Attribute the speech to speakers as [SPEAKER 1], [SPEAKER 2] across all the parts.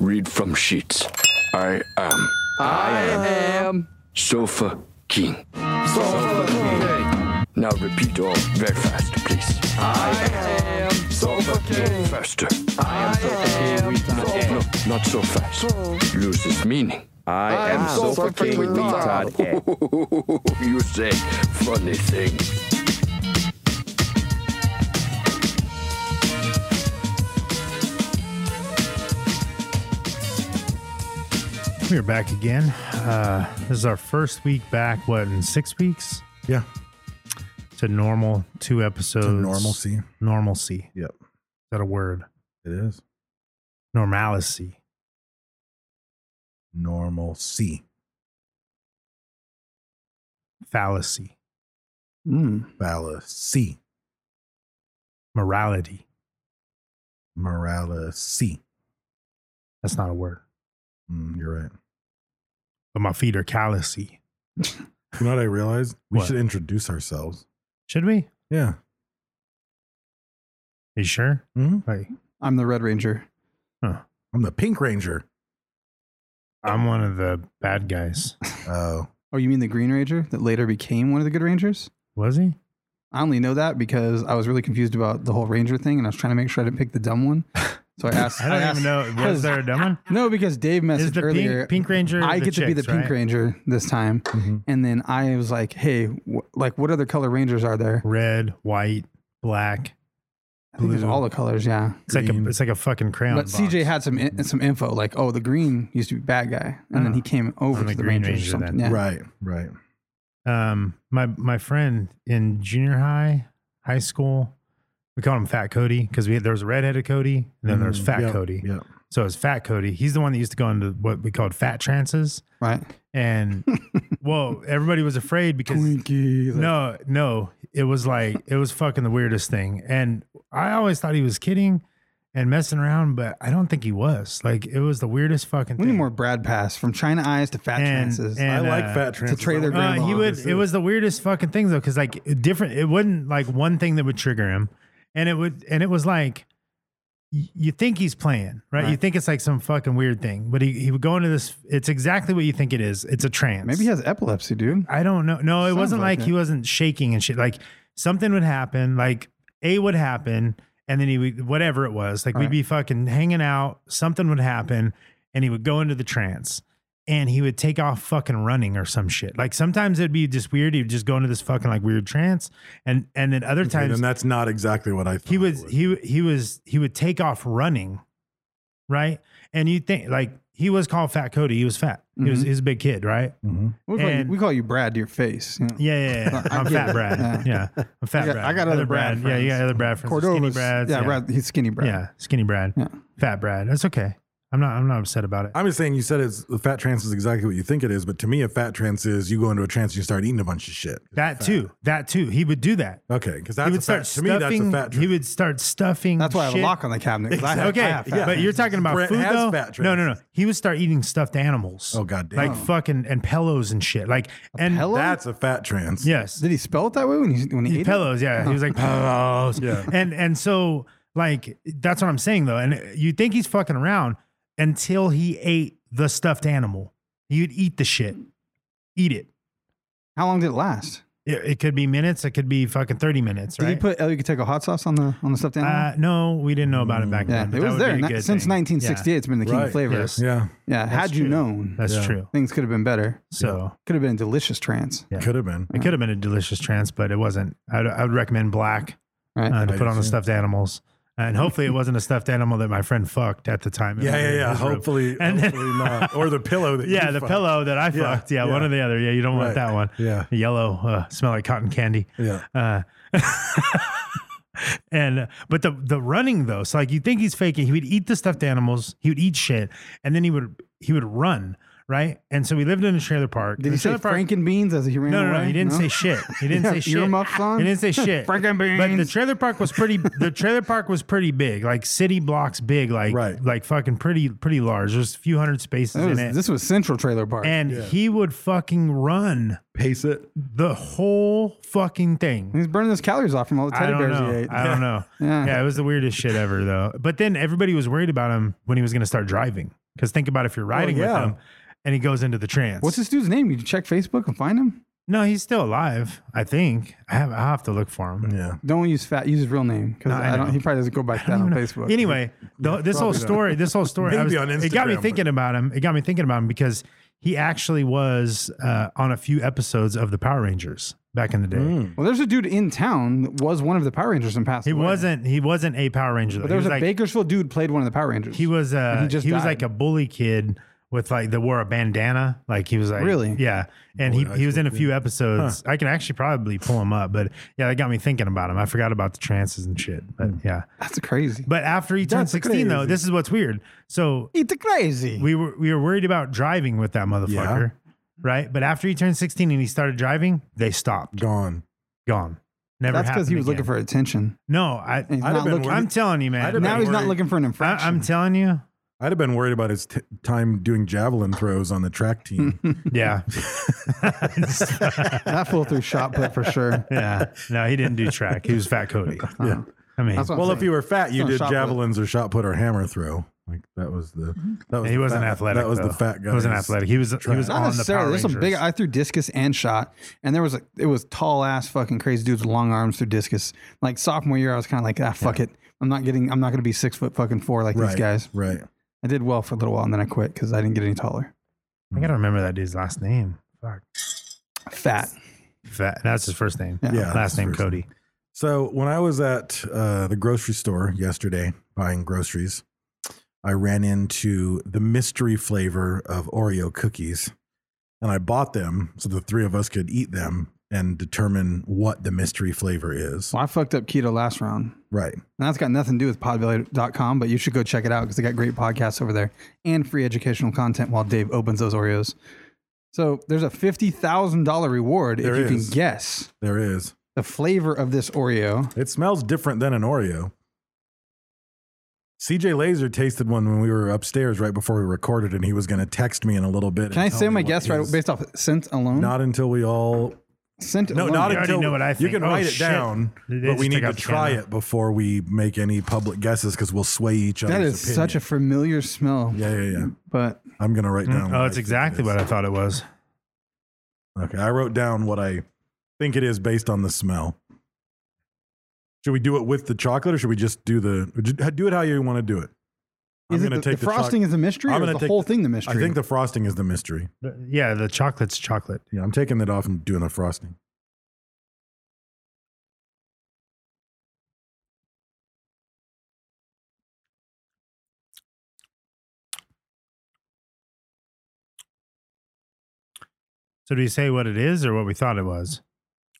[SPEAKER 1] read from sheets. I am
[SPEAKER 2] Um,
[SPEAKER 1] Sofa King. Sofa King. Now repeat all very fast, please. I am Sofa King. Faster. I am Sofa King. No, no, not so fast. Loses meaning.
[SPEAKER 3] I am Sofa King with me, Todd. Ed.
[SPEAKER 1] you say funny things.
[SPEAKER 4] We are back again. Uh, this is our first week back, what, in six weeks
[SPEAKER 5] Yeah.
[SPEAKER 4] to normal two episodes.
[SPEAKER 5] normalcy.
[SPEAKER 4] Normalcy. Is
[SPEAKER 5] Yep.
[SPEAKER 4] that a word?
[SPEAKER 5] It is.
[SPEAKER 4] Normalcy.
[SPEAKER 5] Normal C.
[SPEAKER 4] Fallacy.
[SPEAKER 5] Fallacy.
[SPEAKER 4] Morality.
[SPEAKER 5] Morality.
[SPEAKER 4] That's not a word.
[SPEAKER 5] Mm, you're right.
[SPEAKER 4] But my feet are callousy.
[SPEAKER 5] You know what I realized? We
[SPEAKER 4] What?
[SPEAKER 5] should introduce ourselves.
[SPEAKER 4] Should we?
[SPEAKER 5] Yeah.
[SPEAKER 4] you sure?
[SPEAKER 5] hmm
[SPEAKER 4] Like,
[SPEAKER 3] I'm the Red Ranger.
[SPEAKER 5] I'm the Pink Ranger.
[SPEAKER 4] I'm one of the bad guys.
[SPEAKER 5] Oh.
[SPEAKER 3] Oh, you mean the Green Ranger that later became one of the Good Rangers?
[SPEAKER 4] Was he?
[SPEAKER 3] I only know that because I was really confused about the whole Ranger thing, and I was trying to make sure I didn't pick the dumb one. So I asked.
[SPEAKER 4] I don't
[SPEAKER 3] asked-
[SPEAKER 4] even know. Was there a dumb one?
[SPEAKER 3] No, because Dave messaged
[SPEAKER 4] Is the
[SPEAKER 3] earlier.
[SPEAKER 4] pink, pink Ranger?
[SPEAKER 3] I
[SPEAKER 4] the
[SPEAKER 3] get to be the
[SPEAKER 4] chicks,
[SPEAKER 3] Pink
[SPEAKER 4] right? Mm-hmm.
[SPEAKER 3] Ranger this time,
[SPEAKER 5] Mhm.
[SPEAKER 3] and then I was like, "Hey, wh- like, what other color Rangers are there?"
[SPEAKER 4] Red, white, black.
[SPEAKER 3] I think there's
[SPEAKER 4] Blue.
[SPEAKER 3] all the colors, yeah.
[SPEAKER 4] It's like
[SPEAKER 5] Green.
[SPEAKER 4] a it's like a fucking crayon.
[SPEAKER 3] But
[SPEAKER 4] box.
[SPEAKER 3] CJ had some in, some info, like, "Oh, the Green used to be bad guy, and then
[SPEAKER 4] Oh.
[SPEAKER 3] he came over
[SPEAKER 4] I'm
[SPEAKER 3] to
[SPEAKER 4] the
[SPEAKER 3] the
[SPEAKER 4] Green
[SPEAKER 3] Rangers
[SPEAKER 4] Ranger
[SPEAKER 3] or
[SPEAKER 4] then.
[SPEAKER 3] something." Yeah.
[SPEAKER 5] Right. Right.
[SPEAKER 4] um my my friend in junior high high school we called him fat cody because we had, there was redheaded cody and then there was
[SPEAKER 5] Mm,
[SPEAKER 4] fat
[SPEAKER 5] yep,
[SPEAKER 4] cody
[SPEAKER 5] Yep.
[SPEAKER 4] so it was fat cody he's the one that used to go into what we called fat trances
[SPEAKER 3] Right.
[SPEAKER 4] and well everybody was afraid because
[SPEAKER 3] Twinkie. like-
[SPEAKER 4] no no it was like it was fucking the weirdest thing and i always thought he was kidding and messing around but i don't think he was like it was the weirdest fucking
[SPEAKER 3] We
[SPEAKER 4] thing
[SPEAKER 3] need more Brad Pass from China Eyes to Fat
[SPEAKER 4] And-
[SPEAKER 3] Chances.
[SPEAKER 4] and-
[SPEAKER 5] I like
[SPEAKER 4] uh,
[SPEAKER 5] fat trans.
[SPEAKER 3] trailer
[SPEAKER 4] Uh,
[SPEAKER 3] grandma.
[SPEAKER 4] he would. It was the weirdest fucking thing though, because like it different. It wasn't like one thing that would trigger him, and it would. And it was like y- you think he's playing, right? You
[SPEAKER 3] Right.
[SPEAKER 4] think it's like some fucking weird thing, but he he would go into this. It's exactly what you think it is. It's a trance.
[SPEAKER 3] Maybe he has epilepsy, dude.
[SPEAKER 4] I don't know. No, it
[SPEAKER 3] Sounds
[SPEAKER 4] wasn't
[SPEAKER 3] like
[SPEAKER 4] like, he
[SPEAKER 3] it.
[SPEAKER 4] wasn't shaking and shit. Like something would happen. Like A would happen, and then he would whatever it was. Like we'd
[SPEAKER 3] Right.
[SPEAKER 4] be fucking hanging out. Something would happen, and he would go into the trance, and he would take off fucking running or some shit. Like sometimes it'd be just weird. He would just go into this fucking like weird trance, and and then other
[SPEAKER 5] And
[SPEAKER 4] times
[SPEAKER 5] that's not exactly what I thought.
[SPEAKER 4] he
[SPEAKER 5] it
[SPEAKER 4] was he he was he would take off running, right? And you think like he was called Fat Cody. He was fat. He was
[SPEAKER 3] Mhm.
[SPEAKER 4] he's a big kid, right?
[SPEAKER 5] Mhm.
[SPEAKER 3] We call, you,
[SPEAKER 4] And-
[SPEAKER 3] we call you Brad to your face. you know.
[SPEAKER 4] Yeah, yeah, yeah.
[SPEAKER 3] I
[SPEAKER 4] I'm
[SPEAKER 3] get
[SPEAKER 4] fat
[SPEAKER 3] it.
[SPEAKER 4] Brad. Yeah. I'm fat
[SPEAKER 3] I got-
[SPEAKER 4] Brad.
[SPEAKER 3] I got other Brad
[SPEAKER 4] Yeah, you got
[SPEAKER 3] friends.
[SPEAKER 4] other Brad friends. Cordova, skinny
[SPEAKER 3] Cordova's-
[SPEAKER 4] Brads.
[SPEAKER 3] Yeah, Brad, he's skinny Brad.
[SPEAKER 4] Yeah, skinny Brad.
[SPEAKER 3] Yeah.
[SPEAKER 4] Fat Brad. That's okay. I'm not. I'm not upset about it.
[SPEAKER 5] I'm just saying you said it's the fat trance is exactly what you think it is, but to me a fat trance is you go into a trance and you start eating a bunch of shit.
[SPEAKER 4] that too. That too. He would do that.
[SPEAKER 5] Okay, because
[SPEAKER 4] He
[SPEAKER 5] that's
[SPEAKER 4] would
[SPEAKER 5] a fat,
[SPEAKER 4] start
[SPEAKER 5] to me that's
[SPEAKER 4] stuffing.
[SPEAKER 5] a fat trance.
[SPEAKER 4] he would start stuffing.
[SPEAKER 3] That's why I have
[SPEAKER 4] shit.
[SPEAKER 3] a lock on the cabinet. 'cause I have,
[SPEAKER 4] okay,
[SPEAKER 3] I have fat
[SPEAKER 4] but you're
[SPEAKER 3] friends.
[SPEAKER 4] talking about
[SPEAKER 5] Brent
[SPEAKER 4] food
[SPEAKER 5] has
[SPEAKER 4] though.
[SPEAKER 5] fat
[SPEAKER 4] no, no, no.
[SPEAKER 5] trances.
[SPEAKER 4] He would start eating stuffed animals.
[SPEAKER 5] Oh, goddamn.
[SPEAKER 4] Like fucking and pillows and shit. Like and
[SPEAKER 3] pillow?
[SPEAKER 5] that's a fat trance.
[SPEAKER 4] yes,
[SPEAKER 3] Did he spell it that way when he when he
[SPEAKER 4] He
[SPEAKER 3] ate
[SPEAKER 4] pillows, yeah. He was like pillows,
[SPEAKER 5] Yeah.
[SPEAKER 4] And and so like that's what I'm saying though. And you think he's fucking around until he ate the stuffed animal. He'd eat the shit, eat it.
[SPEAKER 3] it? How long did it last?
[SPEAKER 4] It, it could be minutes. It could be fucking thirty minutes.
[SPEAKER 3] Did
[SPEAKER 4] right?
[SPEAKER 3] he put oh, El Yucateco hot sauce on the on the stuffed animal?
[SPEAKER 4] Uh, no, we didn't know about it back
[SPEAKER 3] yeah,
[SPEAKER 4] then. but
[SPEAKER 3] it
[SPEAKER 4] that
[SPEAKER 3] was
[SPEAKER 4] would be
[SPEAKER 3] there
[SPEAKER 4] a
[SPEAKER 3] not-
[SPEAKER 4] good
[SPEAKER 3] since
[SPEAKER 4] thing.
[SPEAKER 3] 1968. It's been the king
[SPEAKER 5] Right,
[SPEAKER 3] of flavors.
[SPEAKER 4] yes.
[SPEAKER 5] Yeah.
[SPEAKER 3] Yeah, had you
[SPEAKER 4] true.
[SPEAKER 3] known,
[SPEAKER 4] That's
[SPEAKER 5] Yeah.
[SPEAKER 4] true.
[SPEAKER 3] things could have been better.
[SPEAKER 4] So
[SPEAKER 3] Could have been a delicious trance.
[SPEAKER 4] Yeah.
[SPEAKER 5] Could have been.
[SPEAKER 4] it could have been a delicious trance, but it wasn't. I'd, I would recommend black
[SPEAKER 3] Right.
[SPEAKER 4] uh, to
[SPEAKER 5] I
[SPEAKER 4] put on the
[SPEAKER 5] see.
[SPEAKER 4] stuffed animals. And hopefully it wasn't a stuffed animal that my friend fucked at the time. It
[SPEAKER 5] Yeah,
[SPEAKER 4] might
[SPEAKER 5] yeah,
[SPEAKER 4] have been
[SPEAKER 5] yeah.
[SPEAKER 4] his rope.
[SPEAKER 5] Hopefully,
[SPEAKER 4] And then-
[SPEAKER 5] hopefully not. Or the pillow that.
[SPEAKER 4] yeah,
[SPEAKER 5] you
[SPEAKER 4] the
[SPEAKER 5] fucked.
[SPEAKER 4] pillow that I
[SPEAKER 5] Yeah,
[SPEAKER 4] fucked. Yeah, one
[SPEAKER 5] yeah.
[SPEAKER 4] or the other. Yeah, you don't want
[SPEAKER 5] Right.
[SPEAKER 4] that one.
[SPEAKER 5] Yeah.
[SPEAKER 4] The yellow, uh, smell like cotton candy.
[SPEAKER 5] Yeah.
[SPEAKER 4] Uh, and but the the running though, so like you think he's faking. He would eat the stuffed animals. He would eat shit, and then he would he would run right. And so we lived in a trailer park. the
[SPEAKER 3] Did he say
[SPEAKER 4] trailer park-
[SPEAKER 3] Frankenbeans as he ran
[SPEAKER 4] no,
[SPEAKER 3] away?
[SPEAKER 4] no, no, he didn't say shit. He didn't say shit.
[SPEAKER 3] Earmuffs on?
[SPEAKER 4] He didn't say shit.
[SPEAKER 3] Frankenbeans.
[SPEAKER 4] But the trailer park was pretty. The trailer park was pretty big, like city blocks big, like
[SPEAKER 5] Right.
[SPEAKER 4] like fucking pretty pretty large. There's a few hundred spaces
[SPEAKER 3] That was-
[SPEAKER 4] in it,
[SPEAKER 3] this was Central Trailer Park.
[SPEAKER 4] and he would fucking run
[SPEAKER 5] Pace it.
[SPEAKER 4] the whole fucking thing.
[SPEAKER 3] He's burning those calories off from all the
[SPEAKER 4] I
[SPEAKER 3] teddy
[SPEAKER 4] don't
[SPEAKER 3] bears he
[SPEAKER 4] know.
[SPEAKER 3] ate.
[SPEAKER 4] I don't know.
[SPEAKER 3] Yeah.
[SPEAKER 4] yeah. it was the weirdest shit ever, though. But then everybody was worried about him when he was going to start driving. Because think about if you're riding
[SPEAKER 5] yeah.
[SPEAKER 4] with him and he goes into the trance.
[SPEAKER 3] Oh, What's this dude's name? You check Facebook and find him.
[SPEAKER 4] No, he's still alive. I think. I have. I have to look for him.
[SPEAKER 5] Yeah.
[SPEAKER 3] Don't use fat. Use his real name because
[SPEAKER 4] No, I
[SPEAKER 3] I don't.
[SPEAKER 4] know.
[SPEAKER 3] He probably doesn't go by that
[SPEAKER 4] I don't
[SPEAKER 3] on
[SPEAKER 4] even know.
[SPEAKER 3] Facebook.
[SPEAKER 4] Anyway, the, this whole
[SPEAKER 5] probably not.
[SPEAKER 4] story, this whole story, I
[SPEAKER 5] Maybe
[SPEAKER 4] was,
[SPEAKER 5] on
[SPEAKER 4] it got me
[SPEAKER 5] Instagram, but-
[SPEAKER 4] thinking about him. It got me thinking about him because he actually was uh, on a few episodes of the Power Rangers back in the day.
[SPEAKER 3] well, there's a dude in town that was one of the Power Rangers in past.
[SPEAKER 4] He wasn't. He wasn't a Power Ranger. Though.
[SPEAKER 3] But there was,
[SPEAKER 4] he
[SPEAKER 3] a
[SPEAKER 4] like,
[SPEAKER 3] Bakersfield dude played one of the Power Rangers.
[SPEAKER 4] He was. Uh,
[SPEAKER 3] And
[SPEAKER 4] he
[SPEAKER 3] he just
[SPEAKER 4] was
[SPEAKER 3] died.
[SPEAKER 4] like a bully kid with like that wore a bandana. Like he was like
[SPEAKER 3] Really?
[SPEAKER 4] yeah. And
[SPEAKER 5] Boy, I
[SPEAKER 4] he he was in a
[SPEAKER 5] see.
[SPEAKER 4] few episodes. I can actually probably pull him up, but yeah, that got me thinking about him. I forgot about the trances and shit, but yeah.
[SPEAKER 3] That's crazy.
[SPEAKER 4] But after he turned
[SPEAKER 5] That's
[SPEAKER 4] sixteen, though,
[SPEAKER 5] crazy.
[SPEAKER 4] this is what's weird. So
[SPEAKER 3] Eat the crazy.
[SPEAKER 4] we were we were worried about driving with that motherfucker, right? But after he turned sixteen and he started driving, they stopped.
[SPEAKER 5] Gone.
[SPEAKER 4] Gone. Never.
[SPEAKER 3] That's
[SPEAKER 4] because
[SPEAKER 3] because he was looking for attention.
[SPEAKER 4] No, I.
[SPEAKER 3] And he's
[SPEAKER 5] I'd have
[SPEAKER 3] not
[SPEAKER 5] been
[SPEAKER 3] looking.
[SPEAKER 5] worried.
[SPEAKER 4] I'm telling you,
[SPEAKER 5] I'd
[SPEAKER 4] man.
[SPEAKER 5] have
[SPEAKER 3] Now
[SPEAKER 5] been
[SPEAKER 3] he's
[SPEAKER 5] worried.
[SPEAKER 3] not looking for an
[SPEAKER 4] I,
[SPEAKER 3] infraction.
[SPEAKER 4] I'm telling you.
[SPEAKER 5] I'd have been worried about his t- time doing javelin throws on the track team.
[SPEAKER 4] Yeah.
[SPEAKER 3] that fool through shot put for sure. Uh-huh.
[SPEAKER 4] Yeah. No, he didn't do track. He was Fat Cody.
[SPEAKER 5] yeah.
[SPEAKER 4] I mean,
[SPEAKER 3] That's what I'm
[SPEAKER 5] Well, if
[SPEAKER 3] saying.
[SPEAKER 5] you were fat, you
[SPEAKER 3] not
[SPEAKER 5] did
[SPEAKER 3] shot put.
[SPEAKER 5] javelins or shot put or hammer throw. Like that was the that was
[SPEAKER 4] he
[SPEAKER 5] the
[SPEAKER 4] wasn't
[SPEAKER 5] fat-
[SPEAKER 4] athletic.
[SPEAKER 5] That was
[SPEAKER 4] though.
[SPEAKER 5] the fat guy.
[SPEAKER 4] He wasn't athletic. He was he was
[SPEAKER 3] not
[SPEAKER 4] on the Power
[SPEAKER 3] necessarily. There's some big.
[SPEAKER 4] Rangers.
[SPEAKER 3] I threw discus and shot, and there was a, it was tall ass fucking crazy dudes with long arms through discus. Like sophomore year, I was kind of like, ah, fuck it. I'm not getting. I'm not going to be six foot fucking four like
[SPEAKER 5] Right,
[SPEAKER 3] these guys.
[SPEAKER 5] Right.
[SPEAKER 3] I did well for a little while, and then I quit because I didn't get any taller.
[SPEAKER 4] I gotta remember that dude's last name. Fuck.
[SPEAKER 3] Fat.
[SPEAKER 4] Fat. That's his first name.
[SPEAKER 3] Yeah.
[SPEAKER 5] Yeah, that's
[SPEAKER 4] Last name
[SPEAKER 5] his first
[SPEAKER 4] Cody.
[SPEAKER 5] So when I was at uh, the grocery store yesterday buying groceries, I ran into the mystery flavor of Oreo cookies, and I bought them so the three of us could eat them and determine what the mystery flavor is.
[SPEAKER 3] Well, I fucked up keto last round.
[SPEAKER 5] Right.
[SPEAKER 3] And that's got nothing to do with podbelly.com, but you should go check it out because they got great podcasts over there and free educational content while Dave opens those Oreos. So there's a $50,000 reward
[SPEAKER 5] There
[SPEAKER 3] if you
[SPEAKER 5] is.
[SPEAKER 3] can guess
[SPEAKER 5] There is.
[SPEAKER 3] the flavor of this Oreo.
[SPEAKER 5] It smells different than an Oreo. CJ Laser tasted one when we were upstairs right before we recorded, and he was going to text me in a little bit. and
[SPEAKER 3] Can I
[SPEAKER 5] tell
[SPEAKER 3] say
[SPEAKER 5] me
[SPEAKER 3] my
[SPEAKER 5] what
[SPEAKER 3] guess right
[SPEAKER 5] his-
[SPEAKER 3] based off scent alone?
[SPEAKER 5] Not until we all
[SPEAKER 3] scent
[SPEAKER 5] No,
[SPEAKER 3] alone.
[SPEAKER 5] not
[SPEAKER 4] You already
[SPEAKER 5] until
[SPEAKER 4] know what I
[SPEAKER 5] you
[SPEAKER 4] think.
[SPEAKER 5] can
[SPEAKER 4] Oh,
[SPEAKER 5] write it
[SPEAKER 4] shit.
[SPEAKER 5] down,
[SPEAKER 4] They
[SPEAKER 5] but
[SPEAKER 4] just
[SPEAKER 5] we need
[SPEAKER 4] took
[SPEAKER 5] to
[SPEAKER 4] out the
[SPEAKER 5] try
[SPEAKER 4] camera.
[SPEAKER 5] it before we make any public guesses because we'll sway each other.
[SPEAKER 3] That is such a familiar smell,
[SPEAKER 5] yeah, yeah, yeah.
[SPEAKER 3] but
[SPEAKER 5] I'm gonna write down.
[SPEAKER 4] Oh, it's exactly what
[SPEAKER 5] I
[SPEAKER 4] I thought it was.
[SPEAKER 5] think it is. Okay, I wrote down what I think it is based on the smell. Should we do it with the chocolate, or should we just do the ju- do it how you want to do it? I'm
[SPEAKER 3] is it
[SPEAKER 5] gonna
[SPEAKER 3] the, the
[SPEAKER 5] choc-
[SPEAKER 3] frosting is the mystery
[SPEAKER 5] I'm
[SPEAKER 3] or
[SPEAKER 5] gonna
[SPEAKER 3] is the
[SPEAKER 5] take
[SPEAKER 3] whole thing the mystery?
[SPEAKER 5] I think the frosting is the mystery.
[SPEAKER 4] But Yeah, the chocolate's chocolate.
[SPEAKER 5] Yeah, I'm taking that off and doing the frosting.
[SPEAKER 4] So do we say what it is or what we thought it was?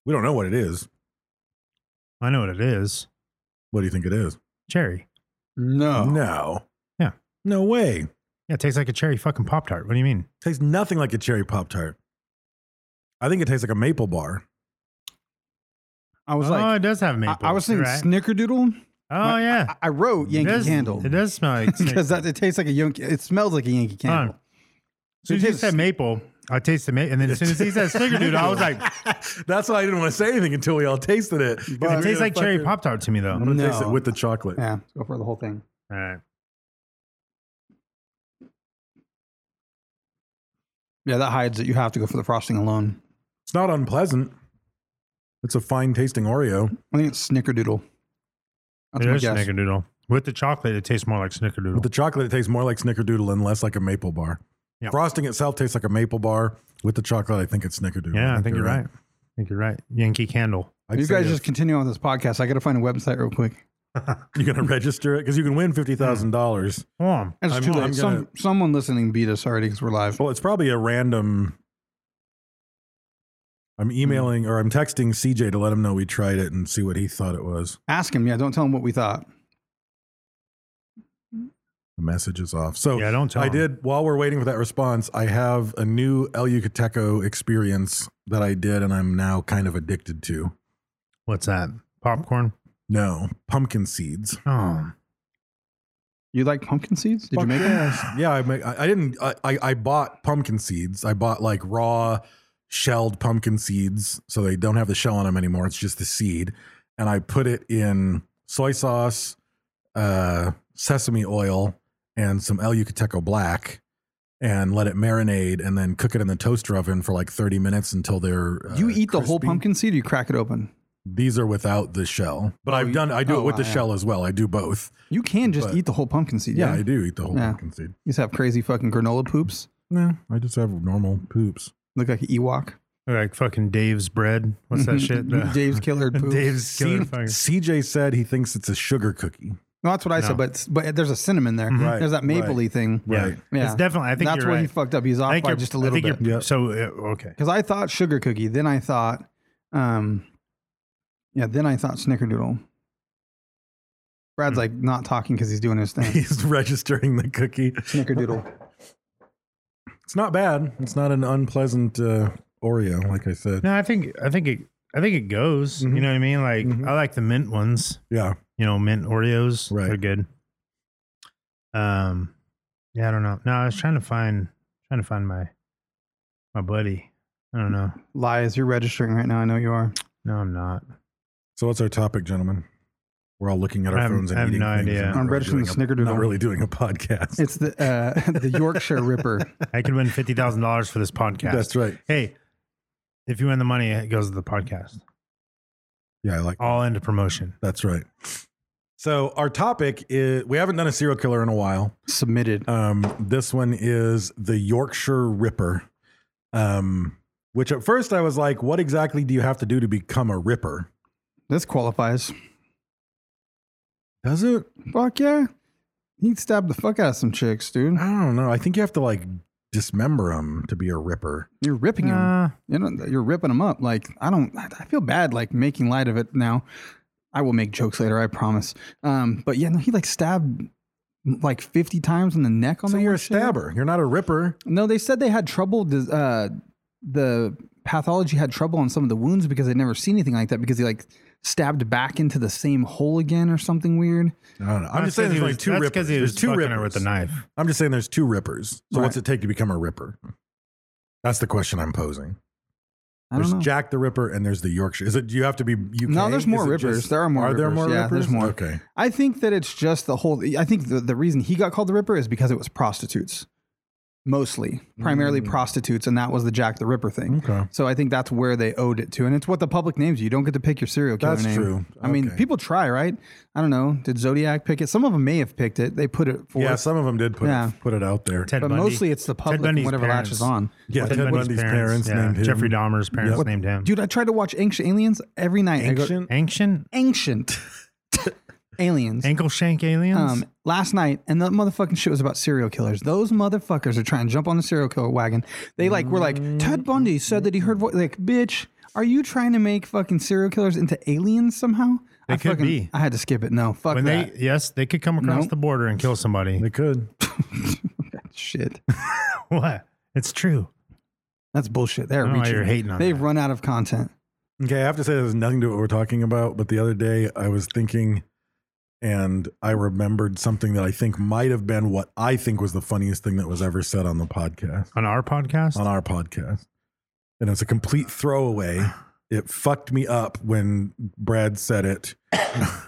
[SPEAKER 5] We don't know what it is.
[SPEAKER 4] I know what it is.
[SPEAKER 5] What do you think it is?
[SPEAKER 4] Cherry.
[SPEAKER 3] no.
[SPEAKER 5] No.
[SPEAKER 4] Oh. Yeah.
[SPEAKER 5] No way.
[SPEAKER 4] Yeah, it tastes like a cherry fucking pop tart. What do you mean?
[SPEAKER 5] Tastes nothing like a cherry pop tart. I think it tastes like a maple bar.
[SPEAKER 3] I was
[SPEAKER 4] oh,
[SPEAKER 3] like,
[SPEAKER 4] it does have
[SPEAKER 3] I,
[SPEAKER 4] maple.
[SPEAKER 3] I was thinking
[SPEAKER 4] right?
[SPEAKER 3] Snickerdoodle.
[SPEAKER 4] Oh yeah.
[SPEAKER 3] I, I wrote
[SPEAKER 4] It
[SPEAKER 3] Yankee
[SPEAKER 4] does-
[SPEAKER 3] Candle.
[SPEAKER 4] It does smell like
[SPEAKER 3] because that it tastes like a Yankee. It smells like a Yankee candle.
[SPEAKER 4] So you
[SPEAKER 3] It
[SPEAKER 4] just
[SPEAKER 3] tastes-
[SPEAKER 4] said maple. I tasted maple, and then as soon as he said snickerdoodle, I was like, it
[SPEAKER 5] That's why I didn't want to say anything until we all tasted it. 'Cause if you're gonna
[SPEAKER 4] tastes like cherry
[SPEAKER 5] fucking-
[SPEAKER 4] pop tart to me though.
[SPEAKER 5] I'm gonna taste it
[SPEAKER 3] No.
[SPEAKER 5] with the chocolate.
[SPEAKER 3] Yeah, let's go for the whole thing.
[SPEAKER 4] All right.
[SPEAKER 3] Yeah, that hides it. You have to go for the frosting alone.
[SPEAKER 5] It's not unpleasant. It's a fine tasting Oreo.
[SPEAKER 3] I think it's Snickerdoodle. That's
[SPEAKER 4] it
[SPEAKER 3] my
[SPEAKER 4] is
[SPEAKER 3] guess.
[SPEAKER 4] snickerdoodle. With the chocolate, it tastes more like snickerdoodle.
[SPEAKER 5] With the chocolate, it tastes more like snickerdoodle and less like a maple bar.
[SPEAKER 4] Yeah.
[SPEAKER 5] Frosting itself tastes like a maple bar. With the chocolate, I think it's snickerdoodle.
[SPEAKER 4] yeah, I think you're right. I think you're right. Yankee candle.
[SPEAKER 5] I'd
[SPEAKER 3] you
[SPEAKER 5] say
[SPEAKER 3] guys
[SPEAKER 5] it's-
[SPEAKER 3] just continue on with this podcast. I got to find a website real quick.
[SPEAKER 5] you're gonna register it because you can win fifty thousand dollars.
[SPEAKER 4] Oh,
[SPEAKER 3] It's
[SPEAKER 5] I'm-
[SPEAKER 3] too late.
[SPEAKER 5] I'm
[SPEAKER 3] Some,
[SPEAKER 5] gonna-
[SPEAKER 3] someone listening beat us already because we're live.
[SPEAKER 5] Well, it's probably a random.
[SPEAKER 4] Hmm.
[SPEAKER 5] I'm emailing or I'm texting CJ to let him know we tried it and see what he thought it was.
[SPEAKER 3] Ask him. Yeah, don't tell him what we thought.
[SPEAKER 5] The message is off. So
[SPEAKER 4] Yeah, don't tell
[SPEAKER 5] I
[SPEAKER 4] him.
[SPEAKER 5] did while we're waiting for that response. I have a new El Yucateco experience that I did, and I'm now kind of addicted to.
[SPEAKER 4] What's that? Popcorn?
[SPEAKER 5] No pumpkin seeds.
[SPEAKER 4] Oh,
[SPEAKER 3] You like pumpkin seeds? Did you make them?
[SPEAKER 5] Yeah, I make. I, I didn't. I, I I bought pumpkin seeds. I bought like raw, shelled pumpkin seeds, so they don't have the shell on them anymore. It's just the seed, and I put it in soy sauce, uh, sesame oil, and some El Yucateco Black, and let it marinate, and then cook it in the toaster oven for like thirty minutes until they're. Uh,
[SPEAKER 3] Do you eat the whole
[SPEAKER 5] crispy.
[SPEAKER 3] pumpkin seed or you crack it open?
[SPEAKER 5] These are without the shell, but
[SPEAKER 3] Oh,
[SPEAKER 5] I've
[SPEAKER 3] you-
[SPEAKER 5] done. I do
[SPEAKER 3] oh,
[SPEAKER 5] it with the
[SPEAKER 3] wow, yeah.
[SPEAKER 5] shell as well. I do both.
[SPEAKER 3] You can just
[SPEAKER 5] But-
[SPEAKER 3] eat the whole pumpkin seed.
[SPEAKER 5] Yeah,
[SPEAKER 3] Yeah.
[SPEAKER 5] I do eat the whole
[SPEAKER 3] Yeah.
[SPEAKER 5] pumpkin seed.
[SPEAKER 3] You just have crazy fucking granola poops.
[SPEAKER 5] No, I just have normal poops.
[SPEAKER 3] Look like an Ewok.
[SPEAKER 4] like fucking Dave's bread. What's that shit? The-
[SPEAKER 3] Dave's killer poops.
[SPEAKER 4] Dave's killer.
[SPEAKER 5] C-
[SPEAKER 4] fucking-
[SPEAKER 5] CJ said he thinks it's a sugar cookie.
[SPEAKER 3] No, that's what I said, but but there's a cinnamon there.
[SPEAKER 5] Right,
[SPEAKER 4] Mm-hmm.
[SPEAKER 3] there's that mapley
[SPEAKER 5] right,
[SPEAKER 3] thing.
[SPEAKER 4] Yeah.
[SPEAKER 5] Right.
[SPEAKER 3] Yeah.
[SPEAKER 4] It's definitely. I think
[SPEAKER 3] that's
[SPEAKER 4] you're
[SPEAKER 3] where
[SPEAKER 4] right.
[SPEAKER 3] he fucked up. He's
[SPEAKER 4] I
[SPEAKER 3] off
[SPEAKER 4] think
[SPEAKER 3] by
[SPEAKER 4] you're-
[SPEAKER 3] just a
[SPEAKER 4] I
[SPEAKER 3] little
[SPEAKER 4] think
[SPEAKER 3] bit.
[SPEAKER 4] you're-
[SPEAKER 5] Yep.
[SPEAKER 4] So uh, okay.
[SPEAKER 3] Because I thought sugar cookie, then I thought, um, yeah, then I thought snickerdoodle. Brad's like not talking because he's doing his thing.
[SPEAKER 5] He's registering the cookie.
[SPEAKER 3] snickerdoodle.
[SPEAKER 5] It's not bad. It's not an unpleasant uh, Oreo, like I said.
[SPEAKER 4] No, I think I think it I think it goes.
[SPEAKER 5] Mm-hmm.
[SPEAKER 4] You know what I mean? Like I like the mint ones.
[SPEAKER 5] Yeah.
[SPEAKER 4] You know, mint Oreos.
[SPEAKER 5] Right.
[SPEAKER 4] They're good. Um yeah, I don't know. No, I was trying to find trying to find my my buddy. I don't know.
[SPEAKER 3] Lies, you're registering right now. I know you are.
[SPEAKER 4] No, I'm not.
[SPEAKER 5] So what's our topic, gentlemen? We're all looking at our
[SPEAKER 4] I have-
[SPEAKER 5] phones and
[SPEAKER 4] I have
[SPEAKER 5] eating
[SPEAKER 4] no
[SPEAKER 5] things
[SPEAKER 4] idea.
[SPEAKER 5] and
[SPEAKER 4] I'm
[SPEAKER 5] not really
[SPEAKER 3] registering
[SPEAKER 5] doing
[SPEAKER 3] the
[SPEAKER 5] a-
[SPEAKER 3] snickerdoodle.
[SPEAKER 5] Not really doing a podcast.
[SPEAKER 3] It's the uh, the Yorkshire Ripper.
[SPEAKER 4] I could win fifty thousand dollars for this podcast.
[SPEAKER 5] That's right.
[SPEAKER 4] Hey, if you win the money, it goes to the podcast.
[SPEAKER 5] Yeah, I like
[SPEAKER 4] All into promotion.
[SPEAKER 5] That's right. So our topic is we haven't done a serial killer in a while.
[SPEAKER 3] Submitted.
[SPEAKER 5] Um, this one is the Yorkshire Ripper, um, which at first I was like, what exactly do you have to do to become a ripper?
[SPEAKER 3] This qualifies.
[SPEAKER 5] Does it?
[SPEAKER 3] Fuck yeah. He'd stab the fuck out of some chicks, dude.
[SPEAKER 5] I don't know. I think you have to like dismember them to be a ripper.
[SPEAKER 3] You're ripping him.
[SPEAKER 4] Uh,
[SPEAKER 3] you know, you're ripping them up. Like I don't, I I feel bad like making light of it now. I will make jokes later, I promise. Um, but yeah, no, he like stabbed like 50 times in the neck on
[SPEAKER 5] So
[SPEAKER 3] the
[SPEAKER 5] you're
[SPEAKER 3] one
[SPEAKER 5] a
[SPEAKER 3] chick.
[SPEAKER 5] stabber. You're not a ripper.
[SPEAKER 3] No, they said they had trouble. dis- Uh, the pathology had trouble on some of the wounds because they'd never seen anything like that because he like stabbed back into the same hole again or something weird.
[SPEAKER 5] I don't know. I'm
[SPEAKER 4] that's
[SPEAKER 5] just saying
[SPEAKER 4] 'cause
[SPEAKER 5] there's
[SPEAKER 4] he
[SPEAKER 5] like
[SPEAKER 4] was-
[SPEAKER 5] two
[SPEAKER 4] that's
[SPEAKER 5] rippers.
[SPEAKER 4] he
[SPEAKER 5] There's
[SPEAKER 4] was
[SPEAKER 5] two
[SPEAKER 4] fucking
[SPEAKER 5] rippers
[SPEAKER 4] her with a knife.
[SPEAKER 5] I'm just saying there's two rippers. So what's
[SPEAKER 3] Right.
[SPEAKER 5] it take to become a ripper? That's the question I'm posing.
[SPEAKER 3] I don't
[SPEAKER 5] There's
[SPEAKER 3] know.
[SPEAKER 5] Jack the Ripper and there's the Yorkshire. Is it? Do you have to be UK?
[SPEAKER 3] No, there's more
[SPEAKER 5] Is it
[SPEAKER 3] rippers.
[SPEAKER 5] just-
[SPEAKER 3] there are more.
[SPEAKER 5] Are
[SPEAKER 3] rippers.
[SPEAKER 5] there more
[SPEAKER 3] yeah,
[SPEAKER 5] rippers?
[SPEAKER 3] There's more.
[SPEAKER 5] Okay.
[SPEAKER 3] I think that it's just the whole. I think the, the reason he got called the Ripper is because it was prostitutes, mostly, primarily prostitutes, and that was the Jack the Ripper thing.
[SPEAKER 5] Mm. Okay.
[SPEAKER 3] So I think that's where they owed it to, and it's what the public names you. You don't get to pick your serial killer
[SPEAKER 5] That's
[SPEAKER 3] name.
[SPEAKER 5] true.
[SPEAKER 3] I mean,
[SPEAKER 5] Okay.
[SPEAKER 3] people try, right? I don't know. Did Zodiac pick it? Some of them may have picked it. They put it forth.
[SPEAKER 5] Yeah, some of them did put
[SPEAKER 3] Yeah.
[SPEAKER 5] it, put it out there.
[SPEAKER 4] Ted
[SPEAKER 3] but
[SPEAKER 4] Bundy.
[SPEAKER 3] mostly it's the
[SPEAKER 4] Ted
[SPEAKER 3] public and
[SPEAKER 4] Bundy's
[SPEAKER 3] whatever
[SPEAKER 4] parents.
[SPEAKER 3] lashes on.
[SPEAKER 5] Yeah,
[SPEAKER 4] Ted, Bundy's, parents,
[SPEAKER 5] named
[SPEAKER 4] yeah.
[SPEAKER 5] him.
[SPEAKER 4] Jeffrey Dahmer's parents
[SPEAKER 5] Yep.
[SPEAKER 4] named him.
[SPEAKER 3] Dude, I tried to watch Ancient Aliens every night. I go,
[SPEAKER 5] Ancient?
[SPEAKER 4] Ancient
[SPEAKER 3] ancient aliens.
[SPEAKER 4] ankle shank aliens.
[SPEAKER 3] um, last night, and that motherfucking shit was about serial killers. Those motherfuckers are trying to jump on the serial killer wagon. They like were like Ted Bundy said that he heard what like bitch. Are you trying to make fucking serial killers into aliens somehow?
[SPEAKER 4] They
[SPEAKER 3] I
[SPEAKER 4] could
[SPEAKER 3] fucking-
[SPEAKER 4] be.
[SPEAKER 3] I had to skip it. No, fuck
[SPEAKER 4] when
[SPEAKER 3] that
[SPEAKER 4] they yes, they could come across
[SPEAKER 3] Nope.
[SPEAKER 4] the border and kill somebody.
[SPEAKER 5] They could.
[SPEAKER 3] shit.
[SPEAKER 4] what? It's true.
[SPEAKER 3] That's bullshit. They're
[SPEAKER 4] I don't know why
[SPEAKER 3] reaching.
[SPEAKER 4] you're hating on
[SPEAKER 3] They've
[SPEAKER 4] that.
[SPEAKER 3] run out of content.
[SPEAKER 5] Okay, I have to say this has nothing to do with what we're talking about, but the other day I was thinking and I remembered something that I think might have been what I think was the funniest thing that was ever said on the podcast,
[SPEAKER 4] On our podcast,
[SPEAKER 5] on our podcast. And it's a complete throwaway. It fucked me up when Brad said it.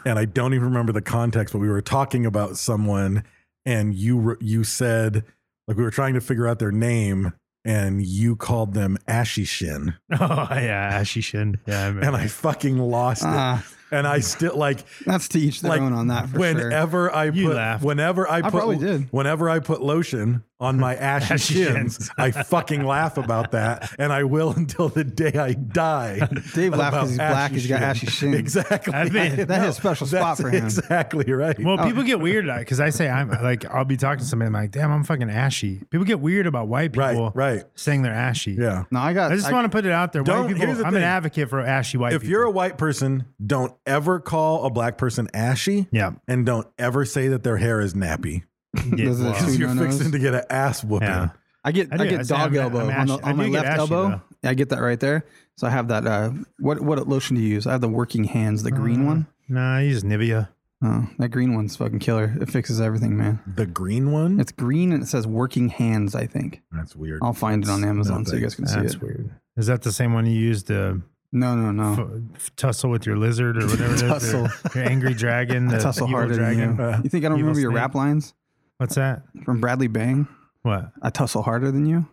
[SPEAKER 5] and I don't even remember the context, but we were talking about someone and you re- you said like we were trying to figure out their name and you called them Ashy Shin.
[SPEAKER 4] oh yeah, she should. Yeah, I remember.
[SPEAKER 5] and I fucking lost
[SPEAKER 3] Ah.
[SPEAKER 5] it. And I still like
[SPEAKER 3] That's to each their
[SPEAKER 5] like
[SPEAKER 3] own on that for sure.
[SPEAKER 5] whenever I
[SPEAKER 4] You
[SPEAKER 5] put
[SPEAKER 4] laughed.
[SPEAKER 5] whenever I put
[SPEAKER 3] probably did.
[SPEAKER 5] whenever I put lotion on my ashy
[SPEAKER 4] Ashy
[SPEAKER 5] shins.
[SPEAKER 4] shins.
[SPEAKER 5] I fucking laugh about that, and I will until the day I die.
[SPEAKER 3] Dave
[SPEAKER 5] about
[SPEAKER 3] laughed 'cause he's black, he's got ashy shins.
[SPEAKER 5] Exactly.
[SPEAKER 4] I've been-
[SPEAKER 5] I
[SPEAKER 3] That
[SPEAKER 5] know.
[SPEAKER 3] is a special spot
[SPEAKER 5] That's
[SPEAKER 3] for him.
[SPEAKER 5] Exactly right.
[SPEAKER 4] Well, people get weird because I say I'm like I'll be talking to somebody I'm like, damn, I'm fucking ashy. People get weird about white
[SPEAKER 5] Right,
[SPEAKER 4] people,
[SPEAKER 5] right.
[SPEAKER 4] saying they're ashy.
[SPEAKER 5] yeah.
[SPEAKER 3] No, I got.
[SPEAKER 4] I just want to put it out there.
[SPEAKER 5] Don't-
[SPEAKER 4] white people,
[SPEAKER 5] here's the
[SPEAKER 4] I'm
[SPEAKER 5] thing.
[SPEAKER 4] an advocate for ashy white
[SPEAKER 5] if
[SPEAKER 4] people.
[SPEAKER 5] you're a white person, don't ever call a black person ashy.
[SPEAKER 4] Yeah.
[SPEAKER 5] And don't ever say that their hair is nappy
[SPEAKER 4] Yeah,
[SPEAKER 3] Those are the
[SPEAKER 4] well,
[SPEAKER 3] two-
[SPEAKER 5] because
[SPEAKER 3] Who
[SPEAKER 5] you're
[SPEAKER 3] knows?
[SPEAKER 5] fixing to get an ass whooping.
[SPEAKER 4] Yeah.
[SPEAKER 3] I get
[SPEAKER 4] I
[SPEAKER 3] I,
[SPEAKER 4] do.
[SPEAKER 3] get
[SPEAKER 4] I say
[SPEAKER 3] dog
[SPEAKER 4] I'm- I'm
[SPEAKER 3] elbow on,
[SPEAKER 4] ashy.
[SPEAKER 3] the,
[SPEAKER 4] I
[SPEAKER 3] on my
[SPEAKER 4] do get
[SPEAKER 3] left
[SPEAKER 4] ashy,
[SPEAKER 3] elbow.
[SPEAKER 4] though.
[SPEAKER 3] Yeah, I get that right there. So I have that. Uh, what what lotion do you use? I have the working hands, the green one.
[SPEAKER 4] nah, I use Nivea.
[SPEAKER 3] Oh, that green one's fucking killer. It fixes everything, man.
[SPEAKER 5] The green one?
[SPEAKER 3] It's green and it says working hands. I think
[SPEAKER 5] that's weird.
[SPEAKER 3] I'll find it on Amazon so you guys can see
[SPEAKER 4] That's
[SPEAKER 3] it.
[SPEAKER 4] weird. Is that the same one you used to
[SPEAKER 3] No, no, no.
[SPEAKER 4] f- tussle with your lizard or whatever it is? Your,
[SPEAKER 3] Tussle.
[SPEAKER 4] your angry dragon.
[SPEAKER 3] I
[SPEAKER 4] The
[SPEAKER 3] tussle
[SPEAKER 4] evil
[SPEAKER 3] harder than
[SPEAKER 4] dragon. uh,
[SPEAKER 3] you. you think I don't
[SPEAKER 4] Evil
[SPEAKER 3] remember your
[SPEAKER 4] snake.
[SPEAKER 3] rap lines
[SPEAKER 4] What's that?
[SPEAKER 3] from Bradley Bang?
[SPEAKER 4] What?
[SPEAKER 3] I tussle harder than you.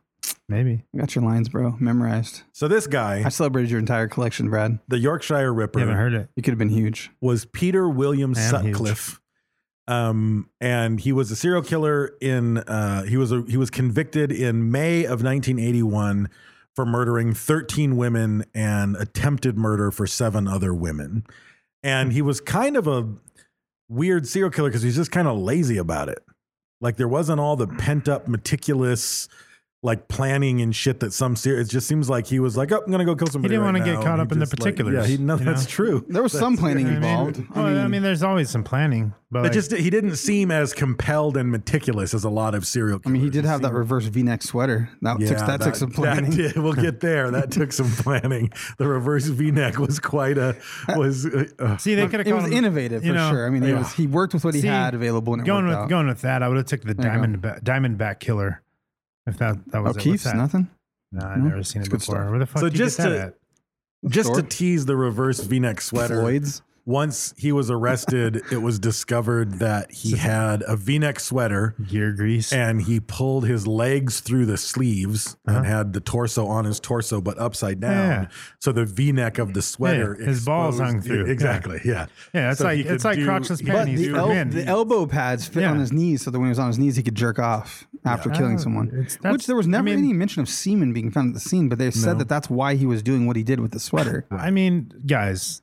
[SPEAKER 4] Maybe.
[SPEAKER 3] I got your lines, bro, memorized.
[SPEAKER 5] So this guy,
[SPEAKER 3] I celebrated your entire collection, Brad.
[SPEAKER 5] the Yorkshire Ripper,
[SPEAKER 4] You haven't heard it.
[SPEAKER 3] You could have been huge.
[SPEAKER 5] was Peter William
[SPEAKER 4] I am huge.
[SPEAKER 5] Sutcliffe. Um, and he was a serial killer in uh, he was a, he was convicted in May of 1981 for murdering 13 women and attempted murder for seven other women. And he was kind of a weird serial killer because he's just kind of lazy about it. Like there wasn't all the pent up meticulous like planning and shit that some serial. It just seems like he was like, oh, I'm gonna go kill somebody.
[SPEAKER 4] didn't
[SPEAKER 5] right
[SPEAKER 4] wanna get
[SPEAKER 5] now,"
[SPEAKER 4] caught
[SPEAKER 5] and
[SPEAKER 4] up
[SPEAKER 5] he
[SPEAKER 4] in the
[SPEAKER 5] just, like-
[SPEAKER 4] particulars,
[SPEAKER 5] yeah, he, no,
[SPEAKER 4] you
[SPEAKER 5] that's
[SPEAKER 4] know?
[SPEAKER 5] true.
[SPEAKER 3] There was some planning
[SPEAKER 4] I mean,
[SPEAKER 3] involved.
[SPEAKER 4] well, I mean, there's always some planning, but
[SPEAKER 5] It
[SPEAKER 4] like,
[SPEAKER 5] just he didn't seem as compelled and meticulous as a lot of serial
[SPEAKER 3] I
[SPEAKER 5] killers.
[SPEAKER 3] mean, he did have that
[SPEAKER 5] seemed-
[SPEAKER 3] reverse V-neck sweater. That, took, that, took some planning.
[SPEAKER 5] that did- we'll get there. That took some planning. The reverse V-neck was quite a was. Uh, uh,
[SPEAKER 4] see they could have
[SPEAKER 3] It was innovative for sure. I mean, he
[SPEAKER 5] yeah.
[SPEAKER 3] was he worked with what he
[SPEAKER 4] See,
[SPEAKER 3] had available and it
[SPEAKER 4] going
[SPEAKER 3] worked
[SPEAKER 4] with
[SPEAKER 3] out.
[SPEAKER 4] going with that, I would have took the
[SPEAKER 3] There you go.
[SPEAKER 4] diamond ba- diamond back killer. If that that
[SPEAKER 3] oh,
[SPEAKER 4] was it. What's
[SPEAKER 3] Keith's
[SPEAKER 4] that?
[SPEAKER 3] nothing.
[SPEAKER 4] No, I've
[SPEAKER 3] No?
[SPEAKER 4] never seen
[SPEAKER 3] It's
[SPEAKER 4] it
[SPEAKER 3] good
[SPEAKER 4] before.
[SPEAKER 3] stuff.
[SPEAKER 4] Where the fuck
[SPEAKER 5] So
[SPEAKER 4] did you get
[SPEAKER 5] just
[SPEAKER 4] that
[SPEAKER 5] to-
[SPEAKER 4] at?
[SPEAKER 5] just to
[SPEAKER 3] Store?
[SPEAKER 5] tease the reverse V-neck sweater.
[SPEAKER 3] Floyd's.
[SPEAKER 5] Once he was arrested, it was discovered that he had a V-neck sweater.
[SPEAKER 4] gear grease?
[SPEAKER 5] And he pulled his legs through the sleeves
[SPEAKER 4] Uh-huh.
[SPEAKER 5] and had the torso on his torso, but upside down.
[SPEAKER 4] Yeah.
[SPEAKER 5] So the V neck of the sweater,
[SPEAKER 4] Yeah, his balls
[SPEAKER 5] exposed-
[SPEAKER 4] hung through.
[SPEAKER 5] Exactly. Yeah.
[SPEAKER 4] Yeah, it's like-
[SPEAKER 5] he could
[SPEAKER 4] it's like crotchless
[SPEAKER 5] he
[SPEAKER 4] Yeah,
[SPEAKER 3] But
[SPEAKER 5] could
[SPEAKER 4] panties. and he's
[SPEAKER 3] the,
[SPEAKER 5] do-
[SPEAKER 4] a
[SPEAKER 3] el-
[SPEAKER 4] man.
[SPEAKER 3] the elbow pads fit
[SPEAKER 4] Yeah.
[SPEAKER 3] on his knees, so that when he was on his knees, he could jerk off after killing
[SPEAKER 4] Ah,
[SPEAKER 3] someone.
[SPEAKER 4] it's- that's-
[SPEAKER 3] Which there was
[SPEAKER 4] I
[SPEAKER 3] never
[SPEAKER 4] mean-
[SPEAKER 3] any mention of semen being found at the scene, but they said that that's why he was doing what he did with the sweater.
[SPEAKER 4] I mean, guys,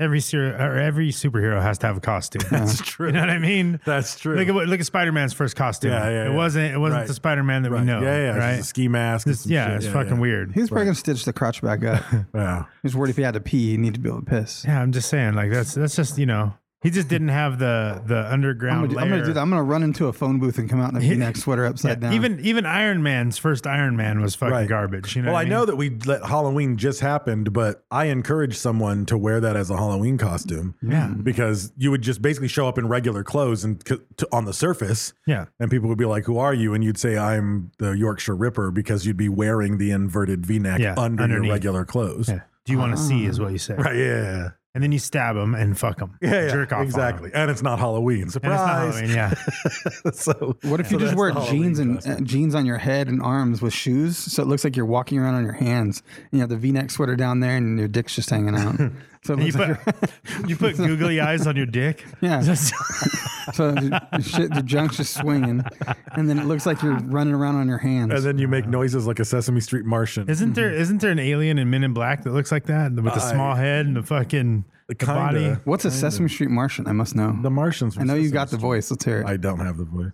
[SPEAKER 4] every ser- or every superhero has to have a costume.
[SPEAKER 5] That's true.
[SPEAKER 4] You know what I mean?
[SPEAKER 5] That's true.
[SPEAKER 4] Look at what- look at Spider Man's first costume.
[SPEAKER 5] Yeah, yeah,
[SPEAKER 4] It
[SPEAKER 5] yeah.
[SPEAKER 4] wasn't it wasn't
[SPEAKER 5] Right.
[SPEAKER 4] the Spider Man that
[SPEAKER 5] Right.
[SPEAKER 4] we know.
[SPEAKER 5] Yeah, yeah.
[SPEAKER 4] right.
[SPEAKER 5] It's a ski mask. and
[SPEAKER 4] This-
[SPEAKER 5] some
[SPEAKER 4] yeah,
[SPEAKER 5] shit.
[SPEAKER 4] it's fucking
[SPEAKER 5] yeah.
[SPEAKER 4] weird.
[SPEAKER 3] He was probably gonna stitch the crotch back up. he
[SPEAKER 5] Yeah.
[SPEAKER 3] was worried if he had to pee, he needed to be able to piss.
[SPEAKER 4] Yeah, I'm just saying, like that's that's just you know, he just didn't have the the
[SPEAKER 3] I'm
[SPEAKER 4] underground
[SPEAKER 3] gonna, do, I'm
[SPEAKER 4] layer.
[SPEAKER 3] gonna do that. I'm gonna run into a phone booth and come out in a V-neck sweater
[SPEAKER 4] Yeah,
[SPEAKER 3] upside down.
[SPEAKER 4] Even even Iron Man's first Iron Man was fucking
[SPEAKER 5] Right.
[SPEAKER 4] garbage. You know.
[SPEAKER 5] well,
[SPEAKER 4] what
[SPEAKER 5] I
[SPEAKER 4] mean?
[SPEAKER 5] know that we let Halloween just happened, but I encourage someone to wear that as a Halloween costume.
[SPEAKER 4] Yeah.
[SPEAKER 5] Because you would just basically show up in regular clothes and c- to, on the surface.
[SPEAKER 4] Yeah.
[SPEAKER 5] And people would be like, "Who are you?" And you'd say, "I'm the Yorkshire Ripper," because you'd be wearing the inverted V-neck
[SPEAKER 4] Yeah,
[SPEAKER 5] under
[SPEAKER 4] underneath.
[SPEAKER 5] your regular clothes.
[SPEAKER 4] Yeah. Do you want to see? Is what you say.
[SPEAKER 5] Ah. Right? Yeah.
[SPEAKER 4] And then you stab him and fuck him.
[SPEAKER 5] Yeah. yeah,
[SPEAKER 4] Jerk off. on 'em.
[SPEAKER 5] Exactly. And it's not Halloween.
[SPEAKER 4] And it's not
[SPEAKER 5] Surprise.
[SPEAKER 4] Halloween, yeah.
[SPEAKER 5] so
[SPEAKER 3] What if you
[SPEAKER 5] So
[SPEAKER 3] just
[SPEAKER 5] that's
[SPEAKER 3] wear
[SPEAKER 5] the Halloween
[SPEAKER 3] jeans and uh,
[SPEAKER 5] costume.
[SPEAKER 3] jeans on your head and arms with shoes, so it looks like you're walking around on your hands? And you have the V-neck sweater down there, and your dick's just hanging out. So it
[SPEAKER 4] And you
[SPEAKER 3] looks like
[SPEAKER 4] put, you put googly eyes on your dick.
[SPEAKER 3] Yeah.
[SPEAKER 4] Just-
[SPEAKER 3] you're, so the shit, the junk's just swinging, and then it looks like you're running around on your hands.
[SPEAKER 5] And then you make noises like a Sesame Street Martian.
[SPEAKER 4] isn't there isn't there an alien in Men in Black that looks like that with the
[SPEAKER 5] I-
[SPEAKER 4] small head and the fucking the
[SPEAKER 5] Kinda.
[SPEAKER 4] body?
[SPEAKER 3] What's a Sesame Street Martian? I must know.
[SPEAKER 5] The Martians. were
[SPEAKER 3] I know you
[SPEAKER 5] Sesame
[SPEAKER 3] got the
[SPEAKER 5] Street.
[SPEAKER 3] voice. Let's hear it.
[SPEAKER 5] I don't have the voice.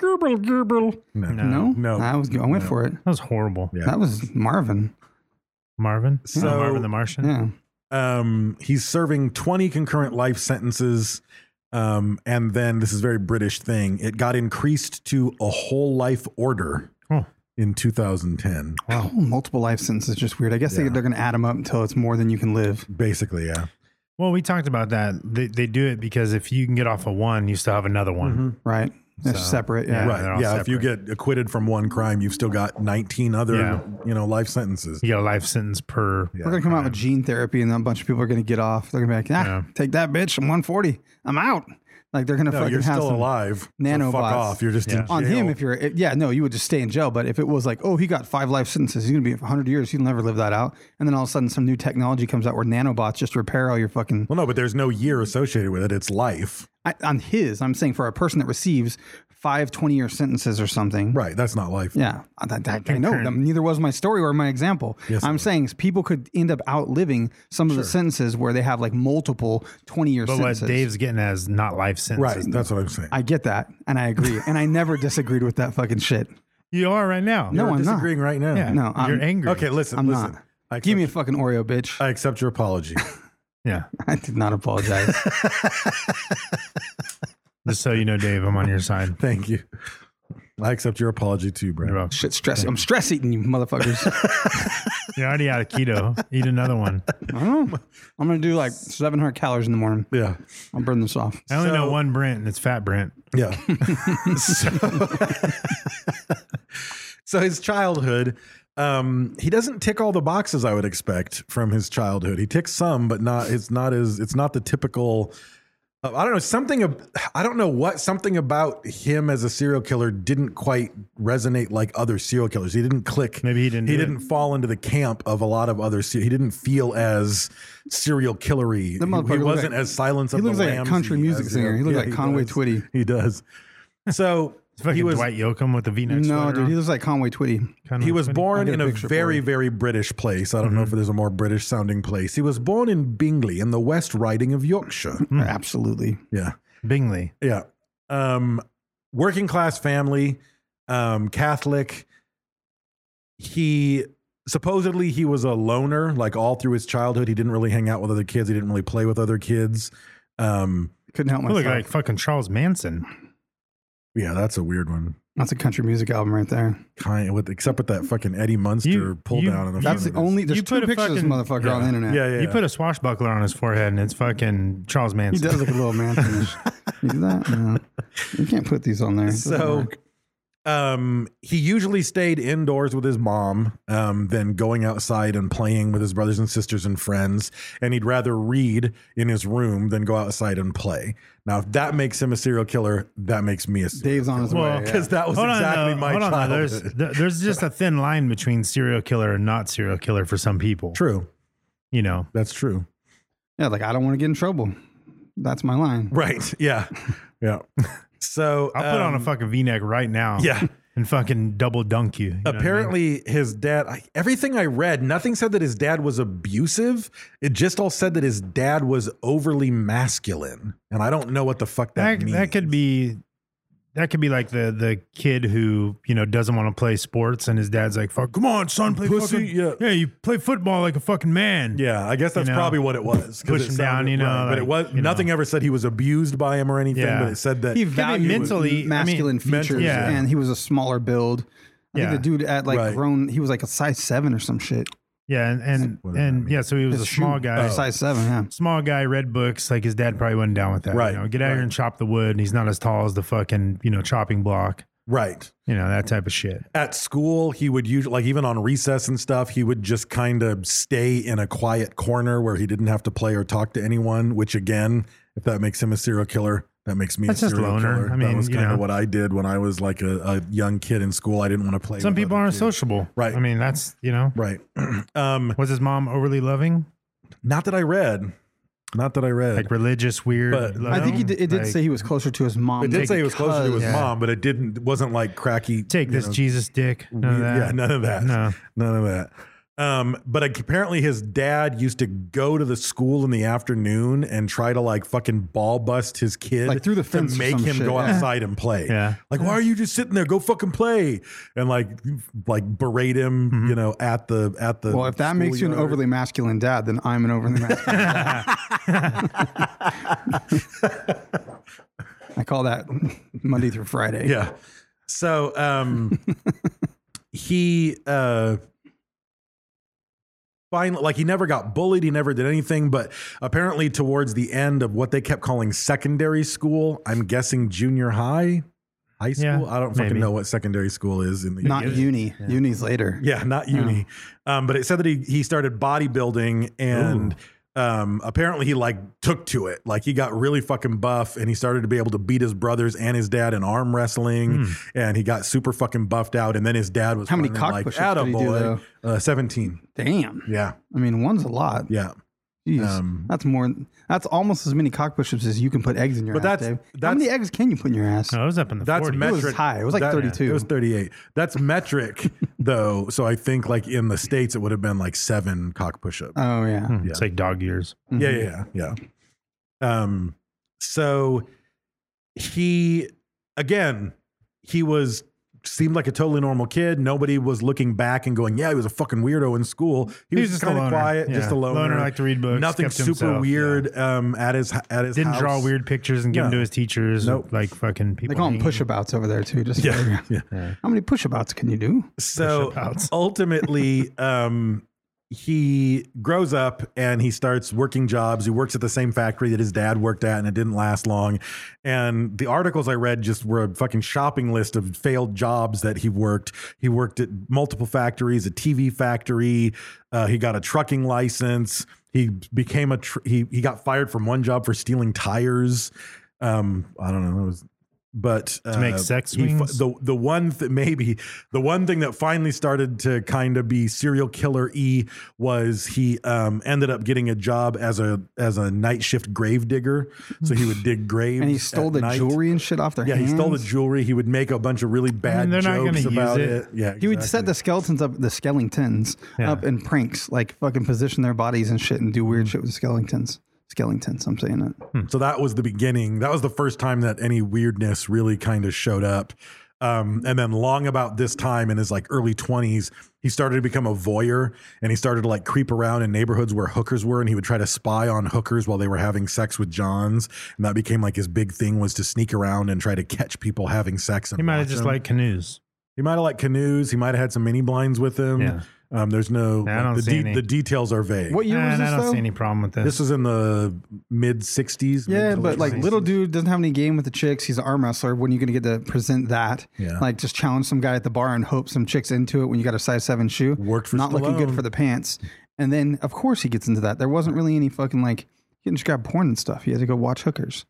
[SPEAKER 3] Gerbil, gerbil.
[SPEAKER 5] No.
[SPEAKER 3] No,
[SPEAKER 5] No.
[SPEAKER 3] I was. I went
[SPEAKER 5] No.
[SPEAKER 3] for it.
[SPEAKER 4] That was horrible.
[SPEAKER 5] Yeah.
[SPEAKER 3] That was Marvin.
[SPEAKER 4] Marvin.
[SPEAKER 5] So-
[SPEAKER 4] Oh, Marvin the Martian.
[SPEAKER 3] Yeah.
[SPEAKER 5] Um, he's serving 20 concurrent life sentences. Um, and then this is a very British thing. It got increased to a whole life order
[SPEAKER 4] Oh.
[SPEAKER 5] in 2010.
[SPEAKER 3] Oh, multiple life sentences is just weird. I guess they,
[SPEAKER 5] Yeah.
[SPEAKER 3] they're going to add them up until it's more than you can live.
[SPEAKER 5] Basically, yeah.
[SPEAKER 4] Well, we talked about that. They, they do it because if you can get off of one, you still have another one.
[SPEAKER 3] Right. It's separate. Yeah.
[SPEAKER 4] Yeah. they're
[SPEAKER 5] right.
[SPEAKER 4] all
[SPEAKER 5] Yeah. If you
[SPEAKER 4] separate.
[SPEAKER 5] get acquitted from one crime, you've still got 19 other,
[SPEAKER 4] Yeah.
[SPEAKER 5] you know, life sentences.
[SPEAKER 4] You get a life sentence per.
[SPEAKER 3] We're going to come out with gene therapy and then a bunch of people are going to get off. They're going to be like, ah,
[SPEAKER 4] Yeah.
[SPEAKER 3] take that bitch. I'm 140. I'm out. Like they're going to
[SPEAKER 5] No,
[SPEAKER 3] fucking
[SPEAKER 5] you're
[SPEAKER 3] have
[SPEAKER 5] still
[SPEAKER 3] some-
[SPEAKER 5] alive. So
[SPEAKER 3] nanobots.
[SPEAKER 5] fuck off. You're just in
[SPEAKER 4] Yeah.
[SPEAKER 3] On him,
[SPEAKER 5] jail.
[SPEAKER 3] if you're, if, yeah, no, you would just stay in jail. But if it was like, oh, he got five life sentences, he's gonna be 100 years, he'll never live that out. And then all of a sudden, some new technology comes out where nanobots just repair all your fucking.
[SPEAKER 5] Well, no, but there's no year associated with it. It's life.
[SPEAKER 3] I, on his, I'm saying for a person that receives five 20 year sentences or something.
[SPEAKER 5] Right. That's not life.
[SPEAKER 3] Yeah, I, I, I know.
[SPEAKER 4] Concurrent.
[SPEAKER 3] Neither was my story or my example.
[SPEAKER 5] Yes, it
[SPEAKER 3] I'm
[SPEAKER 5] was.
[SPEAKER 3] saying is people could end up outliving some of the sentences where they have like multiple 20 year
[SPEAKER 4] But
[SPEAKER 3] sentences.
[SPEAKER 4] what Dave's getting at is not life sentences.
[SPEAKER 5] Right. That's what I'm saying.
[SPEAKER 3] I get that, and I agree, and I never disagreed with that fucking shit.
[SPEAKER 4] You are right now.
[SPEAKER 3] No,
[SPEAKER 5] We're
[SPEAKER 3] I'm not.
[SPEAKER 5] disagreeing right now.
[SPEAKER 4] Yeah.
[SPEAKER 3] No, I'm-
[SPEAKER 4] You're angry.
[SPEAKER 5] Okay. Listen.
[SPEAKER 3] I'm
[SPEAKER 5] listen.
[SPEAKER 3] not.
[SPEAKER 5] I accept,
[SPEAKER 3] Give me a fucking Oreo, bitch.
[SPEAKER 5] I accept your apology.
[SPEAKER 4] Yeah.
[SPEAKER 3] I did not apologize.
[SPEAKER 4] Just so you know, Dave, I'm on your side.
[SPEAKER 5] Thank you. I accept your apology too,
[SPEAKER 4] You're
[SPEAKER 5] bro.
[SPEAKER 4] welcome.
[SPEAKER 3] Shit, stress. I'm stress eating you, motherfuckers.
[SPEAKER 4] You're already out of keto. Eat another one.
[SPEAKER 3] Oh, I'm gonna do like 700 calories in the morning.
[SPEAKER 5] Yeah.
[SPEAKER 3] I'll burn this off.
[SPEAKER 4] I only
[SPEAKER 5] So-
[SPEAKER 4] know one Brent, and it's Fat Brent.
[SPEAKER 5] Yeah. so, so his childhood, um, he doesn't tick all the boxes I would expect from his childhood. He ticks some, but not it's not as it's not the typical. uh, I don't know something. ab- I don't know what something about him as a serial killer didn't quite resonate like other serial killers. He didn't click.
[SPEAKER 4] Maybe he didn't
[SPEAKER 5] He
[SPEAKER 4] do it.
[SPEAKER 5] didn't fall into the camp of a lot of other. se- He didn't feel as serial killery.
[SPEAKER 3] The
[SPEAKER 5] He-
[SPEAKER 3] motherfucker
[SPEAKER 5] He,
[SPEAKER 3] looked
[SPEAKER 5] wasn't
[SPEAKER 3] like-
[SPEAKER 5] as silence.
[SPEAKER 3] he
[SPEAKER 5] of the
[SPEAKER 3] looks like a
[SPEAKER 5] Lambs-y
[SPEAKER 3] country music
[SPEAKER 5] as,
[SPEAKER 3] singer. He looks like Conway
[SPEAKER 5] does.
[SPEAKER 3] Twitty.
[SPEAKER 5] He does. So
[SPEAKER 4] It's fucking
[SPEAKER 5] he was
[SPEAKER 4] Dwight Yoakam with the V-neck
[SPEAKER 3] No,
[SPEAKER 4] sweater
[SPEAKER 3] dude, he
[SPEAKER 4] on.
[SPEAKER 3] looks like Conway Twitty.
[SPEAKER 4] Kind of
[SPEAKER 5] he
[SPEAKER 4] looks
[SPEAKER 5] was
[SPEAKER 4] funny.
[SPEAKER 5] born
[SPEAKER 3] get
[SPEAKER 5] in
[SPEAKER 3] a
[SPEAKER 5] a
[SPEAKER 3] picture for
[SPEAKER 5] very
[SPEAKER 3] you.
[SPEAKER 5] very British place. I don't
[SPEAKER 4] Mm-hmm.
[SPEAKER 5] know if there's a more British sounding place. He was born in Bingley in the West Riding of Yorkshire.
[SPEAKER 3] Absolutely.
[SPEAKER 5] yeah,
[SPEAKER 4] Bingley.
[SPEAKER 5] yeah. Um, working class family, um, Catholic. He supposedly he was a loner like all through his childhood. He didn't really hang out with other kids. He didn't really play with other kids. Um,
[SPEAKER 3] Couldn't help
[SPEAKER 4] You
[SPEAKER 3] myself.
[SPEAKER 4] look like fucking Charles Manson.
[SPEAKER 5] yeah, that's a weird one.
[SPEAKER 3] That's a country music album right there.
[SPEAKER 5] Kind with except with that fucking Eddie Munster
[SPEAKER 4] You-
[SPEAKER 5] pull
[SPEAKER 4] you-
[SPEAKER 5] down on the. front
[SPEAKER 3] That's the
[SPEAKER 5] of this.
[SPEAKER 3] only. There's
[SPEAKER 4] You
[SPEAKER 3] two
[SPEAKER 4] put a
[SPEAKER 3] pictures of this
[SPEAKER 4] fucking-
[SPEAKER 3] motherfucker
[SPEAKER 4] yeah.
[SPEAKER 3] on the internet.
[SPEAKER 5] Yeah, yeah.
[SPEAKER 4] You put a swashbuckler on his forehead, and it's fucking Charles
[SPEAKER 3] He
[SPEAKER 4] Manson.
[SPEAKER 3] does look a little man. you do that? No. You can't put these on there. It doesn't
[SPEAKER 5] So,
[SPEAKER 3] work.
[SPEAKER 5] um, he usually stayed indoors with his mom, um, than going outside and playing with his brothers and sisters and friends. And he'd rather read in his room than go outside and play. Now, if that makes him a serial killer, that makes me a serial
[SPEAKER 3] Dave's on his way. yeah.
[SPEAKER 5] Oh, because that was exactly my
[SPEAKER 4] hold on, though. There's,
[SPEAKER 5] childhood.
[SPEAKER 4] there- there's just a thin line between serial killer and not serial killer for some people.
[SPEAKER 5] True,
[SPEAKER 4] You know,
[SPEAKER 5] that's true.
[SPEAKER 3] Yeah, like I don't want to get in trouble. That's my line.
[SPEAKER 5] Right? Yeah, yeah. So
[SPEAKER 4] I'll put on a
[SPEAKER 5] um,
[SPEAKER 4] fucking V-neck right now.
[SPEAKER 5] yeah.
[SPEAKER 4] And fucking double dunk you. you know what I mean?
[SPEAKER 5] Apparently, his dad. I, everything I read, nothing said that his dad was abusive. It just all said that his dad was overly masculine, and I don't know what the fuck that,
[SPEAKER 4] that
[SPEAKER 5] means.
[SPEAKER 4] that could be that could be like the the kid who you know doesn't want to play sports and his dad's like fuck come on son play
[SPEAKER 5] Pussy,
[SPEAKER 4] fucking
[SPEAKER 5] yeah.
[SPEAKER 4] you play football like a fucking man
[SPEAKER 5] Yeah, I guess that's
[SPEAKER 4] You know,
[SPEAKER 5] probably what it was. 'cause
[SPEAKER 4] push
[SPEAKER 5] it
[SPEAKER 4] him down,
[SPEAKER 5] sounded-
[SPEAKER 4] you know,
[SPEAKER 5] but it
[SPEAKER 4] like,
[SPEAKER 5] was
[SPEAKER 4] you know.
[SPEAKER 5] nothing ever said he was abused by him or anything.
[SPEAKER 4] Yeah.
[SPEAKER 5] But it said that
[SPEAKER 3] He
[SPEAKER 4] be
[SPEAKER 3] valued
[SPEAKER 4] mentally- I mean,
[SPEAKER 3] masculine
[SPEAKER 5] mentally,
[SPEAKER 3] features,
[SPEAKER 4] yeah.
[SPEAKER 3] and he was a smaller build. I
[SPEAKER 4] Yeah.
[SPEAKER 3] think the dude at like
[SPEAKER 5] Right.
[SPEAKER 3] grown, he was like a size seven or some shit.
[SPEAKER 4] yeah and and,
[SPEAKER 5] What does
[SPEAKER 4] and
[SPEAKER 5] that mean? Oh.
[SPEAKER 4] yeah so he was
[SPEAKER 3] His
[SPEAKER 4] a small
[SPEAKER 3] shoe-
[SPEAKER 4] guy
[SPEAKER 3] size seven. Yeah,
[SPEAKER 4] small guy read books like his dad probably wasn't down with that you
[SPEAKER 5] Right,
[SPEAKER 4] know? get out
[SPEAKER 5] right.
[SPEAKER 4] here and chop the wood and he's not as tall as the fucking you know chopping block
[SPEAKER 5] right.
[SPEAKER 4] you know that type of shit
[SPEAKER 5] at school he would usually like even on recess and stuff he would just kind of stay in a quiet corner where he didn't have to play or talk to anyone which again if that makes him a serial killer that makes me
[SPEAKER 4] That's
[SPEAKER 5] a
[SPEAKER 4] just
[SPEAKER 5] serial
[SPEAKER 4] loner.
[SPEAKER 5] killer
[SPEAKER 4] I
[SPEAKER 5] that
[SPEAKER 4] mean,
[SPEAKER 5] was
[SPEAKER 4] you
[SPEAKER 5] kind
[SPEAKER 4] know.
[SPEAKER 5] of what i did when i was like a, a young kid in school i didn't want to play
[SPEAKER 4] some
[SPEAKER 5] with
[SPEAKER 4] people
[SPEAKER 5] other
[SPEAKER 4] aren't
[SPEAKER 5] kids.
[SPEAKER 4] sociable
[SPEAKER 5] Right.
[SPEAKER 4] i mean that's you know
[SPEAKER 5] right um
[SPEAKER 4] was his mom overly loving
[SPEAKER 5] not that i read not that i read
[SPEAKER 4] like religious weird
[SPEAKER 5] But-
[SPEAKER 4] loving?
[SPEAKER 3] I think he did, it did
[SPEAKER 4] Like,
[SPEAKER 3] say he was closer to his mom.
[SPEAKER 5] it did
[SPEAKER 3] though,
[SPEAKER 5] say he was closer to his
[SPEAKER 3] because-
[SPEAKER 5] mom but it didn't it wasn't like cracky
[SPEAKER 4] take
[SPEAKER 5] you
[SPEAKER 4] this
[SPEAKER 5] know,
[SPEAKER 4] jesus dick none of
[SPEAKER 5] We-
[SPEAKER 4] that.
[SPEAKER 5] Yeah, none of that.
[SPEAKER 4] no
[SPEAKER 5] None of that. Um, but like, apparently his dad used to go to the school in the afternoon and try to like fucking ball bust his kid
[SPEAKER 3] Like through the fence or
[SPEAKER 5] to make
[SPEAKER 3] some
[SPEAKER 5] him
[SPEAKER 3] shit,
[SPEAKER 5] go
[SPEAKER 3] yeah.
[SPEAKER 5] outside and play.
[SPEAKER 4] Yeah.
[SPEAKER 5] Like, why are you just sitting there? Go fucking play. And like like berate him,
[SPEAKER 4] Mm-hmm.
[SPEAKER 5] you know, at the at the
[SPEAKER 3] Well, if that makes you an
[SPEAKER 5] schoolyard.
[SPEAKER 3] overly masculine dad, then I'm an overly masculine. dad. I call that Monday through Friday.
[SPEAKER 5] Yeah. So um he uh finally like he never got bullied, he never did anything, but apparently towards the end of what they kept calling secondary school, I'm guessing junior high, high school.
[SPEAKER 4] Yeah,
[SPEAKER 5] I don't fucking
[SPEAKER 4] maybe.
[SPEAKER 5] know what secondary school is in the
[SPEAKER 3] Not uni. Uni's later.
[SPEAKER 5] yeah, not uni. Um, but it said that he he started bodybuilding and um apparently he like took to it. Like he got really fucking buff and he started to be able to beat his brothers and his dad in arm wrestling and he got super fucking buffed out and then his dad was
[SPEAKER 3] Hmm. How many
[SPEAKER 5] finally
[SPEAKER 3] cock
[SPEAKER 5] like
[SPEAKER 3] push-ups did he do,
[SPEAKER 5] "Attaboy." uh 17.
[SPEAKER 3] Damn.
[SPEAKER 5] Yeah.
[SPEAKER 3] I mean, one's a lot.
[SPEAKER 5] Yeah.
[SPEAKER 3] Jeez,
[SPEAKER 5] Um,
[SPEAKER 3] that's more. That's almost as many cock push-ups as you can put eggs in your
[SPEAKER 5] But
[SPEAKER 3] ass.
[SPEAKER 5] that's-
[SPEAKER 3] Dave. How
[SPEAKER 5] that's- Uh,
[SPEAKER 3] many eggs can you put in your ass?
[SPEAKER 4] No, it was up in the
[SPEAKER 5] That's
[SPEAKER 4] 40s.
[SPEAKER 5] metric.
[SPEAKER 3] was high. It was like
[SPEAKER 5] That-
[SPEAKER 3] 32.
[SPEAKER 5] It was 38. That's metric though. So I think like in the states it would have been like seven cock push-ups.
[SPEAKER 3] Oh yeah.
[SPEAKER 4] Hmm, It's like dog years.
[SPEAKER 5] Yeah, yeah,
[SPEAKER 4] Mm-hmm.
[SPEAKER 5] yeah. yeah. Um, so he again, he was seemed like a totally normal kid. Nobody was looking back and going, "Yeah, he was a fucking weirdo in school." He,
[SPEAKER 4] He
[SPEAKER 5] was,
[SPEAKER 4] was just a
[SPEAKER 5] kind of
[SPEAKER 4] loner.
[SPEAKER 5] quiet,
[SPEAKER 4] Yeah.
[SPEAKER 5] just a loner.
[SPEAKER 4] Loner, liked to read books,
[SPEAKER 5] Nothing
[SPEAKER 4] kept to
[SPEAKER 5] super
[SPEAKER 4] himself,
[SPEAKER 5] weird. Um, at his at his
[SPEAKER 4] Didn't draw
[SPEAKER 5] house.
[SPEAKER 4] weird pictures and give them
[SPEAKER 5] No.
[SPEAKER 4] to his teachers.
[SPEAKER 5] Nope.
[SPEAKER 4] Like fucking people.
[SPEAKER 3] They call them
[SPEAKER 4] hanging.
[SPEAKER 3] push-abouts over there too. Just
[SPEAKER 5] Yeah, yeah.
[SPEAKER 3] how many push-abouts can you do?
[SPEAKER 5] So
[SPEAKER 4] push-abouts.
[SPEAKER 5] ultimately, um, he grows up and he starts working jobs. He works at the same factory that his dad worked at, and it didn't last long. And the articles I read just were a fucking shopping list of failed jobs that he worked. He worked at multiple factories, a TV factory. Uh, he got a trucking license. He became a tr- he. He got fired from one job for stealing tires. Um, I don't know. It was but uh,
[SPEAKER 4] make sex
[SPEAKER 5] he fi-
[SPEAKER 4] swings?
[SPEAKER 5] the the one th- maybe the one thing that finally started to kind of be serial killer e was he um, ended up getting a job as a as a night shift grave digger so he would dig graves
[SPEAKER 3] And he stole
[SPEAKER 5] at
[SPEAKER 3] the
[SPEAKER 5] night.
[SPEAKER 3] jewelry and shit off their
[SPEAKER 5] yeah he stole the
[SPEAKER 3] hands?
[SPEAKER 5] jewelry he would make a bunch of really bad
[SPEAKER 4] they're not gonna
[SPEAKER 5] jokes
[SPEAKER 4] use
[SPEAKER 5] about
[SPEAKER 4] it.
[SPEAKER 5] it. yeah
[SPEAKER 3] He would set the skeletons up, the skeletons
[SPEAKER 4] Yeah.
[SPEAKER 3] up in pranks, like fucking position their bodies and shit, and do
[SPEAKER 5] Hmm.
[SPEAKER 3] weird shit with skeletons. Skeletons, I'm saying it.
[SPEAKER 5] So that was the beginning. That was the first time that any weirdness really kind of showed up. Um, and then long about this time in his like early 20s, he started to become a voyeur and he started to like creep around in neighborhoods where hookers were and he would try to spy on hookers while they were having sex with Johns. And that became like his big thing was to sneak around and try to catch people having sex. And
[SPEAKER 4] He might have
[SPEAKER 5] watch
[SPEAKER 4] just
[SPEAKER 5] them.
[SPEAKER 4] liked canoes.
[SPEAKER 5] He might have liked canoes. He might have had some mini blinds with him.
[SPEAKER 4] Yeah.
[SPEAKER 5] Um, there's no
[SPEAKER 4] I don't
[SPEAKER 5] the,
[SPEAKER 4] see any.
[SPEAKER 5] the details are vague.
[SPEAKER 3] What year was
[SPEAKER 4] And
[SPEAKER 3] this
[SPEAKER 4] I don't
[SPEAKER 3] though?
[SPEAKER 4] see any problem with this.
[SPEAKER 5] This was in the mid 60s.
[SPEAKER 3] yeah,
[SPEAKER 5] mid to
[SPEAKER 3] but
[SPEAKER 5] late
[SPEAKER 3] like little
[SPEAKER 5] 60s.
[SPEAKER 3] dude doesn't have any game with the chicks. He's an arm wrestler. When are you gonna get to present that?
[SPEAKER 5] Yeah.
[SPEAKER 3] Like just challenge some guy at the bar and hope some chicks into it when you got a size seven shoe.
[SPEAKER 5] Worked for
[SPEAKER 3] not looking good
[SPEAKER 5] Stallone.
[SPEAKER 3] for the pants. And then of course he gets into that. There wasn't really any fucking like he didn't just grab porn and stuff. He had to go watch hookers.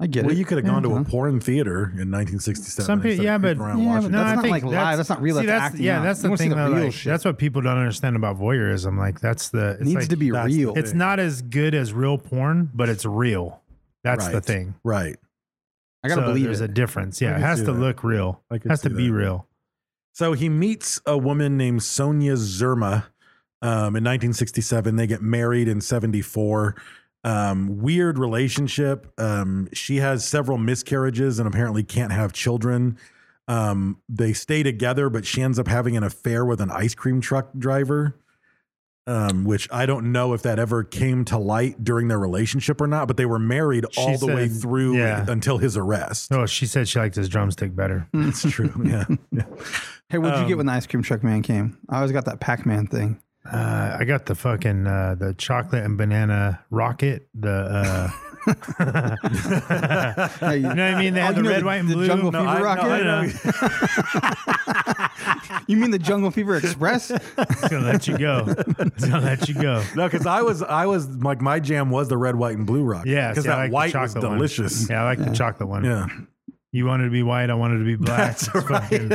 [SPEAKER 3] I get
[SPEAKER 5] Well,
[SPEAKER 3] it.
[SPEAKER 5] you could have gone to
[SPEAKER 3] Yeah.
[SPEAKER 5] a porn theater in 1967.
[SPEAKER 4] Some
[SPEAKER 5] instead
[SPEAKER 4] people,
[SPEAKER 5] of
[SPEAKER 4] yeah, but
[SPEAKER 5] creeping around
[SPEAKER 3] Yeah,
[SPEAKER 5] watching
[SPEAKER 3] but
[SPEAKER 5] it.
[SPEAKER 3] that's not, like, live. That's not real.
[SPEAKER 4] See,
[SPEAKER 3] That's
[SPEAKER 4] that's
[SPEAKER 3] acting
[SPEAKER 4] yeah,
[SPEAKER 3] out.
[SPEAKER 4] that's
[SPEAKER 3] You
[SPEAKER 4] the
[SPEAKER 3] wanna see
[SPEAKER 4] thing.
[SPEAKER 3] the
[SPEAKER 4] though,
[SPEAKER 3] real
[SPEAKER 4] like,
[SPEAKER 3] shit.
[SPEAKER 4] That's what people don't understand about voyeurism. Like that's the it's
[SPEAKER 3] needs
[SPEAKER 4] like-
[SPEAKER 3] to be
[SPEAKER 5] that's the
[SPEAKER 3] real.
[SPEAKER 5] thing.
[SPEAKER 4] It's not as good as real porn, but it's real. That's the
[SPEAKER 5] Right.
[SPEAKER 4] thing.
[SPEAKER 5] right?
[SPEAKER 3] I gotta
[SPEAKER 4] So
[SPEAKER 3] believe
[SPEAKER 4] there's
[SPEAKER 3] it.
[SPEAKER 4] a difference.
[SPEAKER 5] I
[SPEAKER 4] Yeah, it
[SPEAKER 5] can
[SPEAKER 4] has
[SPEAKER 5] see
[SPEAKER 4] to
[SPEAKER 5] that.
[SPEAKER 4] look real.
[SPEAKER 5] I can
[SPEAKER 4] has to
[SPEAKER 5] see
[SPEAKER 4] be
[SPEAKER 5] that.
[SPEAKER 4] real.
[SPEAKER 5] So he meets a woman named Sonia Zerma um, in 1967. They get married in 74. Um, weird relationship. Um, she has several miscarriages and apparently can't have children. Um, they stay together, but she ends up having an affair with an ice cream truck driver. Um, which I don't know if that ever came to light during their relationship or not, but they were married
[SPEAKER 4] She
[SPEAKER 5] all the way
[SPEAKER 4] said-
[SPEAKER 5] through
[SPEAKER 4] yeah.
[SPEAKER 5] until his arrest.
[SPEAKER 4] Oh, she said she liked his drumstick better.
[SPEAKER 5] That's true. Yeah. yeah.
[SPEAKER 3] Hey, what'd you get
[SPEAKER 4] um,
[SPEAKER 3] when the ice cream truck man came? I always got that Pac Man thing.
[SPEAKER 4] Uh, I got the fucking uh, the chocolate and banana rocket. The uh,
[SPEAKER 3] Hey,
[SPEAKER 4] you know what I mean? They
[SPEAKER 3] Oh,
[SPEAKER 4] had the
[SPEAKER 3] you know
[SPEAKER 4] red,
[SPEAKER 3] the-
[SPEAKER 4] white, and
[SPEAKER 3] the
[SPEAKER 4] blue.
[SPEAKER 3] Jungle
[SPEAKER 4] no,
[SPEAKER 3] Fever
[SPEAKER 4] I, no,
[SPEAKER 3] rocket?
[SPEAKER 4] I know.
[SPEAKER 3] you mean the Jungle Fever Express?
[SPEAKER 4] It's gonna let you go. It's gonna let you go.
[SPEAKER 5] No, because I was I was like my jam was the red, white, and blue rock.
[SPEAKER 4] Yeah,
[SPEAKER 5] because
[SPEAKER 4] see, I
[SPEAKER 5] that
[SPEAKER 4] like the
[SPEAKER 5] white was
[SPEAKER 4] chocolate one.
[SPEAKER 5] delicious.
[SPEAKER 4] Yeah, I like the chocolate one.
[SPEAKER 5] Yeah.
[SPEAKER 4] You wanted to be white. I wanted to be black.
[SPEAKER 5] That's
[SPEAKER 4] It's fucking-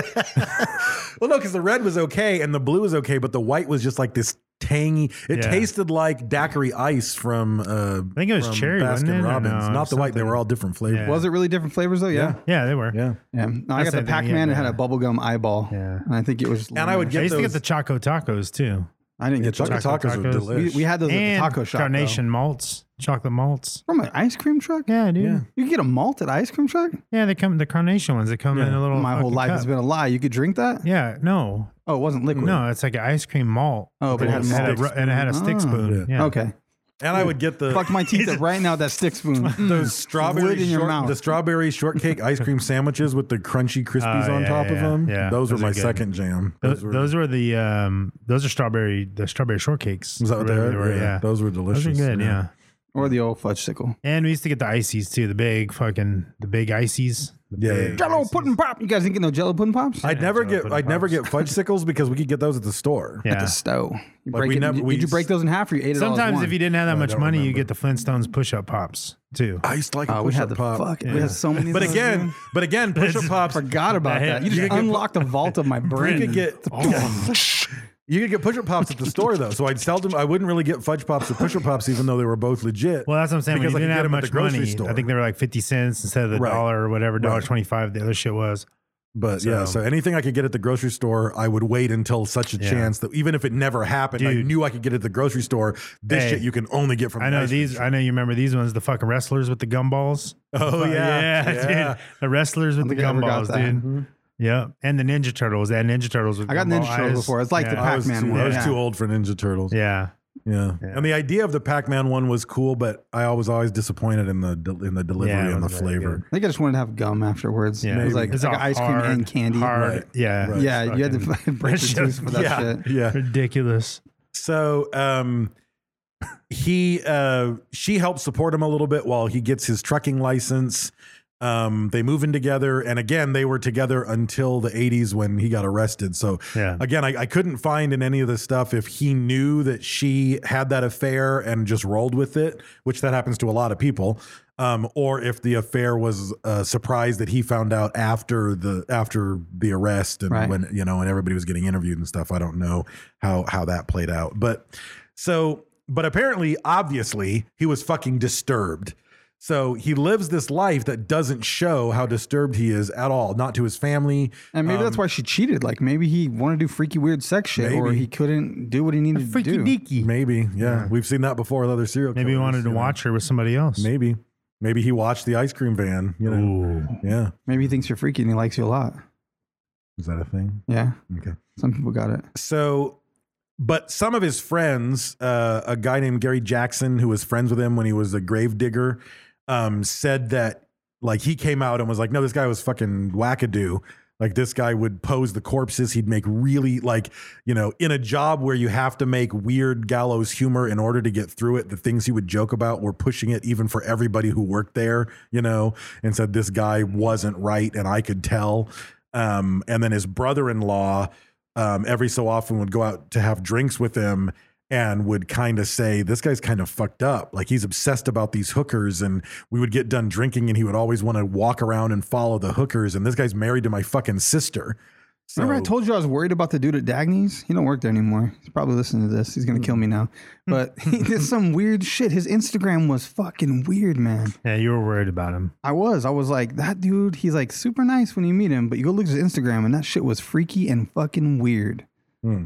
[SPEAKER 5] Well, no, because the red was okay and the blue was okay, but the white was just like this tangy. It
[SPEAKER 4] Yeah.
[SPEAKER 5] tasted like daiquiri ice from. Uh, I
[SPEAKER 4] think it was cherry, wasn't it,
[SPEAKER 5] Baskin
[SPEAKER 4] or
[SPEAKER 5] Robbins.
[SPEAKER 4] no,
[SPEAKER 5] Not the white. They
[SPEAKER 4] something.
[SPEAKER 5] were all different flavors.
[SPEAKER 4] Yeah.
[SPEAKER 3] Was it really different flavors though? Yeah.
[SPEAKER 4] yeah, they were.
[SPEAKER 5] Yeah.
[SPEAKER 3] Yeah. No, I
[SPEAKER 4] That's
[SPEAKER 3] got the
[SPEAKER 4] the thing,
[SPEAKER 3] Pac Man.
[SPEAKER 4] yeah,
[SPEAKER 3] It had
[SPEAKER 4] yeah.
[SPEAKER 3] a bubblegum eyeball.
[SPEAKER 4] Yeah.
[SPEAKER 3] And I think it was.
[SPEAKER 5] And I would E.
[SPEAKER 4] I
[SPEAKER 5] get
[SPEAKER 4] used
[SPEAKER 5] those.
[SPEAKER 4] to get the Choco Tacos too.
[SPEAKER 3] I didn't
[SPEAKER 5] yeah,
[SPEAKER 3] get
[SPEAKER 5] chocolate
[SPEAKER 3] chocolate.
[SPEAKER 5] tacos were
[SPEAKER 4] tacos.
[SPEAKER 5] delicious.
[SPEAKER 3] We, we had those
[SPEAKER 4] and
[SPEAKER 3] at the taco shop. though.
[SPEAKER 4] Carnation malts, chocolate malts.
[SPEAKER 3] From an ice cream truck?
[SPEAKER 4] Yeah, dude. Yeah,
[SPEAKER 5] Yeah.
[SPEAKER 3] You can get a malt at ice cream truck?
[SPEAKER 4] they come the carnation ones. They come in a little.
[SPEAKER 3] My whole
[SPEAKER 4] fucking
[SPEAKER 3] life has
[SPEAKER 4] cup.
[SPEAKER 3] been a lie. You could drink that?
[SPEAKER 4] Yeah, no,
[SPEAKER 3] Oh, it wasn't liquid.
[SPEAKER 4] no. It's like an ice cream malt.
[SPEAKER 3] Oh, but it had
[SPEAKER 4] and
[SPEAKER 3] malt.
[SPEAKER 4] a ru- and it had a stick
[SPEAKER 3] Ah.
[SPEAKER 4] spoon. Yeah.
[SPEAKER 3] Okay.
[SPEAKER 5] and I would get the
[SPEAKER 3] Fuck my teeth up right now. with That stick spoon. Mm.
[SPEAKER 5] those strawberry
[SPEAKER 3] Wood in your
[SPEAKER 5] short-
[SPEAKER 3] mouth.
[SPEAKER 5] the strawberry shortcake ice cream sandwiches with the crunchy crispies
[SPEAKER 4] Oh,
[SPEAKER 5] on
[SPEAKER 4] yeah,
[SPEAKER 5] top
[SPEAKER 4] yeah,
[SPEAKER 5] of
[SPEAKER 4] yeah.
[SPEAKER 5] them.
[SPEAKER 4] Yeah,
[SPEAKER 5] those,
[SPEAKER 4] those
[SPEAKER 5] were
[SPEAKER 4] are
[SPEAKER 5] my
[SPEAKER 4] good.
[SPEAKER 5] second jam.
[SPEAKER 4] Those, those were the um those are strawberry the strawberry shortcakes.
[SPEAKER 5] Was that what they
[SPEAKER 4] Whatever
[SPEAKER 5] are?
[SPEAKER 4] were,
[SPEAKER 5] Yeah, those were delicious,
[SPEAKER 4] Those are good,
[SPEAKER 5] yeah.
[SPEAKER 4] yeah.
[SPEAKER 3] Or the old fudge sickle.
[SPEAKER 4] And we used to get the ices too, the big fucking the big ices. The
[SPEAKER 5] Yeah,
[SPEAKER 4] big
[SPEAKER 5] yeah.
[SPEAKER 3] Jello pudding pop. You guys didn't get no jello pudding pops?
[SPEAKER 5] I'd never
[SPEAKER 4] Jello
[SPEAKER 5] get
[SPEAKER 4] pudding
[SPEAKER 5] I'd never
[SPEAKER 4] pops.
[SPEAKER 5] get fudge sickles because we could get those at the store.
[SPEAKER 4] yeah.
[SPEAKER 3] The stove. You
[SPEAKER 5] Like,
[SPEAKER 3] break
[SPEAKER 5] we
[SPEAKER 3] it,
[SPEAKER 5] never-
[SPEAKER 3] you-
[SPEAKER 5] we
[SPEAKER 3] did you break
[SPEAKER 5] s-
[SPEAKER 3] those in half or you ate it all as
[SPEAKER 4] Sometimes
[SPEAKER 3] one?
[SPEAKER 4] if you didn't have that
[SPEAKER 5] I
[SPEAKER 4] much
[SPEAKER 5] don't
[SPEAKER 4] money, you
[SPEAKER 5] remember.
[SPEAKER 4] get the Flintstones push-up pops too.
[SPEAKER 5] I used to like a
[SPEAKER 3] Oh, we
[SPEAKER 5] push-up
[SPEAKER 3] had the
[SPEAKER 5] pop.
[SPEAKER 3] fuck. We had so many. of
[SPEAKER 5] But
[SPEAKER 3] those,
[SPEAKER 5] again,
[SPEAKER 3] dude.
[SPEAKER 5] but again, push-up pops.
[SPEAKER 3] forgot about
[SPEAKER 4] That
[SPEAKER 3] that.
[SPEAKER 4] hit-
[SPEAKER 3] You just
[SPEAKER 5] you could-
[SPEAKER 4] Oh,
[SPEAKER 3] unlocked a vault of my
[SPEAKER 5] You
[SPEAKER 3] brain.
[SPEAKER 5] could get You could get pusher pops at the store though, so I'd seldom. I wouldn't really get fudge pops or pusher pops, even though they were both legit.
[SPEAKER 4] Well, that's what I'm saying. Because
[SPEAKER 5] I
[SPEAKER 4] we
[SPEAKER 5] could
[SPEAKER 4] didn't
[SPEAKER 5] get
[SPEAKER 4] have
[SPEAKER 5] them at
[SPEAKER 4] much money. I think they were like fifty cents instead of the
[SPEAKER 5] Right.
[SPEAKER 4] dollar or whatever, dollar
[SPEAKER 5] Right.
[SPEAKER 4] twenty-five. The other shit was.
[SPEAKER 5] But yeah, so
[SPEAKER 4] So-
[SPEAKER 5] anything I could get at the grocery store, I would wait until such a
[SPEAKER 4] Yeah.
[SPEAKER 5] chance that even if it never happened, I
[SPEAKER 4] Dude.
[SPEAKER 5] knew I could get it at the grocery store. This
[SPEAKER 4] Hey.
[SPEAKER 5] shit you can only get from.
[SPEAKER 4] I
[SPEAKER 5] the
[SPEAKER 4] know
[SPEAKER 5] ice cream
[SPEAKER 4] these.
[SPEAKER 5] shop.
[SPEAKER 4] I know you remember these ones. The fucking wrestlers with the gumballs.
[SPEAKER 5] Oh,
[SPEAKER 4] Fuck,
[SPEAKER 5] yeah.
[SPEAKER 4] yeah,
[SPEAKER 5] Yeah.
[SPEAKER 4] dude. The wrestlers with
[SPEAKER 3] I
[SPEAKER 4] the
[SPEAKER 3] think I ever got
[SPEAKER 4] gumballs,
[SPEAKER 3] that.
[SPEAKER 4] dude. Yeah, and the Ninja Turtles. They had Ninja Turtles with
[SPEAKER 3] I got
[SPEAKER 4] gumball
[SPEAKER 3] Ninja Turtles
[SPEAKER 4] eyes.
[SPEAKER 3] before. It's like the
[SPEAKER 4] yeah.
[SPEAKER 5] I was,
[SPEAKER 3] Pac-Man
[SPEAKER 5] too,
[SPEAKER 3] one,
[SPEAKER 5] I was
[SPEAKER 3] yeah.
[SPEAKER 5] too old for Ninja Turtles.
[SPEAKER 4] Yeah,
[SPEAKER 5] Yeah.
[SPEAKER 4] Yeah.
[SPEAKER 5] and the idea of the Pac-Man one was cool, but I was always disappointed in the del- in the delivery
[SPEAKER 4] Yeah, it
[SPEAKER 5] and the
[SPEAKER 4] wasn't very
[SPEAKER 5] flavor.
[SPEAKER 3] I think I just wanted to have gum afterwards.
[SPEAKER 4] yeah.
[SPEAKER 3] It was like,
[SPEAKER 4] It's
[SPEAKER 3] I
[SPEAKER 4] all
[SPEAKER 3] got ice cream
[SPEAKER 4] hard-
[SPEAKER 3] and candy.
[SPEAKER 4] Hard,
[SPEAKER 5] Right.
[SPEAKER 4] Yeah,
[SPEAKER 5] Right.
[SPEAKER 3] Yeah, you had to fucking break
[SPEAKER 4] It's
[SPEAKER 3] your
[SPEAKER 4] just-
[SPEAKER 3] tooth for that
[SPEAKER 4] yeah.
[SPEAKER 3] shit.
[SPEAKER 5] Yeah,
[SPEAKER 4] ridiculous.
[SPEAKER 5] So um he uh she helps support him a little bit while he gets his trucking license. Um they move in together and again they were together until the 80s when he got arrested. So
[SPEAKER 4] Yeah.
[SPEAKER 5] again I, I couldn't find in any of this stuff if he knew that she had that affair and just rolled with it, which that happens to a lot of people. Um, or if the affair was a surprise that he found out after the after the arrest and
[SPEAKER 3] Right.
[SPEAKER 5] when you know, and everybody was getting interviewed and stuff. I don't know how how that played out, but so but apparently, obviously, he was fucking disturbed. So he lives this life that doesn't show how disturbed he is at all, not to his family.
[SPEAKER 3] And maybe
[SPEAKER 4] Um,
[SPEAKER 3] that's why she cheated. Like maybe he wanted to do freaky weird sex shit, or
[SPEAKER 5] Maybe.
[SPEAKER 3] he couldn't do what he needed to do.
[SPEAKER 5] Maybe, yeah, we've seen that before with other serial.
[SPEAKER 4] Maybe he
[SPEAKER 5] killers,
[SPEAKER 4] wanted to
[SPEAKER 5] you know.
[SPEAKER 4] watch her with somebody else.
[SPEAKER 5] Maybe, maybe he watched the ice cream van. You know, yeah.
[SPEAKER 3] Maybe he thinks you're freaky and he likes you a lot.
[SPEAKER 5] Is that a thing?
[SPEAKER 3] Yeah,
[SPEAKER 5] Okay.
[SPEAKER 3] some people got it.
[SPEAKER 5] So, but some of his friends, uh, a guy named Gary Jackson, who was friends with him when he was a grave digger, um, said that like he came out and was like, no, this guy was fucking wackadoo. Like this guy would pose the corpses. He'd make really like, you know, in a job where you have to make weird gallows humor in order to get through it, the things he would joke about were pushing it even for everybody who worked there, you know, and said this guy wasn't right and I could tell. Um, and then his brother-in-law, um, every so often would go out to have drinks with him and would kind of say, This guy's kind of fucked up. Like he's obsessed about these hookers. And we would get done drinking and he would always want to walk around and follow the hookers. And this guy's married to my fucking sister. So,
[SPEAKER 3] Remember, I told you I was worried about the dude at Dagny's. He don't work there anymore. He's probably listening to this. He's
[SPEAKER 4] Mm.
[SPEAKER 3] gonna kill me now. But he did some weird shit. His Instagram was fucking weird, man.
[SPEAKER 4] Yeah, you were worried about him.
[SPEAKER 3] I was. I was like, that dude. He's like super nice when you meet him, but you go look at his Instagram and that shit was freaky and fucking weird.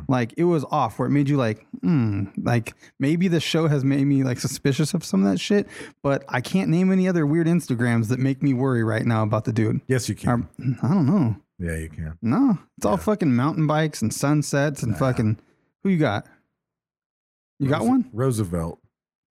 [SPEAKER 3] Like it was off, where it made you like, hmm, like maybe the show has made me like suspicious of some of that shit. But I can't name any other weird Instagrams that make me worry right now about the dude.
[SPEAKER 5] Yes, you can.
[SPEAKER 3] Or- I don't know.
[SPEAKER 5] yeah, you can.
[SPEAKER 3] No, it's all fucking mountain bikes and sunsets and fucking. Who you got? You got
[SPEAKER 5] Roose-
[SPEAKER 3] one?
[SPEAKER 5] Roosevelt.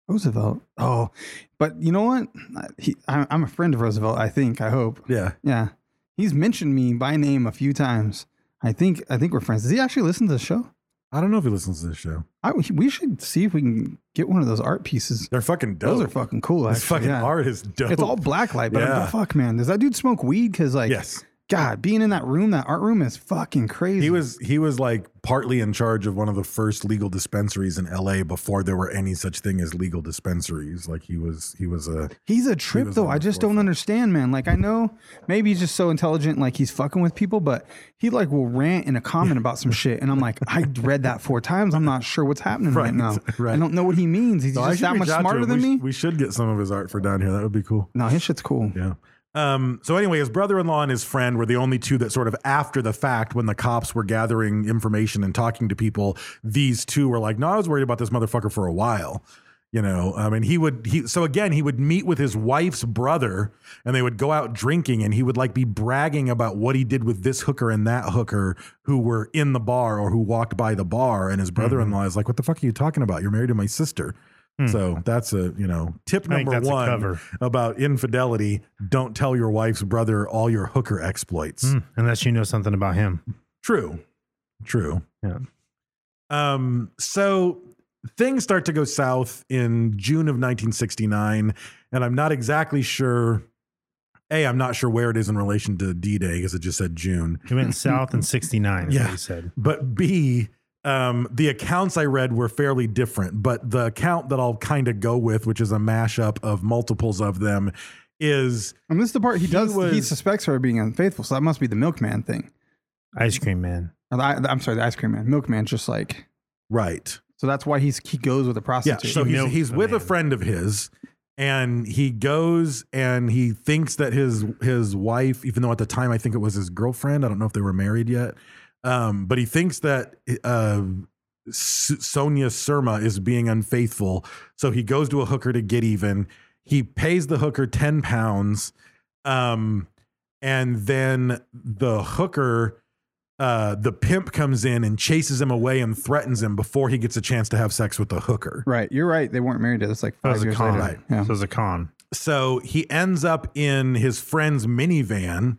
[SPEAKER 3] Roosevelt. Oh, but you know what? I- He, I, I'm a friend of Roosevelt. I think. I hope.
[SPEAKER 5] Yeah.
[SPEAKER 3] Yeah, he's mentioned me by name a few times. I think. I think we're friends. Does he actually listen to the show?
[SPEAKER 5] I don't know if he listens to this show.
[SPEAKER 3] I, we should see if we can get one of those art pieces.
[SPEAKER 5] They're fucking dope.
[SPEAKER 3] Those are fucking cool.
[SPEAKER 5] This
[SPEAKER 3] actually,
[SPEAKER 5] fucking
[SPEAKER 3] yeah.
[SPEAKER 5] art is dope.
[SPEAKER 3] It's all blacklight, but I'm
[SPEAKER 5] Yeah.
[SPEAKER 3] like, fuck, man, does that dude smoke weed? Because like,
[SPEAKER 5] Yes.
[SPEAKER 3] God, being in that room, that art room is fucking crazy.
[SPEAKER 5] He was he was like partly in charge of one of the first legal dispensaries in LA before there were any such thing as legal dispensaries. Like he was he was a
[SPEAKER 3] He's a trip
[SPEAKER 5] was
[SPEAKER 3] though.
[SPEAKER 5] on
[SPEAKER 3] I
[SPEAKER 5] the
[SPEAKER 3] just don't
[SPEAKER 5] forefront.
[SPEAKER 3] understand, man. Like I know maybe he's just so intelligent, like he's fucking with people, but he like will rant in a comment about some shit, and I'm like, I read that four times. I'm not sure what's happening right,
[SPEAKER 5] Right,
[SPEAKER 3] now.
[SPEAKER 5] right.
[SPEAKER 3] I don't know what he means. He's
[SPEAKER 5] No, I
[SPEAKER 3] just
[SPEAKER 5] should
[SPEAKER 3] that
[SPEAKER 5] reach
[SPEAKER 3] much
[SPEAKER 5] out to
[SPEAKER 3] smarter
[SPEAKER 5] him.
[SPEAKER 3] than
[SPEAKER 5] we
[SPEAKER 3] me.
[SPEAKER 5] sh- we should get some of his art for down here. That would be cool.
[SPEAKER 3] no, his shit's cool.
[SPEAKER 5] Yeah. Um, so anyway, his brother-in-law and his friend were the only two that sort of after the fact, when the cops were gathering information and talking to people, these two were like, "No, I was worried about this motherfucker for a while." You know, I mean, he would he so again he would meet with his wife's brother, and they would go out drinking, and he would like be bragging about what he did with this hooker and that hooker who were in the bar or who walked by the bar, and his brother-in-law
[SPEAKER 4] Mm-hmm.
[SPEAKER 5] is like, "What the fuck are you talking about? You're married to my sister." So that's a you know tip
[SPEAKER 4] Hmm. I think
[SPEAKER 5] number
[SPEAKER 4] that's a
[SPEAKER 5] one
[SPEAKER 4] cover.
[SPEAKER 5] about infidelity. Don't tell your wife's brother all your hooker exploits.
[SPEAKER 4] Hmm, Unless you know something about him.
[SPEAKER 5] True. True.
[SPEAKER 4] Yeah.
[SPEAKER 5] Um, so things start to go south in June of 1969, and I'm not exactly sure. A, I'm not sure where it is in relation to D Day because it just said June.
[SPEAKER 4] He went south in '69. Yeah,
[SPEAKER 5] Yeah.
[SPEAKER 4] he said.
[SPEAKER 5] But B, um, the accounts I read were fairly different, but the account that I'll kind of go with, which is a mashup of multiples of them, is
[SPEAKER 3] And this is the part he, does. he
[SPEAKER 5] was-
[SPEAKER 3] suspects her of being unfaithful, so that must be the milkman thing.
[SPEAKER 4] Ice cream man.
[SPEAKER 3] Now, the- I'm sorry, the ice cream man, milkman's just like
[SPEAKER 5] Right.
[SPEAKER 3] so that's why he's he goes with a
[SPEAKER 5] Yeah.
[SPEAKER 3] prostitute.
[SPEAKER 5] So he's,
[SPEAKER 4] milked
[SPEAKER 5] he's
[SPEAKER 4] the
[SPEAKER 5] with a
[SPEAKER 4] man.
[SPEAKER 5] friend of his and he goes and he thinks that his his wife, even though at the time I think it was his girlfriend, I don't know if they were married yet. Um, but he thinks that uh S- Sonia Surma is being unfaithful. So he goes to a hooker to get even. He pays the hooker 10 pounds. Um, and then the hooker, uh, the pimp comes in and chases him away and threatens him before he gets a chance to have sex with the hooker.
[SPEAKER 3] right, you're right. They weren't married. That's like
[SPEAKER 4] That
[SPEAKER 3] five
[SPEAKER 4] was a
[SPEAKER 3] years
[SPEAKER 4] con.
[SPEAKER 3] later. Yeah.
[SPEAKER 4] So it was a con.
[SPEAKER 5] So he ends up in his friend's minivan.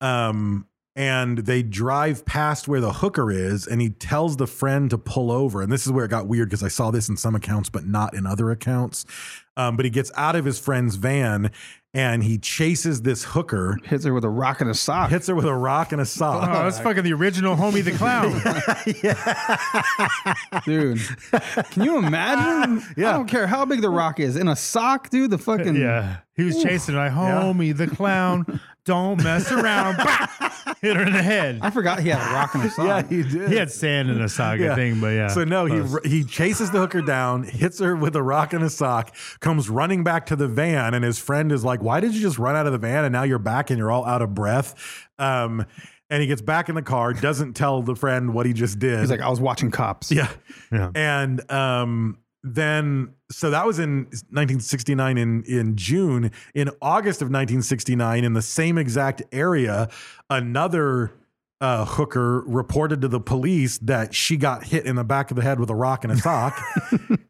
[SPEAKER 5] Um, and they drive past where the hooker is, and he tells the friend to pull over. And this is where it got weird because I saw this in some accounts, but not in other accounts. Um, but he gets out of his friend's van and he chases this hooker,
[SPEAKER 3] Hits her with a rock and a sock.
[SPEAKER 5] hits her with a rock and a sock.
[SPEAKER 4] Oh, that's fucking the original homie the clown.
[SPEAKER 3] dude. Can you imagine?
[SPEAKER 5] Yeah.
[SPEAKER 3] I don't care how big the rock is in a sock, dude. The fucking
[SPEAKER 4] yeah. He was chasing her like, homie the clown, don't mess around. Bah! Hit her in the head.
[SPEAKER 3] I forgot he had a rock and a sock.
[SPEAKER 5] he did.
[SPEAKER 4] He had sand in a saga thing, but yeah.
[SPEAKER 5] So no, he
[SPEAKER 4] Close.
[SPEAKER 5] he chases the hooker down, hits her with a rock and a sock, comes running back to the van, and his friend is like, "Why did you just run out of the van? And now you're back and you're all out of breath." Um, and he gets back in the car, doesn't tell the friend what he just did.
[SPEAKER 3] He's like, I was watching cops.
[SPEAKER 5] "Yeah."
[SPEAKER 4] Yeah.
[SPEAKER 5] And um, then so that was in 1969 in in June. In August of 1969, in the same exact area, another uh, hooker reported to the police that she got hit in the back of the head with a rock and a sock.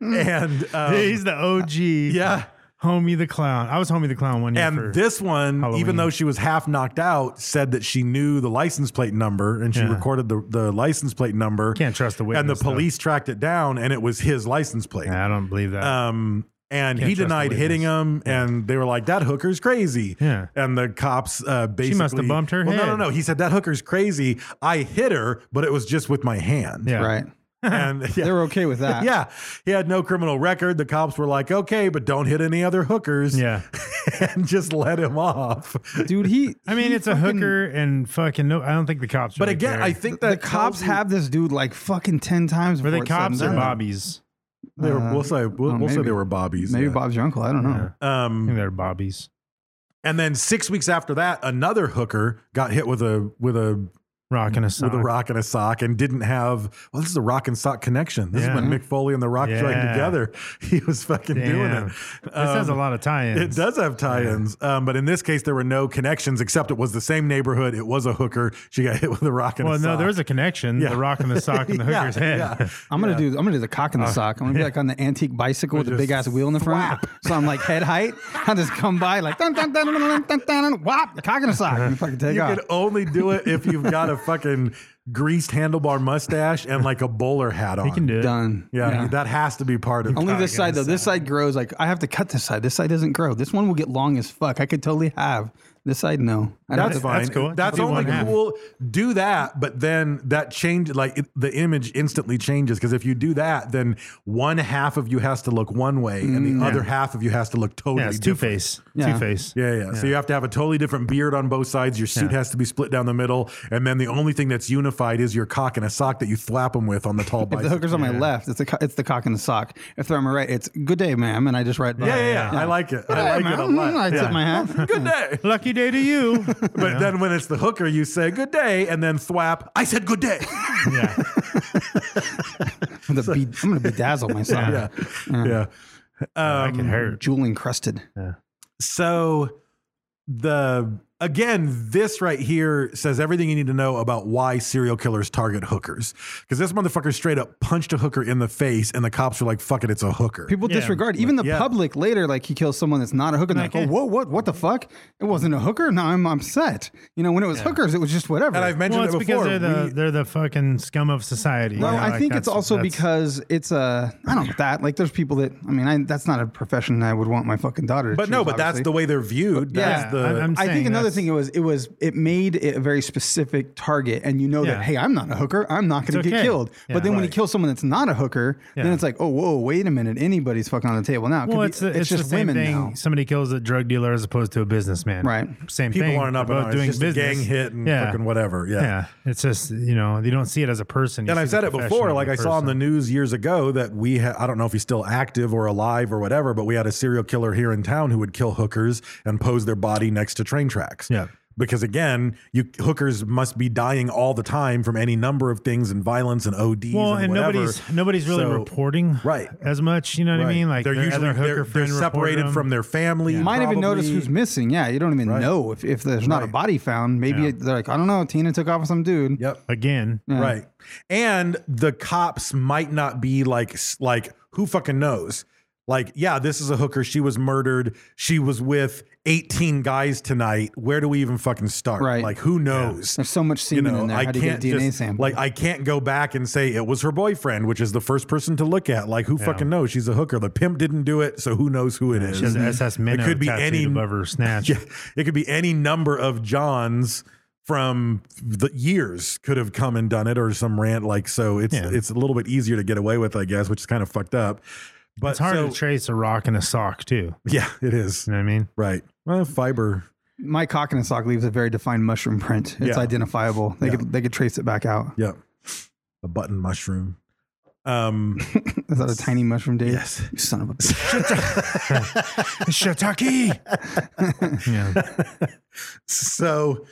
[SPEAKER 5] and um,
[SPEAKER 4] He's the OG.
[SPEAKER 5] yeah.
[SPEAKER 4] Homie the clown. I was homie the clown one year. for-
[SPEAKER 5] And this one, even
[SPEAKER 4] Halloween.
[SPEAKER 5] though she was half knocked out, said that she knew the license plate number and she
[SPEAKER 4] Yeah.
[SPEAKER 5] recorded the, the license plate number.
[SPEAKER 4] Can't trust the
[SPEAKER 5] And the
[SPEAKER 4] witness, though.
[SPEAKER 5] police tracked it down and it was his license plate.
[SPEAKER 4] Yeah, I don't believe that.
[SPEAKER 5] Um, and
[SPEAKER 4] Can't
[SPEAKER 5] he
[SPEAKER 4] trust the
[SPEAKER 5] denied hitting him,
[SPEAKER 4] witness.
[SPEAKER 5] and they were like, "That hooker's crazy."
[SPEAKER 4] Yeah.
[SPEAKER 5] And the cops uh, basically
[SPEAKER 4] must have bumped her
[SPEAKER 5] Well, no,
[SPEAKER 4] head.
[SPEAKER 5] no, no. He said that hooker's crazy. I hit her, but it was just with my hand.
[SPEAKER 4] yeah.
[SPEAKER 3] Right.
[SPEAKER 5] And yeah.
[SPEAKER 3] They were okay with that.
[SPEAKER 5] Yeah, he had no criminal record. The cops were like, "Okay, but don't hit any other hookers."
[SPEAKER 4] Yeah.
[SPEAKER 5] and just let him off.
[SPEAKER 3] Dude, he
[SPEAKER 4] I mean, it's a hooker and fucking no. I don't think the cops.
[SPEAKER 5] But
[SPEAKER 4] really
[SPEAKER 5] again,
[SPEAKER 4] care.
[SPEAKER 5] I think that
[SPEAKER 3] the cops
[SPEAKER 5] tells you-
[SPEAKER 3] have this dude like fucking ten times
[SPEAKER 4] were
[SPEAKER 3] before
[SPEAKER 4] they
[SPEAKER 3] it's said and
[SPEAKER 4] cops or
[SPEAKER 3] done.
[SPEAKER 4] bobbies?
[SPEAKER 5] They were, we'll say we'll,
[SPEAKER 3] oh,
[SPEAKER 5] we'll say
[SPEAKER 3] maybe.
[SPEAKER 5] they were bobbies.
[SPEAKER 3] Maybe
[SPEAKER 5] yeah.
[SPEAKER 3] Bob's your uncle. I don't know.
[SPEAKER 4] I think
[SPEAKER 5] Um,
[SPEAKER 4] they're bobbies.
[SPEAKER 5] and then six weeks after that, another hooker got hit with a with a
[SPEAKER 4] Rocking a sock.
[SPEAKER 5] with a rock and a sock and didn't have well this is a rock and sock connection this
[SPEAKER 4] Yeah.
[SPEAKER 5] is when mick foley and the rock
[SPEAKER 4] Yeah.
[SPEAKER 5] joined together he was fucking doing
[SPEAKER 4] Damn.
[SPEAKER 5] it
[SPEAKER 4] This has a lot of tie-ins.
[SPEAKER 5] um, it does have tie-ins um, but in this case there were no connections except it was the same neighborhood it was a hooker she got hit with a rock and
[SPEAKER 4] Well,
[SPEAKER 5] a
[SPEAKER 4] no,
[SPEAKER 5] sock.
[SPEAKER 4] there was a connection.
[SPEAKER 5] Yeah.
[SPEAKER 4] The rock and the sock and the
[SPEAKER 5] Yeah,
[SPEAKER 4] hooker's head.
[SPEAKER 5] yeah. Uh,
[SPEAKER 3] I'm gonna do. I'm gonna do the cock in the sock. I'm gonna be like on the antique bicycle with the
[SPEAKER 5] just
[SPEAKER 3] big ass wheel in the front. So I'm like head height. I just come by like dun dun dun dun dun dun dun. dun, Whop, the cock in the sock. And fucking take
[SPEAKER 5] you
[SPEAKER 3] off.
[SPEAKER 5] can only do it if you've got a fucking greased handlebar mustache and like a bowler hat on
[SPEAKER 4] He can do it.
[SPEAKER 3] Done.
[SPEAKER 5] yeah, that has to be part of
[SPEAKER 3] Only
[SPEAKER 5] it.
[SPEAKER 3] this side though. This side grows. Like I have to cut this side. This side doesn't grow. This one will get long as fuck. I could totally have this side. No, I
[SPEAKER 5] That's
[SPEAKER 3] don't have to-
[SPEAKER 5] fine.
[SPEAKER 4] that's cool.
[SPEAKER 5] That's
[SPEAKER 4] Do
[SPEAKER 5] only
[SPEAKER 4] one half.
[SPEAKER 5] cool. Do that, but then that change, like it, the image instantly changes. Because if you do that, then one half of you has to look one way, and
[SPEAKER 3] Mm,
[SPEAKER 5] the other half of you has to look totally
[SPEAKER 4] Yeah, it's Two
[SPEAKER 5] different.
[SPEAKER 4] Face.
[SPEAKER 3] Yeah.
[SPEAKER 4] Two Face.
[SPEAKER 5] Yeah, yeah, So you have to have a totally different beard on both sides. Your suit
[SPEAKER 4] Yeah.
[SPEAKER 5] has to be split down the middle, and then the only thing that's unified is your cock and a sock that you flap them with on the tall
[SPEAKER 3] If the
[SPEAKER 5] bicycle.
[SPEAKER 3] hooker's on my left, it's the co- it's the cock in the sock. If they're on my right, it's good day, ma'am, and I just write.
[SPEAKER 5] yeah, yeah, yeah, I like it. I like it a lot.
[SPEAKER 3] I
[SPEAKER 5] Yeah.
[SPEAKER 3] tip my hat.
[SPEAKER 5] Good day.
[SPEAKER 4] Lucky day to you.
[SPEAKER 5] But then when it's the hooker, you say good day, and then thwap. I said good day.
[SPEAKER 4] yeah.
[SPEAKER 3] I'm gonna, be, I'm gonna bedazzle myself.
[SPEAKER 5] yeah, yeah. Um,
[SPEAKER 4] I can hurt.
[SPEAKER 3] Jewel encrusted.
[SPEAKER 5] So the again, this right here says everything you need to know about why serial killers target hookers. Because this motherfucker straight up punched a hooker in the face, and the cops were like, "Fuck it, it's a hooker."
[SPEAKER 3] People
[SPEAKER 4] Yeah.
[SPEAKER 3] disregard even the
[SPEAKER 5] Yeah.
[SPEAKER 3] public later. Like he kills someone that's not a hooker. And they're like, oh,
[SPEAKER 4] Okay.
[SPEAKER 3] whoa, what, what the fuck? It wasn't a hooker. Now I'm upset. You know, when it was hookers, it was just whatever.
[SPEAKER 5] and I've
[SPEAKER 4] Well,
[SPEAKER 5] mentioned
[SPEAKER 4] it's
[SPEAKER 5] it
[SPEAKER 4] because
[SPEAKER 5] before.
[SPEAKER 4] they're the
[SPEAKER 5] We-
[SPEAKER 4] they're the fucking scum of society.
[SPEAKER 3] No,
[SPEAKER 4] you know,
[SPEAKER 3] I
[SPEAKER 4] like
[SPEAKER 3] think it's
[SPEAKER 4] that's-
[SPEAKER 3] also
[SPEAKER 4] that's-
[SPEAKER 3] because it's a I don't know that like there's people that I mean I, that's not a profession I would want my fucking daughter. To
[SPEAKER 5] but no,
[SPEAKER 3] choose,
[SPEAKER 5] but that's
[SPEAKER 3] obviously.
[SPEAKER 5] the way they're viewed.
[SPEAKER 3] Yeah,
[SPEAKER 5] That's the
[SPEAKER 4] I'm- I'm
[SPEAKER 3] I
[SPEAKER 4] saying
[SPEAKER 3] think another other thing it was it was it made it a very specific target, and you know
[SPEAKER 4] Yeah.
[SPEAKER 3] that hey, I'm not a hooker, I'm not going
[SPEAKER 4] It's
[SPEAKER 3] to get
[SPEAKER 4] okay.
[SPEAKER 3] killed.
[SPEAKER 4] Yeah.
[SPEAKER 3] but then when you
[SPEAKER 4] Right.
[SPEAKER 3] kill someone that's not a hooker,
[SPEAKER 4] Yeah.
[SPEAKER 3] then it's like oh whoa, wait a minute, anybody's fucking on the table now. It could
[SPEAKER 4] Well,
[SPEAKER 3] be-
[SPEAKER 4] it's, the, it's,
[SPEAKER 3] just
[SPEAKER 4] the same
[SPEAKER 3] women
[SPEAKER 4] thing.
[SPEAKER 3] now.
[SPEAKER 4] Somebody kills a drug dealer as opposed to a businessman.
[SPEAKER 3] Right.
[SPEAKER 4] Same
[SPEAKER 5] People
[SPEAKER 4] thing.
[SPEAKER 5] aren't up
[SPEAKER 4] They're
[SPEAKER 5] about
[SPEAKER 4] both
[SPEAKER 5] doing
[SPEAKER 4] doing
[SPEAKER 5] just
[SPEAKER 4] business.
[SPEAKER 5] a gang hit and
[SPEAKER 4] yeah.
[SPEAKER 5] fucking whatever. Yeah.
[SPEAKER 4] Yeah. It's just, you know, you don't see it as a person. You
[SPEAKER 5] And
[SPEAKER 4] see
[SPEAKER 5] I've
[SPEAKER 4] the
[SPEAKER 5] said it
[SPEAKER 4] profession
[SPEAKER 5] before.
[SPEAKER 4] of
[SPEAKER 5] Like I saw on the
[SPEAKER 4] person.
[SPEAKER 5] news years ago that we had, I don't know if he's still active or alive or whatever, but we had a serial killer here in town who would kill hookers and pose their body next to train tracks.
[SPEAKER 4] Yeah.
[SPEAKER 5] Because again, you hookers must be dying all the time from any number of things and violence and ODs.
[SPEAKER 4] Well,
[SPEAKER 5] and,
[SPEAKER 4] and
[SPEAKER 5] whatever.
[SPEAKER 4] nobody's nobody's really
[SPEAKER 5] So-
[SPEAKER 4] reporting
[SPEAKER 5] right.
[SPEAKER 4] as much. You know what I
[SPEAKER 5] Right.
[SPEAKER 4] mean? Like
[SPEAKER 5] they're
[SPEAKER 4] their
[SPEAKER 5] usually
[SPEAKER 4] other hooker
[SPEAKER 5] they're, they're
[SPEAKER 4] friend reported
[SPEAKER 5] separated
[SPEAKER 4] them.
[SPEAKER 5] from their family.
[SPEAKER 3] You might even notice
[SPEAKER 5] probably.
[SPEAKER 3] who's missing. Yeah, you don't even
[SPEAKER 5] Right.
[SPEAKER 3] know if, if there's not a
[SPEAKER 5] Right.
[SPEAKER 3] body found. Maybe
[SPEAKER 4] Yeah.
[SPEAKER 3] it- they're like, I don't know, Tina took off with some dude.
[SPEAKER 5] Yep.
[SPEAKER 4] again.
[SPEAKER 5] Right. And the cops might not be like like who fucking knows. Like, yeah, this is a hooker. She was murdered. She was with 18 guys tonight. Where do we even fucking start?
[SPEAKER 3] Right.
[SPEAKER 5] Like, who knows?
[SPEAKER 3] There's so much
[SPEAKER 5] You
[SPEAKER 3] semen
[SPEAKER 5] know,
[SPEAKER 3] in there.
[SPEAKER 5] I
[SPEAKER 3] How do you get
[SPEAKER 5] can't
[SPEAKER 3] a DNA
[SPEAKER 5] just,
[SPEAKER 3] sample?
[SPEAKER 5] like I can't go back and say it was her boyfriend, which is the first person to look at. Like, who fucking knows? She's a hooker. The pimp didn't do it, so who knows who it is?
[SPEAKER 4] She has an SS Minnow
[SPEAKER 5] could be
[SPEAKER 4] tattooed
[SPEAKER 5] any-
[SPEAKER 4] above her snatch.
[SPEAKER 5] Yeah, it could be any number of Johns from the years could have come and done it, or some rant like so. It's
[SPEAKER 4] Yeah.
[SPEAKER 5] it's a little bit easier to get away with, I guess, which is kind of fucked up. But
[SPEAKER 4] It's hard
[SPEAKER 5] so-
[SPEAKER 4] to trace a rock and a sock too.
[SPEAKER 5] yeah, it is
[SPEAKER 4] You know what I mean?
[SPEAKER 5] right. Well, fiber.
[SPEAKER 3] My cock and a sock leaves a very defined mushroom print. It's
[SPEAKER 5] Yeah.
[SPEAKER 3] identifiable. They
[SPEAKER 5] Yeah.
[SPEAKER 3] could they could trace it back out.
[SPEAKER 5] Yeah, a button mushroom. Um,
[SPEAKER 3] Is that a tiny mushroom, Dave?
[SPEAKER 5] Yes.
[SPEAKER 3] You son of a bitch.
[SPEAKER 4] Shiitake. yeah.
[SPEAKER 5] so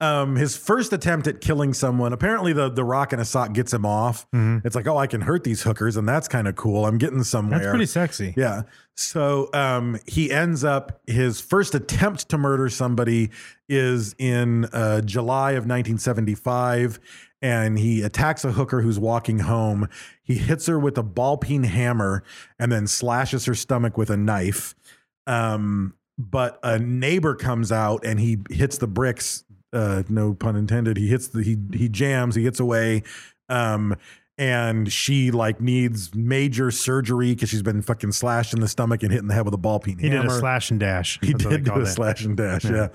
[SPEAKER 5] um his first attempt at killing someone apparently the the rock and a sock gets him off it's like oh i can hurt these hookers and that's kind of cool i'm getting somewhere
[SPEAKER 4] Mm-hmm. That's pretty sexy.
[SPEAKER 5] yeah so um he ends up his first attempt to murder somebody is in uh july of 1975 and he attacks a hooker who's walking home he hits her with a ball peen hammer and then slashes her stomach with a knife um, but a neighbor comes out and he hits the bricks. Uh, no pun intended. He hits the he he jams. He gets away. Um, and she like needs major surgery because she's been fucking slashed in the stomach and hit in the head with a ball peen
[SPEAKER 4] He
[SPEAKER 5] hammer.
[SPEAKER 4] did a slash and dash.
[SPEAKER 5] He
[SPEAKER 4] That's what they
[SPEAKER 5] did do
[SPEAKER 4] called
[SPEAKER 5] a
[SPEAKER 4] it.
[SPEAKER 5] slash and dash. Yeah.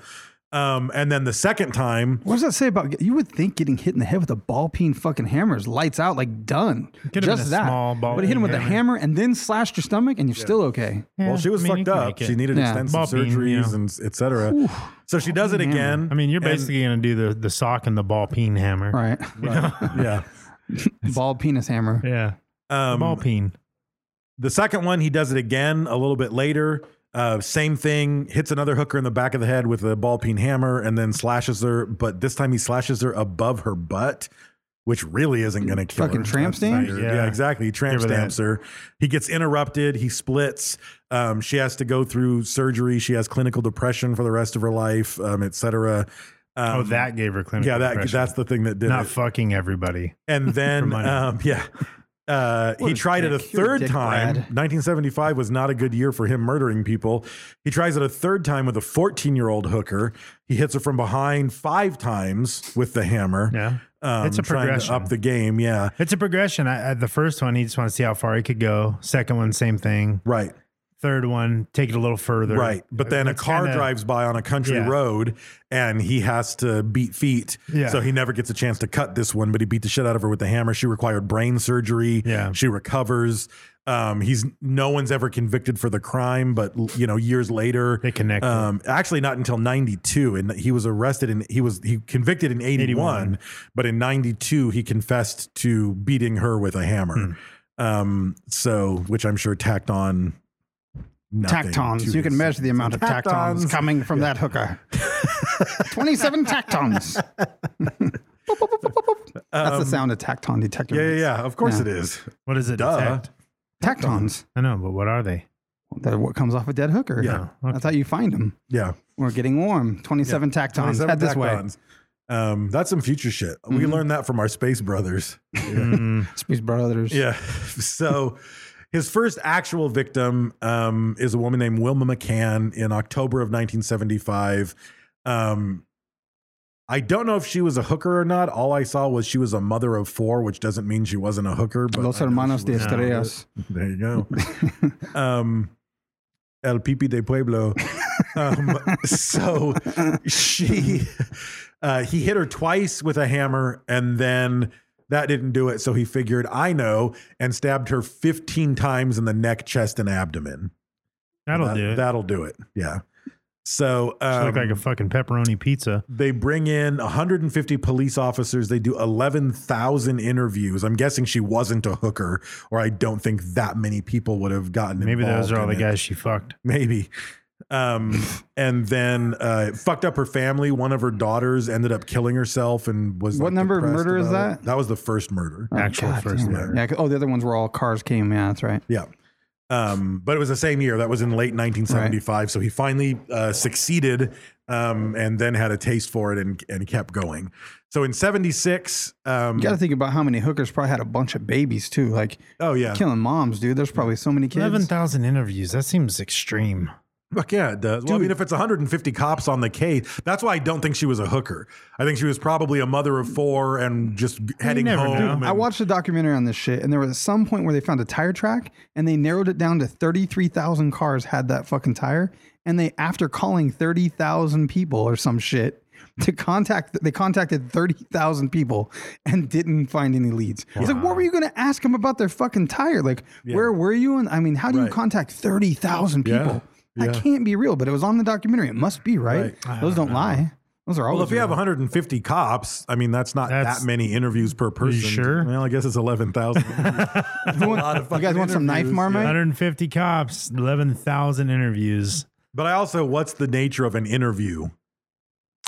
[SPEAKER 5] Um, and then the second time,
[SPEAKER 3] What does that say about you? Would think getting hit in the head with a ball peen fucking hammer is lights out, like done.
[SPEAKER 4] been
[SPEAKER 3] Just
[SPEAKER 4] a
[SPEAKER 3] that.
[SPEAKER 4] small ball
[SPEAKER 3] but hit him
[SPEAKER 4] peen
[SPEAKER 3] with a
[SPEAKER 4] hammer.
[SPEAKER 3] hammer and then slashed your stomach, and you're still okay.
[SPEAKER 5] well, she was
[SPEAKER 4] I mean, you
[SPEAKER 5] fucked
[SPEAKER 4] can
[SPEAKER 5] up.
[SPEAKER 4] make it.
[SPEAKER 5] She needed
[SPEAKER 3] Yeah.
[SPEAKER 5] extensive
[SPEAKER 4] Ball peen,
[SPEAKER 5] surgeries
[SPEAKER 4] yeah.
[SPEAKER 5] and et cetera. So she does it again.
[SPEAKER 4] I mean, you're
[SPEAKER 5] and-
[SPEAKER 4] basically going to do the, the sock and the ball peen hammer.
[SPEAKER 3] Right.
[SPEAKER 5] yeah.
[SPEAKER 3] Ball penis hammer.
[SPEAKER 4] Yeah.
[SPEAKER 5] Um,
[SPEAKER 4] ball peen.
[SPEAKER 5] The second one, he does it again a little bit later. Uh, same thing, hits another hooker in the back of the head with a ball peen hammer and then slashes her, but this time he slashes her above her butt, which really isn't going to kill
[SPEAKER 3] Fucking
[SPEAKER 5] her.
[SPEAKER 3] tramp
[SPEAKER 5] That's not
[SPEAKER 3] stamp?
[SPEAKER 5] your- Yeah.
[SPEAKER 4] Yeah.
[SPEAKER 5] exactly. He tramp
[SPEAKER 4] Give her that.
[SPEAKER 5] stamps her. He gets interrupted. He splits. Um, she has to go through surgery. She has clinical depression for the rest of her life, um, et cetera. Um,
[SPEAKER 4] oh, that gave her clinical
[SPEAKER 5] yeah, that,
[SPEAKER 4] depression.
[SPEAKER 5] that's the thing that did
[SPEAKER 4] not
[SPEAKER 5] it
[SPEAKER 4] fucking everybody.
[SPEAKER 5] and then
[SPEAKER 4] money.
[SPEAKER 5] um, yeah uh,
[SPEAKER 3] What
[SPEAKER 5] he
[SPEAKER 3] a
[SPEAKER 5] tried it a
[SPEAKER 3] dick. You're a
[SPEAKER 5] third
[SPEAKER 3] dick,
[SPEAKER 5] time.
[SPEAKER 3] Brad.
[SPEAKER 5] 1975 was not a good year for him murdering people. He tries it a third time with a 14 year old hooker. He hits her from behind five times with the hammer.
[SPEAKER 4] Yeah.
[SPEAKER 5] um,
[SPEAKER 4] It's a
[SPEAKER 5] trying
[SPEAKER 4] progression.
[SPEAKER 5] to up the game. Yeah,
[SPEAKER 4] It's a progression. I, I, the first one, he just want to see how far he could go. Second one, same thing.
[SPEAKER 5] right.
[SPEAKER 4] Third one, take it a little further.
[SPEAKER 5] Right. But then a
[SPEAKER 4] It's
[SPEAKER 5] car
[SPEAKER 4] kinda-
[SPEAKER 5] drives by on a country
[SPEAKER 4] Yeah.
[SPEAKER 5] road and he has to beat feet.
[SPEAKER 4] Yeah.
[SPEAKER 5] So he never gets a chance to cut this one, but he beat the shit out of her with the hammer. She required brain surgery.
[SPEAKER 4] Yeah.
[SPEAKER 5] She recovers. Um, he's no one's ever convicted for the crime, but you know, years later,
[SPEAKER 4] They connected.
[SPEAKER 5] Um, actually, not until '92, and he was arrested and he was he convicted in '81,
[SPEAKER 4] 81.
[SPEAKER 5] but in '92 he confessed to beating her with a hammer.
[SPEAKER 4] Hmm.
[SPEAKER 5] Um, so which I'm sure tacked on nothing
[SPEAKER 3] Tactons.
[SPEAKER 5] to
[SPEAKER 3] You can
[SPEAKER 5] his
[SPEAKER 3] measure the amount of tactons,
[SPEAKER 5] Tactons.
[SPEAKER 3] coming from that hooker. 27 tactons. Boop, boop, boop, boop, boop, boop. That's the sound of tacton detector.
[SPEAKER 5] Um, Yeah, yeah, yeah. Of course
[SPEAKER 3] Yeah.
[SPEAKER 5] it is.
[SPEAKER 4] What is it?
[SPEAKER 5] Duh.
[SPEAKER 4] detect?
[SPEAKER 3] Tactons.
[SPEAKER 4] I know, but what are they?
[SPEAKER 3] That what comes off a dead hooker.
[SPEAKER 5] Yeah.
[SPEAKER 3] That's how you find them.
[SPEAKER 5] Yeah.
[SPEAKER 3] We're getting warm. 27 tactons.
[SPEAKER 5] 27
[SPEAKER 3] Head this way. Mm-hmm.
[SPEAKER 5] tactons. Um, that's some future shit. We learned that from our space brothers.
[SPEAKER 3] Space Brothers.
[SPEAKER 5] Yeah. So his first actual victim um, is a woman named Wilma McCann in October of 1975. Um, I don't know if she was a hooker or not. All I saw was she was a mother of four, which doesn't mean she wasn't a hooker. But
[SPEAKER 3] Los
[SPEAKER 5] I know
[SPEAKER 3] Hermanos
[SPEAKER 5] she
[SPEAKER 3] de
[SPEAKER 5] was-
[SPEAKER 3] Estrellas.
[SPEAKER 5] There you go. um, El Pipi de Pueblo. Um, so she, uh, he hit her twice with a hammer, and then that didn't do it. So he figured, I know, and stabbed her 15 times in the neck, chest, and abdomen.
[SPEAKER 4] That'll
[SPEAKER 5] That-
[SPEAKER 4] do it.
[SPEAKER 5] That'll do it. Yeah. So
[SPEAKER 4] She
[SPEAKER 5] um,
[SPEAKER 4] looked like a fucking pepperoni pizza.
[SPEAKER 5] they bring in 150 police officers. They do 11,000 interviews. I'm guessing she wasn't a hooker, or I don't think that many people would have gotten
[SPEAKER 4] Maybe those
[SPEAKER 5] involved
[SPEAKER 4] are all
[SPEAKER 5] in
[SPEAKER 4] the
[SPEAKER 5] it.
[SPEAKER 4] guys she fucked.
[SPEAKER 5] Maybe. Um, and then uh, it fucked up her family. One of her daughters ended up killing herself and was.
[SPEAKER 3] What
[SPEAKER 5] like,
[SPEAKER 3] number of
[SPEAKER 5] depressed
[SPEAKER 3] murder is
[SPEAKER 5] about it.
[SPEAKER 3] that?
[SPEAKER 5] That was the first murder.
[SPEAKER 3] Oh,
[SPEAKER 4] Actual
[SPEAKER 3] God
[SPEAKER 4] first
[SPEAKER 3] damn.
[SPEAKER 5] murder.
[SPEAKER 3] Yeah. 'cause- Oh, the other ones were all cars came. Yeah, that's right.
[SPEAKER 5] Yeah. Um, but it was the same year. That was in late 1975. So he finally uh, succeeded um, and then had a taste for it and, and kept going. So in 76, um,
[SPEAKER 3] You got to think about how many hookers probably had a bunch of babies too. Like
[SPEAKER 5] oh, yeah.
[SPEAKER 3] killing moms, dude. There's probably so many kids.
[SPEAKER 4] Eleven thousand interviews. That seems extreme.
[SPEAKER 5] Fuck yeah, it does. Well, I mean, if it's 150 cops on the case, that's why I don't think she was a hooker. I think she was probably a mother of four and just heading
[SPEAKER 4] never
[SPEAKER 5] home.
[SPEAKER 4] know.
[SPEAKER 5] and-
[SPEAKER 3] I watched a documentary on this shit, and there was some point where they found a tire track, and they narrowed it down to thirty-three thousand cars had that fucking tire, and they after calling thirty thousand people or some shit to contact, they contacted thirty thousand people and didn't find any leads. It's like, what were you going to ask them about their fucking tire? Like, where were you? And I mean, how do
[SPEAKER 5] Right.
[SPEAKER 3] you contact thirty thousand
[SPEAKER 5] Yeah.
[SPEAKER 3] people? That
[SPEAKER 5] Yeah.
[SPEAKER 3] can't be real, but it was on the documentary. It must be right. Those don't lie. Those are all.
[SPEAKER 5] Well, if you have 150 cops, I mean, that's not
[SPEAKER 4] That's-
[SPEAKER 5] that many interviews per person.
[SPEAKER 4] sure?
[SPEAKER 5] Well, I guess it's 11,000. That's a lot of
[SPEAKER 3] you guys
[SPEAKER 5] fucking
[SPEAKER 3] want some knife
[SPEAKER 5] interviews.
[SPEAKER 3] marmite?
[SPEAKER 4] One hundred and fifty cops. Eleven thousand interviews.
[SPEAKER 5] But I also, what's the nature of an interview?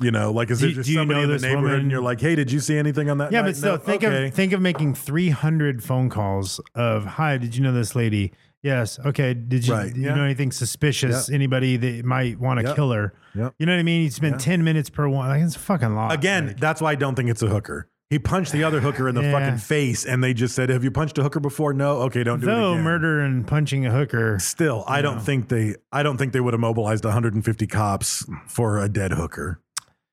[SPEAKER 5] You know, like is
[SPEAKER 4] Do-
[SPEAKER 5] there just
[SPEAKER 4] do you
[SPEAKER 5] somebody
[SPEAKER 4] know
[SPEAKER 5] in the
[SPEAKER 4] this
[SPEAKER 5] neighborhood
[SPEAKER 4] woman?
[SPEAKER 5] and you're like, hey, did you see anything on that?
[SPEAKER 4] Yeah,
[SPEAKER 5] night?
[SPEAKER 4] but still,
[SPEAKER 5] No?
[SPEAKER 4] think
[SPEAKER 5] Okay.
[SPEAKER 4] of think of making three hundred phone calls of "Hi, did you know this lady? Yes, okay. Did you,
[SPEAKER 5] Right,
[SPEAKER 4] did
[SPEAKER 5] yeah.
[SPEAKER 4] you know anything suspicious?
[SPEAKER 5] Yep.
[SPEAKER 4] Anybody that might want to
[SPEAKER 5] Yep,
[SPEAKER 4] kill her?
[SPEAKER 5] yep.
[SPEAKER 4] You know what I mean? You spend ten minutes per one. Like, it's a fucking lot.
[SPEAKER 5] Again,
[SPEAKER 4] Like,
[SPEAKER 5] that's why I don't think it's a hooker. He punched the other hooker in the
[SPEAKER 4] Yeah.
[SPEAKER 5] fucking face, and they just said, "Have you punched a hooker before?" No. Okay, don't do it
[SPEAKER 4] though
[SPEAKER 5] again.
[SPEAKER 4] murder and punching a hooker.
[SPEAKER 5] Still, I don't think they. I don't think they would have mobilized 150 cops for a dead hooker.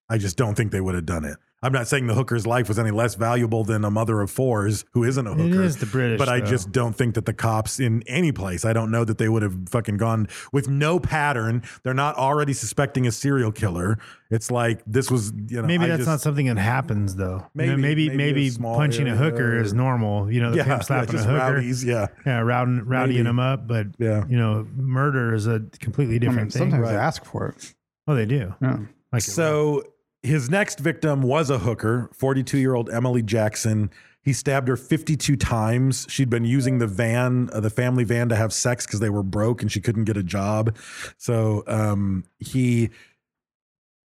[SPEAKER 5] I just don't think they would have done it. I'm not saying the hooker's life was any less valuable than a mother of fours who isn't a
[SPEAKER 4] It
[SPEAKER 5] hooker.
[SPEAKER 4] is the British,
[SPEAKER 5] but I
[SPEAKER 4] though.
[SPEAKER 5] just don't think that the cops in any place. I don't know that they would have fucking gone with no pattern. They're not already suspecting a serial killer. It's like this was. You know,
[SPEAKER 4] Maybe
[SPEAKER 5] I
[SPEAKER 4] that's
[SPEAKER 5] just-
[SPEAKER 4] not something that happens though. You know,
[SPEAKER 5] Maybe-
[SPEAKER 4] maybe
[SPEAKER 5] maybe a
[SPEAKER 4] maybe,
[SPEAKER 5] small
[SPEAKER 4] punching a
[SPEAKER 5] area
[SPEAKER 4] hooker
[SPEAKER 5] or-
[SPEAKER 4] is normal. You know, the pimp slapping a
[SPEAKER 5] just
[SPEAKER 4] hooker.
[SPEAKER 5] rowdies, yeah.
[SPEAKER 4] Yeah, rowding, rowdying
[SPEAKER 5] Maybe.
[SPEAKER 4] them up, but
[SPEAKER 5] Yeah.
[SPEAKER 4] you know, murder is a completely
[SPEAKER 3] I
[SPEAKER 4] different
[SPEAKER 3] mean,
[SPEAKER 4] thing.
[SPEAKER 3] sometimes they ask for it.
[SPEAKER 4] Well, they do.
[SPEAKER 3] Yeah.
[SPEAKER 4] Like
[SPEAKER 5] So his next victim was a hooker, 42 year old Emily Jackson. He stabbed her 52 times. She'd been using the van, uh, the family van, to have sex because they were broke and she couldn't get a job. So um, he,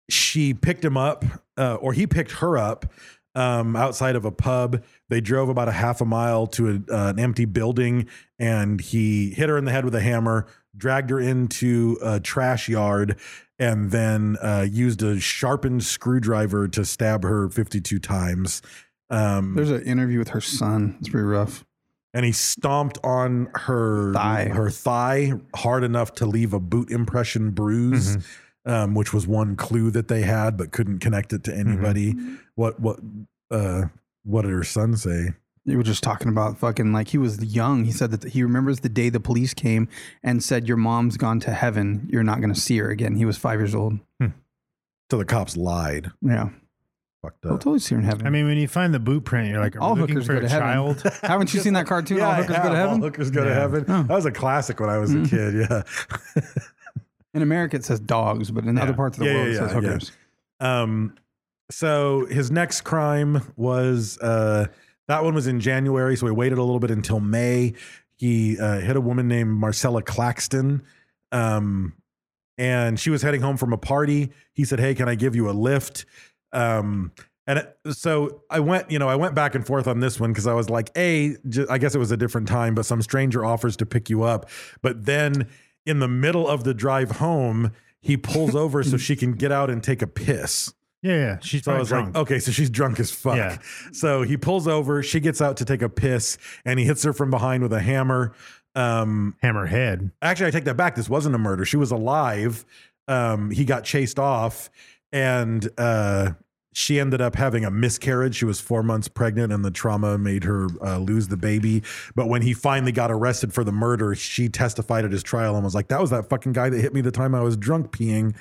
[SPEAKER 5] she picked him up, uh, or he picked her up um, outside of a pub. They drove about a half a mile to a, uh, an empty building, and he hit her in the head with a hammer, dragged her into a trash yard, and then uh, used a sharpened screwdriver to stab her 52 times. Um,
[SPEAKER 3] There's an interview with her son. It's pretty rough.
[SPEAKER 5] and he stomped on her
[SPEAKER 3] Thigh.
[SPEAKER 5] her thigh hard enough to leave a boot impression bruise, um, which was one clue that they had, but couldn't connect it to anybody. What what uh, what did her son say?
[SPEAKER 3] You were just talking about fucking like he was young. He said that he remembers the day the police came and said, "Your mom's gone to heaven. You're not going to see her again." He was five years old.
[SPEAKER 5] So the cops lied.
[SPEAKER 3] Yeah,
[SPEAKER 5] Fucked
[SPEAKER 3] I'll
[SPEAKER 5] up.
[SPEAKER 3] totally see her in heaven.
[SPEAKER 4] I mean, when you find the blueprint, you're like, are
[SPEAKER 3] all
[SPEAKER 4] we looking
[SPEAKER 3] hookers
[SPEAKER 4] for
[SPEAKER 3] go
[SPEAKER 4] a
[SPEAKER 3] to heaven.
[SPEAKER 4] child?
[SPEAKER 3] Haven't you seen that cartoon? all hookers
[SPEAKER 5] I
[SPEAKER 3] go to
[SPEAKER 5] have. All
[SPEAKER 3] heaven. Oh. Mm-hmm.
[SPEAKER 5] hookers go to
[SPEAKER 4] Yeah.
[SPEAKER 5] heaven. That was a classic when I was a kid. Yeah.
[SPEAKER 3] in America, it says dogs, but in other parts of the
[SPEAKER 5] Yeah,
[SPEAKER 3] world,
[SPEAKER 5] yeah,
[SPEAKER 3] it says
[SPEAKER 5] yeah, yeah.
[SPEAKER 3] hookers.
[SPEAKER 5] Um, so his next crime was uh, that one was in January, so he waited a little bit until May. He uh, hit a woman named Marcella Claxton, um, and she was heading home from a party. He said, "Hey, can I give you a lift?" Um, and it, so I went, you know, I went back and forth on this one because I was like, "A, j- I guess it was a different time, but some stranger offers to pick you up." But then in the middle of the drive home, he pulls over so she can get out and take a piss.
[SPEAKER 4] Yeah, yeah. She's
[SPEAKER 5] So I
[SPEAKER 4] probably
[SPEAKER 5] was
[SPEAKER 4] drunk.
[SPEAKER 3] "Oh."
[SPEAKER 5] like, okay, so she's drunk as fuck.
[SPEAKER 4] Yeah.
[SPEAKER 5] So he pulls over, she gets out to take a piss, and he hits her from behind with a hammer. Um,
[SPEAKER 4] Hammerhead.
[SPEAKER 5] actually, I take that back. This wasn't a murder. She was alive. Um, he got chased off, and uh, she ended up having a miscarriage. She was four months pregnant, and the trauma made her uh, lose the baby. But when he finally got arrested for the murder, she testified at his trial and was like, "That was that fucking guy that hit me the time I was drunk peeing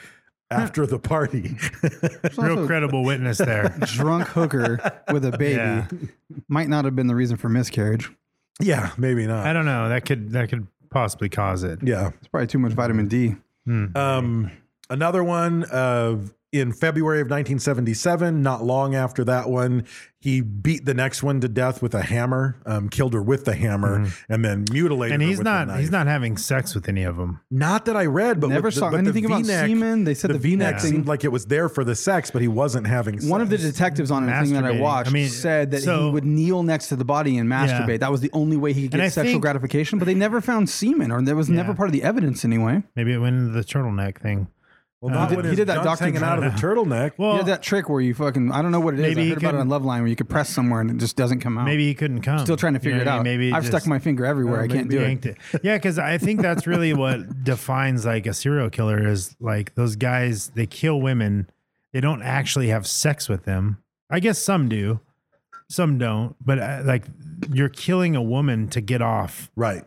[SPEAKER 5] after the party."
[SPEAKER 4] Real credible witness there.
[SPEAKER 3] Drunk hooker with a baby
[SPEAKER 4] Yeah.
[SPEAKER 3] might not have been the reason for miscarriage.
[SPEAKER 5] yeah, maybe
[SPEAKER 4] I
[SPEAKER 5] not.
[SPEAKER 4] don't know. That could that could possibly cause it.
[SPEAKER 5] Yeah.
[SPEAKER 3] It's probably too much vitamin D.
[SPEAKER 5] Um, another one of in February of 1977, not long after that one, he beat the next one to death with a hammer, um, killed her with the hammer, and then mutilated.
[SPEAKER 4] And
[SPEAKER 5] her
[SPEAKER 4] he's
[SPEAKER 5] with the
[SPEAKER 4] not he's
[SPEAKER 5] knife.
[SPEAKER 4] not having sex with any of them.
[SPEAKER 5] Not that I read, but
[SPEAKER 3] Never
[SPEAKER 5] with the,
[SPEAKER 3] saw
[SPEAKER 5] but the
[SPEAKER 3] anything about
[SPEAKER 5] V-neck-
[SPEAKER 3] semen. They said
[SPEAKER 5] the,
[SPEAKER 3] the
[SPEAKER 5] V-neck
[SPEAKER 3] V-neck
[SPEAKER 5] seemed
[SPEAKER 3] thing-
[SPEAKER 5] like it was there for the sex, but he wasn't having. Sex.
[SPEAKER 3] One of the detectives on a thing that I
[SPEAKER 4] Masturbating.
[SPEAKER 3] watched
[SPEAKER 4] I mean,
[SPEAKER 3] said that
[SPEAKER 4] so-
[SPEAKER 3] he would kneel next to the body and masturbate.
[SPEAKER 4] Yeah.
[SPEAKER 3] That was the only way he could
[SPEAKER 4] And I
[SPEAKER 3] get sexual
[SPEAKER 4] think-
[SPEAKER 3] gratification, but they never found semen, or that was never
[SPEAKER 4] Yeah.
[SPEAKER 3] part of the evidence anyway.
[SPEAKER 4] Maybe it went into the turtleneck thing.
[SPEAKER 5] well, not
[SPEAKER 4] he did-
[SPEAKER 5] when
[SPEAKER 3] he
[SPEAKER 5] his
[SPEAKER 3] did that
[SPEAKER 5] gunk's
[SPEAKER 3] Dr.
[SPEAKER 5] hanging out of the turtleneck.
[SPEAKER 3] You
[SPEAKER 4] Well,
[SPEAKER 3] had that trick where you fucking, I don't know what it is.
[SPEAKER 4] Maybe
[SPEAKER 3] I
[SPEAKER 4] he
[SPEAKER 3] heard about it
[SPEAKER 4] couldn't-
[SPEAKER 3] on Love Line where you could press somewhere and it just doesn't come out.
[SPEAKER 4] maybe he couldn't come.
[SPEAKER 3] Still trying to
[SPEAKER 4] You
[SPEAKER 3] figure
[SPEAKER 4] know
[SPEAKER 3] it
[SPEAKER 4] what I
[SPEAKER 3] out.
[SPEAKER 4] mean? Maybe
[SPEAKER 3] I've
[SPEAKER 4] just- Oh,
[SPEAKER 3] stuck my finger everywhere. I
[SPEAKER 4] Maybe
[SPEAKER 3] can't do it.
[SPEAKER 4] yanked Yeah, because I think that's really what defines like a serial killer is like those guys. They kill women. They don't actually have sex with them. I guess some do, some don't. But uh, like, you're killing a woman to get off.
[SPEAKER 5] Right.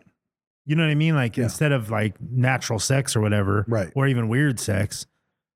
[SPEAKER 4] You know what I mean? Like
[SPEAKER 5] Yeah.
[SPEAKER 4] instead of like natural sex or whatever,
[SPEAKER 5] Right.
[SPEAKER 4] Or even weird sex,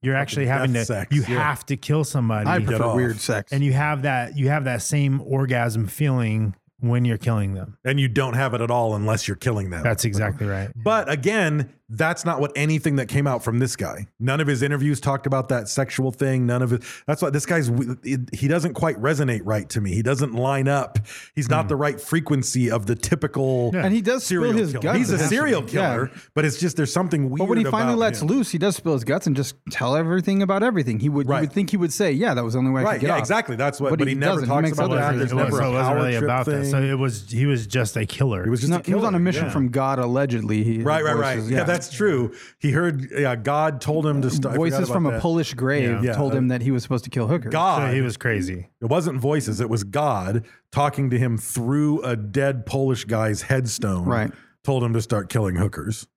[SPEAKER 4] you're actually having
[SPEAKER 5] death
[SPEAKER 4] to.
[SPEAKER 5] sex,
[SPEAKER 4] you
[SPEAKER 5] yeah.
[SPEAKER 4] have to kill somebody
[SPEAKER 3] I
[SPEAKER 5] Get
[SPEAKER 3] prefer
[SPEAKER 5] off.
[SPEAKER 3] weird sex.
[SPEAKER 4] and you have that you have that same orgasm feeling when you're killing them.
[SPEAKER 5] And you don't have it at all unless you're killing them.
[SPEAKER 4] That's exactly right.
[SPEAKER 5] But again, that's not what anything that came out from this guy. None of his interviews talked about that sexual thing. None of it. That's why this guy's it- he doesn't quite resonate right to me. He doesn't line up. He's not the right frequency of the typical.
[SPEAKER 4] Yeah.
[SPEAKER 3] Hmm. and he does spill
[SPEAKER 5] serial
[SPEAKER 3] his
[SPEAKER 5] killer.
[SPEAKER 3] guts.
[SPEAKER 5] He's a serial
[SPEAKER 3] Yeah.
[SPEAKER 5] killer, but it's just there's something weird.
[SPEAKER 3] But when he finally
[SPEAKER 5] about
[SPEAKER 3] lets
[SPEAKER 5] him.
[SPEAKER 3] loose, he does spill his guts and just tell everything about everything. He would,
[SPEAKER 5] Right.
[SPEAKER 3] you would think he would say, "Yeah, that was the only way I
[SPEAKER 5] Right,
[SPEAKER 3] could get
[SPEAKER 5] yeah,
[SPEAKER 3] off."
[SPEAKER 5] exactly. That's what-
[SPEAKER 3] But, he, never
[SPEAKER 5] talks
[SPEAKER 3] talks
[SPEAKER 5] about
[SPEAKER 3] about
[SPEAKER 5] that. There's
[SPEAKER 4] it
[SPEAKER 3] that.
[SPEAKER 5] never
[SPEAKER 4] was,
[SPEAKER 5] a
[SPEAKER 4] so it wasn't
[SPEAKER 5] power
[SPEAKER 4] really
[SPEAKER 5] trip
[SPEAKER 4] about that. So
[SPEAKER 5] thing.
[SPEAKER 4] it was he was just a killer.
[SPEAKER 5] He was just
[SPEAKER 3] No,
[SPEAKER 5] a
[SPEAKER 3] he was on a
[SPEAKER 5] killer,
[SPEAKER 3] mission
[SPEAKER 5] yeah.
[SPEAKER 3] from God, allegedly. He,
[SPEAKER 5] Right, right, right.
[SPEAKER 3] voices-
[SPEAKER 5] yeah. that's true. He heard yeah, God told him to start.
[SPEAKER 3] Voices from a Polish grave
[SPEAKER 5] Yeah.
[SPEAKER 3] told him that he was supposed to kill hookers.
[SPEAKER 5] God.
[SPEAKER 4] So he was crazy.
[SPEAKER 5] It wasn't voices. It was God talking to him through a dead Polish guy's headstone.
[SPEAKER 3] Right.
[SPEAKER 5] Told him to start killing hookers.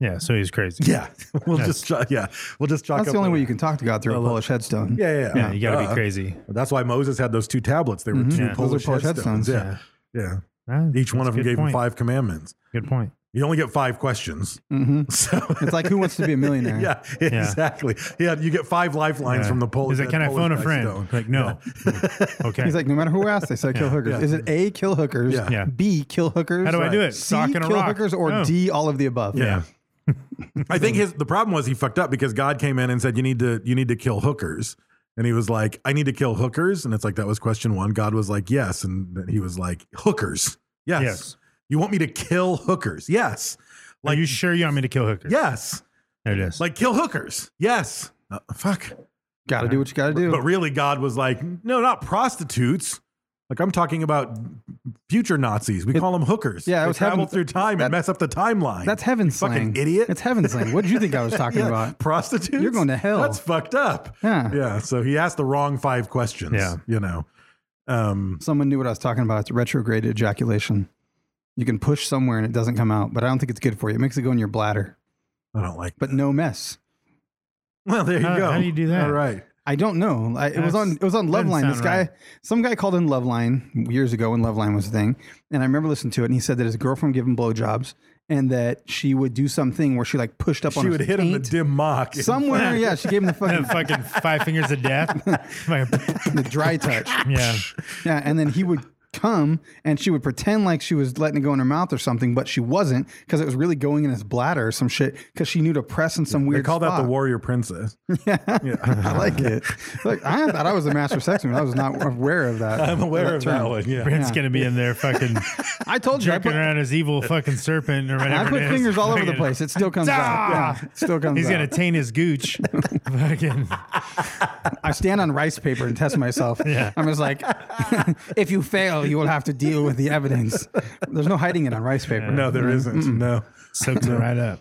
[SPEAKER 4] Yeah, so he was crazy.
[SPEAKER 5] Yeah. We'll just ch- yeah. We'll just chalk
[SPEAKER 3] That's
[SPEAKER 5] up
[SPEAKER 3] the only
[SPEAKER 5] what-
[SPEAKER 3] way you can talk to God through a Polish headstone.
[SPEAKER 5] Yeah, yeah, yeah.
[SPEAKER 4] Yeah, you got to
[SPEAKER 5] Duh.
[SPEAKER 4] be crazy.
[SPEAKER 5] That's why Moses had those two tablets. They were two
[SPEAKER 4] Yeah. Those
[SPEAKER 3] Mm-hmm. are
[SPEAKER 5] Polish,
[SPEAKER 3] Polish
[SPEAKER 5] headstones.
[SPEAKER 3] headstones,
[SPEAKER 5] Yeah. yeah.
[SPEAKER 4] Ah,
[SPEAKER 5] Each one
[SPEAKER 4] that's
[SPEAKER 5] of them
[SPEAKER 4] a good
[SPEAKER 5] gave him
[SPEAKER 4] point.
[SPEAKER 5] five commandments.
[SPEAKER 4] Good point.
[SPEAKER 5] You only get five questions.
[SPEAKER 3] Mm-hmm.
[SPEAKER 5] So
[SPEAKER 3] It's like who wants to be a millionaire?
[SPEAKER 5] yeah, exactly. Yeah, you get five lifelines
[SPEAKER 4] Yeah.
[SPEAKER 5] from the Polish.
[SPEAKER 4] Is it?
[SPEAKER 5] that
[SPEAKER 4] Can I
[SPEAKER 5] Polish
[SPEAKER 4] phone a
[SPEAKER 5] guy
[SPEAKER 4] friend?
[SPEAKER 5] stone."
[SPEAKER 4] Like no. okay.
[SPEAKER 3] He's like, no matter who asks, they say kill hookers. Is it A, kill hookers?
[SPEAKER 5] Yeah.
[SPEAKER 4] Yeah.
[SPEAKER 3] B, kill hookers?
[SPEAKER 4] How do I do it?
[SPEAKER 3] C,
[SPEAKER 4] Sock and a
[SPEAKER 3] kill
[SPEAKER 4] rock.
[SPEAKER 3] hookers, or
[SPEAKER 4] Oh.
[SPEAKER 3] D, all of the above.
[SPEAKER 4] yeah.
[SPEAKER 5] I think his the problem was he fucked up because God came in and said you need to you need to kill hookers, and he was like I need to kill hookers, and it's like that was question one. God was like yes, and then he was like hookers, yes.
[SPEAKER 4] Yes.
[SPEAKER 5] You want me to kill hookers? Yes.
[SPEAKER 4] Like, Are you sure you want me to kill hookers?
[SPEAKER 5] Yes.
[SPEAKER 4] There it is.
[SPEAKER 5] Like kill hookers? Yes. Uh, fuck.
[SPEAKER 3] Got to do what you got to do.
[SPEAKER 5] But really, God was like, no, not prostitutes. Like I'm talking about future Nazis. We call them hookers.
[SPEAKER 3] Yeah, it
[SPEAKER 5] they
[SPEAKER 3] was
[SPEAKER 5] travel
[SPEAKER 3] heaven-
[SPEAKER 5] through time
[SPEAKER 3] that-
[SPEAKER 5] and mess up the timeline.
[SPEAKER 3] That's heaven
[SPEAKER 5] You
[SPEAKER 3] slang.
[SPEAKER 5] Fucking idiot.
[SPEAKER 3] It's heaven slang. What did you think I was talking
[SPEAKER 5] Yeah,
[SPEAKER 3] about?
[SPEAKER 5] prostitutes.
[SPEAKER 3] You're going to hell.
[SPEAKER 5] That's fucked up.
[SPEAKER 3] Yeah.
[SPEAKER 5] Yeah. So he asked the wrong five questions.
[SPEAKER 4] Yeah.
[SPEAKER 5] You know. Um.
[SPEAKER 3] Someone knew what I was talking about. It's retrograde ejaculation. You can push somewhere and it doesn't come out, but I don't think it's good for you. It makes it go in your bladder,
[SPEAKER 5] I don't like.
[SPEAKER 3] but no mess.
[SPEAKER 5] Well, there you
[SPEAKER 4] How-
[SPEAKER 5] go.
[SPEAKER 4] how do you do that?
[SPEAKER 5] All right.
[SPEAKER 3] I don't know. I, it was on it was on
[SPEAKER 4] That's-
[SPEAKER 3] Loveline.
[SPEAKER 4] doesn't
[SPEAKER 3] This
[SPEAKER 4] sound
[SPEAKER 3] guy,
[SPEAKER 4] right.
[SPEAKER 3] some guy called in Loveline years ago when Loveline was a thing, and I remember listening to it. And he said that his girlfriend gave him blowjobs, and that she would do something where she like pushed up on
[SPEAKER 5] She
[SPEAKER 3] his
[SPEAKER 5] would hit him the
[SPEAKER 3] taint
[SPEAKER 5] dim mock.
[SPEAKER 3] somewhere. yeah, she gave him the fucking,
[SPEAKER 4] fucking five fingers of death. Like,
[SPEAKER 3] the dry touch.
[SPEAKER 4] yeah.
[SPEAKER 3] Yeah, and then he would come, and she would pretend like she was letting it go in her mouth or something, but she wasn't because it was really going in his bladder or some shit. Because she knew to press in some
[SPEAKER 5] They
[SPEAKER 3] weird.
[SPEAKER 5] call that
[SPEAKER 3] spot.
[SPEAKER 5] the warrior princess.
[SPEAKER 3] I like it. Like I thought I was a master sexman. I was not aware of that.
[SPEAKER 5] I'm aware of that
[SPEAKER 3] term.
[SPEAKER 5] one. Yeah.
[SPEAKER 4] Brent's gonna be in there fucking
[SPEAKER 3] I told you. I
[SPEAKER 4] jerking
[SPEAKER 3] put,
[SPEAKER 4] around his evil fucking serpent or whatever.
[SPEAKER 3] I put
[SPEAKER 4] it is.
[SPEAKER 3] fingers all over the
[SPEAKER 4] Fucking-
[SPEAKER 3] place. It still comes out.
[SPEAKER 4] Ah!
[SPEAKER 3] Yeah, it still comes
[SPEAKER 4] He's
[SPEAKER 3] out.
[SPEAKER 4] gonna taint his gooch. fucking.
[SPEAKER 3] I stand on rice paper and test myself. I'm just like, if you fail, you will have to deal with the evidence. There's no hiding it on rice paper.
[SPEAKER 5] No, there isn't. No.
[SPEAKER 3] Mm-hmm.
[SPEAKER 4] soaks it right up.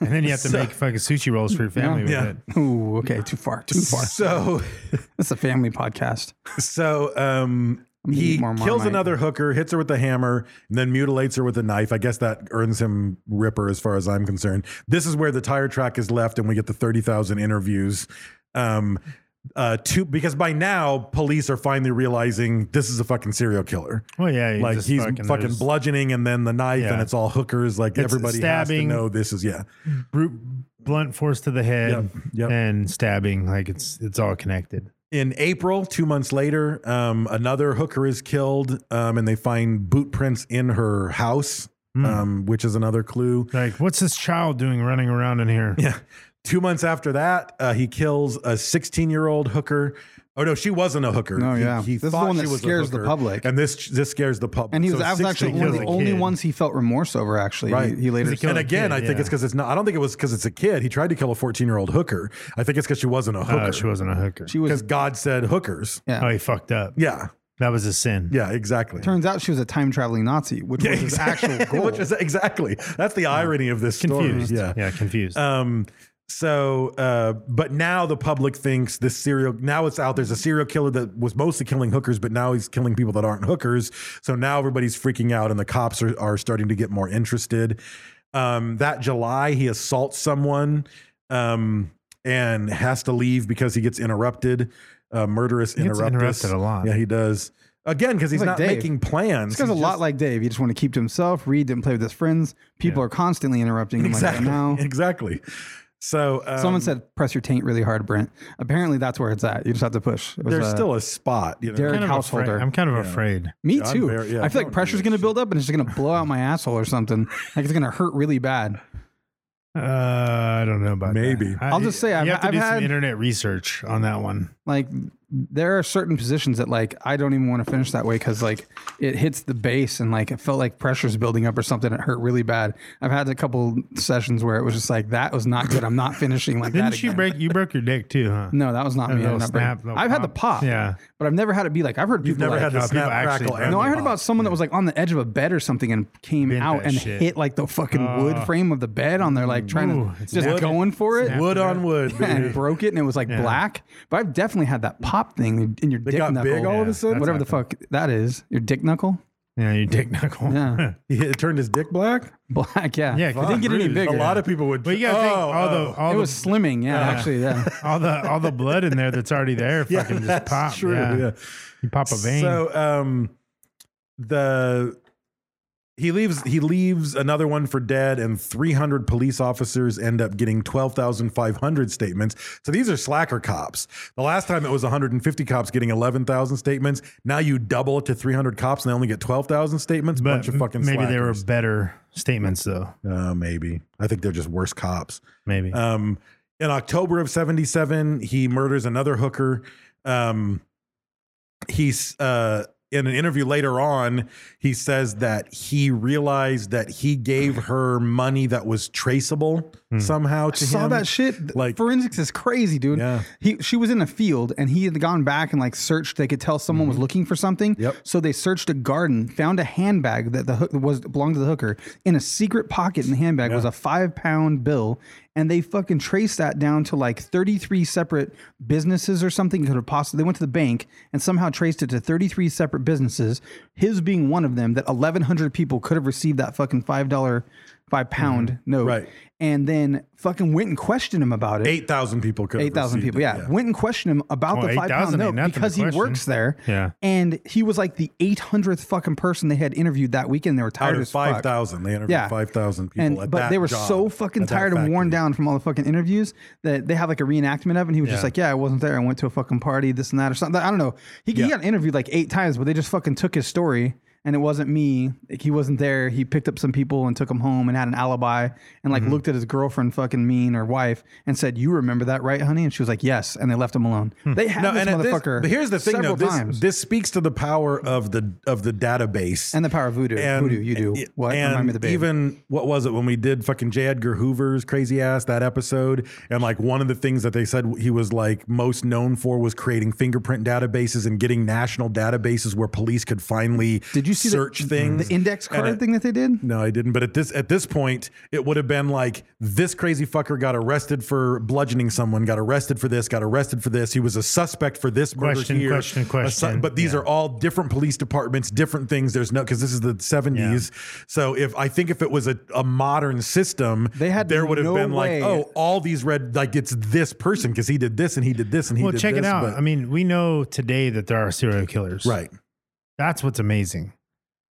[SPEAKER 4] And then you have to make fucking sushi rolls for your family with
[SPEAKER 5] Yeah.
[SPEAKER 4] it.
[SPEAKER 3] Ooh, okay, too far, too far.
[SPEAKER 5] So
[SPEAKER 3] It's a family podcast.
[SPEAKER 5] So um,
[SPEAKER 3] gonna
[SPEAKER 5] he
[SPEAKER 3] eat more
[SPEAKER 5] kills
[SPEAKER 3] Marmite.
[SPEAKER 5] another hooker, hits her with a hammer, and then mutilates her with a knife. I guess that earns him Ripper, as far as I'm concerned. This is where the tire track is left, and we get the 30,000 interviews. Um, uh, two because by now police are finally realizing this is a fucking serial killer.
[SPEAKER 4] Well, yeah, he's
[SPEAKER 5] like
[SPEAKER 4] just
[SPEAKER 5] he's
[SPEAKER 4] fucking-
[SPEAKER 5] fucking,
[SPEAKER 4] there's-
[SPEAKER 5] bludgeoning and then the knife
[SPEAKER 4] Yeah.
[SPEAKER 5] and it's all hookers. Like
[SPEAKER 4] It's
[SPEAKER 5] everybody
[SPEAKER 4] stabbing.
[SPEAKER 5] has to know this is yeah.
[SPEAKER 4] brute blunt force to the head
[SPEAKER 5] Yep, yep.
[SPEAKER 4] and stabbing like it's it's all connected
[SPEAKER 5] In April, two months later, um, another hooker is killed, um, and they find boot prints in her house,
[SPEAKER 3] Hmm.
[SPEAKER 5] um, which is another clue.
[SPEAKER 4] like what's this child doing running around in here
[SPEAKER 5] Yeah. Two months after that, uh, he kills a 16 year old hooker. Oh no, she wasn't a hooker.
[SPEAKER 3] No,
[SPEAKER 5] He-
[SPEAKER 3] yeah.
[SPEAKER 5] he
[SPEAKER 3] This is the
[SPEAKER 5] thought
[SPEAKER 3] one
[SPEAKER 5] she
[SPEAKER 3] that
[SPEAKER 5] was a
[SPEAKER 3] scares the
[SPEAKER 5] hooker,
[SPEAKER 3] public.
[SPEAKER 5] and this this scares the public.
[SPEAKER 3] And he was,
[SPEAKER 5] So
[SPEAKER 3] that was
[SPEAKER 5] 16
[SPEAKER 3] actually
[SPEAKER 4] he
[SPEAKER 3] one of
[SPEAKER 4] kills
[SPEAKER 3] the
[SPEAKER 4] a
[SPEAKER 3] only
[SPEAKER 4] kid.
[SPEAKER 3] ones he felt remorse over. Actually,
[SPEAKER 5] Right.
[SPEAKER 3] He, he later
[SPEAKER 4] Because he killed
[SPEAKER 5] and
[SPEAKER 4] a
[SPEAKER 5] again,
[SPEAKER 4] kid,
[SPEAKER 5] I think
[SPEAKER 4] yeah.
[SPEAKER 5] it's because it's not. I don't think it was because it's a kid. He tried to kill a 14 year old hooker. I think it's because she wasn't a hooker.
[SPEAKER 4] Uh, she wasn't a hooker
[SPEAKER 3] she
[SPEAKER 5] Because
[SPEAKER 3] was.
[SPEAKER 5] God said hookers.
[SPEAKER 3] Yeah.
[SPEAKER 4] oh he fucked up
[SPEAKER 5] Yeah.
[SPEAKER 4] that was a sin
[SPEAKER 5] Yeah. Exactly.
[SPEAKER 3] Turns out she was a time traveling Nazi, which
[SPEAKER 5] yeah,
[SPEAKER 3] was his
[SPEAKER 5] exactly.
[SPEAKER 3] actual goal.
[SPEAKER 5] Which is exactly. That's the irony of this
[SPEAKER 4] confused
[SPEAKER 5] story. Yeah.
[SPEAKER 4] yeah confused
[SPEAKER 5] Um, so, uh, but now the public thinks this serial, now it's out. There's a serial killer that was mostly killing hookers, but now he's killing people that aren't hookers. So now everybody's freaking out and the cops are, are starting to get more interested. Um, that July, he assaults someone um, and has to leave because he gets interrupted. Uh, murderous
[SPEAKER 4] He gets
[SPEAKER 5] interruptus.
[SPEAKER 4] interrupted a lot.
[SPEAKER 5] Yeah, he does. Again, because he's
[SPEAKER 3] Like
[SPEAKER 5] not
[SPEAKER 3] Dave.
[SPEAKER 5] making plans.
[SPEAKER 3] This guy's a
[SPEAKER 5] He's
[SPEAKER 3] lot
[SPEAKER 5] just-
[SPEAKER 3] like Dave. He just wanted to keep to himself. Reed didn't play with his friends. People are constantly interrupting him
[SPEAKER 5] exactly.
[SPEAKER 3] like that now.
[SPEAKER 5] Exactly. So um,
[SPEAKER 3] Someone said, "Press your taint really hard, Brent." Apparently, that's where it's at. You just have to push. It was,
[SPEAKER 5] there's
[SPEAKER 3] uh,
[SPEAKER 5] still a spot. You know?
[SPEAKER 3] Derek
[SPEAKER 4] kind of
[SPEAKER 3] householder.
[SPEAKER 4] afraid- i'm kind of afraid
[SPEAKER 3] Me
[SPEAKER 5] Yeah, I'm
[SPEAKER 3] too.
[SPEAKER 5] very- yeah,
[SPEAKER 3] I feel like
[SPEAKER 5] don't do
[SPEAKER 3] pressure's
[SPEAKER 5] that
[SPEAKER 3] going to
[SPEAKER 5] shit.
[SPEAKER 3] build up and it's just going to blow out my asshole or something. Like it's going to hurt really bad.
[SPEAKER 4] uh, i don't know about
[SPEAKER 5] Maybe.
[SPEAKER 4] that.
[SPEAKER 3] I'll just say
[SPEAKER 4] you
[SPEAKER 3] I've-
[SPEAKER 4] have to
[SPEAKER 3] I've
[SPEAKER 4] do
[SPEAKER 3] had-
[SPEAKER 4] some internet research on that one
[SPEAKER 3] Like there are certain positions that like I don't even want to finish that way because like it hits the base and like it felt like pressure's building up or something. It hurt really bad. I've had a couple sessions where it was just like that was not good. I'm not finishing like that.
[SPEAKER 4] didn't you
[SPEAKER 3] again.
[SPEAKER 4] break you broke your dick too huh
[SPEAKER 3] No, that was not
[SPEAKER 4] That
[SPEAKER 3] me. I
[SPEAKER 4] little
[SPEAKER 3] did not break-
[SPEAKER 4] snap, little
[SPEAKER 3] I've had the
[SPEAKER 4] pop.
[SPEAKER 3] pop.
[SPEAKER 4] Yeah.
[SPEAKER 3] But I've never had it be like I've heard people
[SPEAKER 5] You've never
[SPEAKER 3] like,
[SPEAKER 5] had the
[SPEAKER 4] No, people
[SPEAKER 5] snap,
[SPEAKER 4] actually-
[SPEAKER 5] crackle, and
[SPEAKER 3] No,
[SPEAKER 5] the
[SPEAKER 3] I heard
[SPEAKER 5] pop.
[SPEAKER 3] about someone that was like on the edge of a bed or something and came
[SPEAKER 4] Been
[SPEAKER 3] out
[SPEAKER 4] that
[SPEAKER 3] and
[SPEAKER 4] shit.
[SPEAKER 3] hit like the fucking wood frame of the bed on there, like trying
[SPEAKER 4] Ooh,
[SPEAKER 3] to
[SPEAKER 4] it's
[SPEAKER 3] just
[SPEAKER 4] wood-
[SPEAKER 3] going for it.
[SPEAKER 5] wood on wood.
[SPEAKER 3] Yeah, and
[SPEAKER 5] baby.
[SPEAKER 3] broke it and it was like black. But I've definitely had that pop thing in your dick
[SPEAKER 5] got
[SPEAKER 3] knuckle.
[SPEAKER 5] big all of a Yeah, sudden?
[SPEAKER 3] Whatever the fuck that is. Your dick knuckle?
[SPEAKER 4] yeah your dick knuckle
[SPEAKER 3] Yeah.
[SPEAKER 5] He hit, turned his dick black.
[SPEAKER 3] Black, yeah.
[SPEAKER 4] Yeah,
[SPEAKER 3] It
[SPEAKER 4] 'cause
[SPEAKER 3] didn't get any
[SPEAKER 4] bruised.
[SPEAKER 3] bigger.
[SPEAKER 5] A lot of people would.
[SPEAKER 4] but you gotta think
[SPEAKER 5] Oh,
[SPEAKER 4] all
[SPEAKER 5] oh.
[SPEAKER 4] the all
[SPEAKER 3] it
[SPEAKER 4] the
[SPEAKER 3] was slimming, yeah, actually, yeah.
[SPEAKER 4] all the all the blood in there that's already there
[SPEAKER 5] Yeah,
[SPEAKER 4] fucking just
[SPEAKER 5] that's
[SPEAKER 4] pop.
[SPEAKER 5] true,
[SPEAKER 4] yeah.
[SPEAKER 5] yeah.
[SPEAKER 4] You pop a vein.
[SPEAKER 5] So um, the he leaves he leaves another one for dead, and 300 police officers end up getting 12,500 statements. So these are slacker cops. The last time it was 150 cops getting 11,000 statements. Now you double it to 300 cops, and they only get 12,000 statements.
[SPEAKER 4] but
[SPEAKER 5] Bunch of fucking
[SPEAKER 4] maybe
[SPEAKER 5] slackers.
[SPEAKER 4] they were better statements though.
[SPEAKER 5] Uh, maybe. I think they're just worse cops.
[SPEAKER 4] Maybe.
[SPEAKER 5] Um, in October of 77, he murders another hooker. Um, he's uh, in an interview later on, he says that he realized that he gave her money that was traceable somehow to
[SPEAKER 3] Hmm. saw
[SPEAKER 5] him.
[SPEAKER 3] that shit.
[SPEAKER 5] Like-
[SPEAKER 3] Like forensics is crazy, dude.
[SPEAKER 5] Yeah.
[SPEAKER 3] He she was in a field and he had gone back and like searched. They could tell someone was looking for something.
[SPEAKER 5] Mm-hmm. Yep.
[SPEAKER 3] So they searched a garden, found a handbag that the hook was belonged to the hooker. In a secret pocket in the handbag was a five pound bill, and they fucking traced that down to like thirty three separate businesses or something. Could have possibly they went to the bank and somehow traced it to thirty three separate businesses. His being one of them. That eleven hundred people could have received that fucking five dollar. Five pound note
[SPEAKER 5] Mm-hmm. Right.
[SPEAKER 3] and then fucking went and questioned him about it.
[SPEAKER 5] 8,000 people could have
[SPEAKER 3] 8,000
[SPEAKER 5] received
[SPEAKER 3] people,
[SPEAKER 5] it,
[SPEAKER 3] yeah. Went and questioned him about
[SPEAKER 4] Well,
[SPEAKER 3] the five
[SPEAKER 4] 8,000
[SPEAKER 3] pound
[SPEAKER 4] ain't
[SPEAKER 3] note
[SPEAKER 4] nothing to
[SPEAKER 3] because he
[SPEAKER 4] question.
[SPEAKER 3] works there.
[SPEAKER 4] Yeah.
[SPEAKER 3] And he was like the 800th fucking person they had interviewed that weekend. They were
[SPEAKER 5] Out
[SPEAKER 3] tired
[SPEAKER 5] of
[SPEAKER 3] as fuck.
[SPEAKER 5] 5,000. They interviewed
[SPEAKER 3] Yeah.
[SPEAKER 5] 5,000 people.
[SPEAKER 3] And,
[SPEAKER 5] at
[SPEAKER 3] but
[SPEAKER 5] that
[SPEAKER 3] they were
[SPEAKER 5] job,
[SPEAKER 3] so
[SPEAKER 5] at
[SPEAKER 3] fucking
[SPEAKER 5] that
[SPEAKER 3] tired and worn
[SPEAKER 5] factory.
[SPEAKER 3] down from all the fucking interviews that they have like a reenactment of it. And he was just
[SPEAKER 4] Yeah.
[SPEAKER 3] like, Yeah, I wasn't there. I went to a fucking party, this and that, or something. I don't know. He, he
[SPEAKER 5] Yeah.
[SPEAKER 3] got interviewed like eight times, but they just fucking took his story. And it wasn't me. Like, he wasn't there. He picked up some people and took them home and had an alibi and
[SPEAKER 5] Mm-hmm.
[SPEAKER 3] like looked at his girlfriend fucking mean or wife and said, "You remember that, right, honey?" And she was like, "Yes." And they left him alone.
[SPEAKER 5] Hmm.
[SPEAKER 3] They had this
[SPEAKER 5] at
[SPEAKER 3] motherfucker.
[SPEAKER 5] but here's the thing, though.
[SPEAKER 3] several
[SPEAKER 5] This,
[SPEAKER 3] times.
[SPEAKER 5] this speaks to the power of the of the database
[SPEAKER 3] and the power of voodoo. voodoo, you do what?
[SPEAKER 5] And
[SPEAKER 3] Remind me of the babe.
[SPEAKER 5] even what was it when we did fucking J. Edgar Hoover's crazy ass that episode? And like one of the things that they said he was like most known for was creating fingerprint databases and getting national databases where police could finally
[SPEAKER 3] Did you see the-
[SPEAKER 5] search things.
[SPEAKER 3] the index
[SPEAKER 5] And
[SPEAKER 3] card
[SPEAKER 5] it-
[SPEAKER 3] thing that they did?
[SPEAKER 5] No, I didn't. But at this at this point, it would have been like this crazy fucker got arrested for bludgeoning someone, got arrested for this, got arrested for this. He was a suspect for this murder
[SPEAKER 4] Question,
[SPEAKER 5] here.
[SPEAKER 4] question,
[SPEAKER 5] A su-
[SPEAKER 4] question.
[SPEAKER 5] but these
[SPEAKER 4] Yeah.
[SPEAKER 5] are all different police departments, different things. There's no because this is the 70s. So if I think if it was a, a modern system,
[SPEAKER 3] They had
[SPEAKER 5] there would have
[SPEAKER 3] no
[SPEAKER 5] been
[SPEAKER 3] way-
[SPEAKER 5] like, oh, all these red like it's this person because he did this and he did this and he
[SPEAKER 4] Well,
[SPEAKER 5] did
[SPEAKER 4] check
[SPEAKER 5] this.
[SPEAKER 4] it out.
[SPEAKER 5] but-
[SPEAKER 4] I mean, we know today that there are serial killers.
[SPEAKER 5] right.
[SPEAKER 4] That's what's amazing.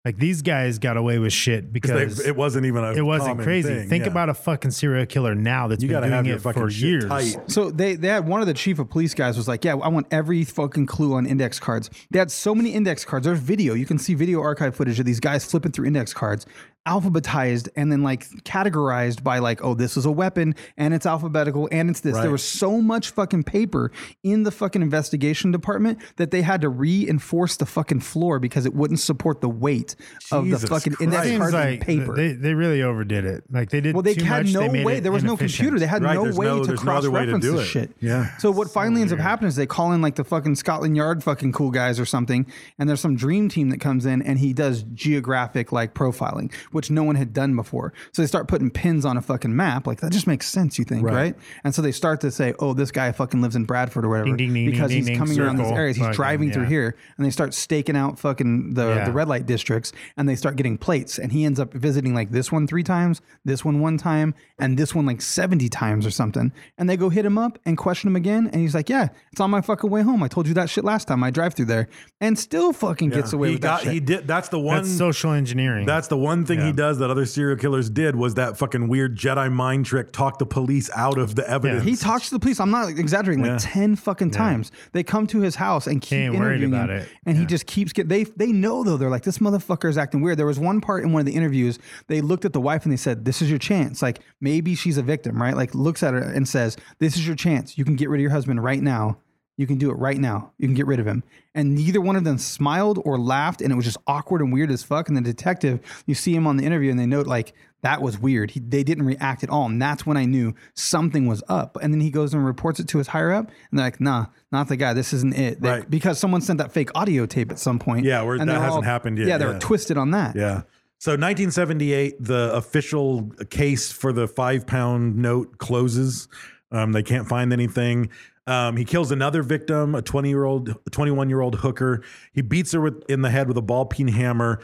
[SPEAKER 4] Like these guys got away with shit because
[SPEAKER 5] Because they- it wasn't even a
[SPEAKER 4] it wasn't
[SPEAKER 5] common
[SPEAKER 4] crazy.
[SPEAKER 5] thing,
[SPEAKER 4] Think
[SPEAKER 5] yeah.
[SPEAKER 4] about a fucking serial killer now that's
[SPEAKER 5] You
[SPEAKER 4] been
[SPEAKER 5] gotta
[SPEAKER 4] doing
[SPEAKER 5] have your
[SPEAKER 4] it
[SPEAKER 5] fucking
[SPEAKER 4] for
[SPEAKER 5] shit
[SPEAKER 4] years.
[SPEAKER 5] tight.
[SPEAKER 3] So they, they had one of the chief of police guys was like, yeah, I want every fucking clue on index cards. They had so many index cards. There's video. You can see video archive footage of these guys flipping through index cards, alphabetized and then like categorized by like, oh, this is a weapon and it's alphabetical and it's this.
[SPEAKER 5] Right.
[SPEAKER 3] There was so much fucking paper in the fucking investigation department that they had to reinforce the fucking floor because it wouldn't support the weight of the
[SPEAKER 5] Jesus
[SPEAKER 3] fucking
[SPEAKER 5] Christ.
[SPEAKER 3] index
[SPEAKER 4] Seems
[SPEAKER 3] card
[SPEAKER 4] like
[SPEAKER 3] and paper.
[SPEAKER 4] They, they really overdid it. Like they did.
[SPEAKER 3] Well, they
[SPEAKER 4] too
[SPEAKER 3] had
[SPEAKER 4] much.
[SPEAKER 3] no
[SPEAKER 4] made
[SPEAKER 3] way.
[SPEAKER 4] it
[SPEAKER 3] There was no
[SPEAKER 4] inefficient.
[SPEAKER 3] computer. They had
[SPEAKER 5] Right,
[SPEAKER 3] no
[SPEAKER 5] there's
[SPEAKER 3] way
[SPEAKER 5] no-
[SPEAKER 3] to
[SPEAKER 5] there's no
[SPEAKER 3] cross
[SPEAKER 5] other way to
[SPEAKER 3] reference
[SPEAKER 5] do
[SPEAKER 3] this
[SPEAKER 5] it.
[SPEAKER 3] shit.
[SPEAKER 5] Yeah.
[SPEAKER 3] So what finally ends up happening is they call in like the fucking Scotland Yard fucking cool guys or something, and there's some dream team that comes in and he does geographic like profiling, which no one had done before. So they start putting pins on a fucking map. Like that just makes sense, you think, right?
[SPEAKER 5] Right.
[SPEAKER 3] And so they start to say, "Oh, this guy fucking lives in Bradford or whatever,"
[SPEAKER 4] Ding, ding, ding,
[SPEAKER 3] because
[SPEAKER 4] ding,
[SPEAKER 3] he's
[SPEAKER 4] ding,
[SPEAKER 3] coming around these
[SPEAKER 4] circle.
[SPEAKER 3] areas. He's
[SPEAKER 4] Fucking,
[SPEAKER 3] driving through
[SPEAKER 4] yeah.
[SPEAKER 3] here, and they start staking out fucking the
[SPEAKER 4] Yeah.
[SPEAKER 3] the red light light districts and they start getting plates and he ends up visiting like this one three times this one one time and this one like 70 times or something and they go hit him up and question him again and he's like yeah it's on my fucking way home i told you that shit last time i drive through there and still fucking gets away
[SPEAKER 5] he
[SPEAKER 3] with
[SPEAKER 5] got
[SPEAKER 3] that shit
[SPEAKER 5] he did that's the one
[SPEAKER 4] That's social engineering.
[SPEAKER 5] That's the one thing
[SPEAKER 4] Yeah.
[SPEAKER 5] he does that other serial killers did was that fucking weird Jedi mind trick talk the police out of the evidence.
[SPEAKER 3] He talks to the police. I'm not exaggerating. Like ten fucking times, they come to his house and keep
[SPEAKER 4] ain't worried
[SPEAKER 3] interviewing
[SPEAKER 4] about
[SPEAKER 3] him,
[SPEAKER 4] it.
[SPEAKER 3] and he just keeps get. They they know though. They're like, this motherfucker is acting weird. There was one part in one of the interviews. They looked at the wife and they said, "This is your chance. Like maybe she's a victim, right? Like looks at her and says, "This is your chance. You can get rid of your husband right now." You can do it right now. You can get rid of him. And neither one of them smiled or laughed. And it was just awkward and weird as fuck. And the detective, you see him on the interview and they note, like, that was weird. He, they didn't react at all. And that's when I knew something was up. And then he goes and reports it to his higher up. And they're like, nah, not the guy. This isn't it. They-
[SPEAKER 5] Right.
[SPEAKER 3] Because someone sent that fake audio tape at some point.
[SPEAKER 5] Yeah, where
[SPEAKER 3] and
[SPEAKER 5] that
[SPEAKER 3] they were
[SPEAKER 5] hasn't happened yet,
[SPEAKER 3] Yeah, they
[SPEAKER 5] yeah.
[SPEAKER 3] were twisted on that.
[SPEAKER 5] yeah. So 1978, the official case for the five pound note closes. Um, they can't find anything. Um, he kills another victim, a 20 year old, 21 year old hooker. He beats her with, in the head with a ball peen hammer,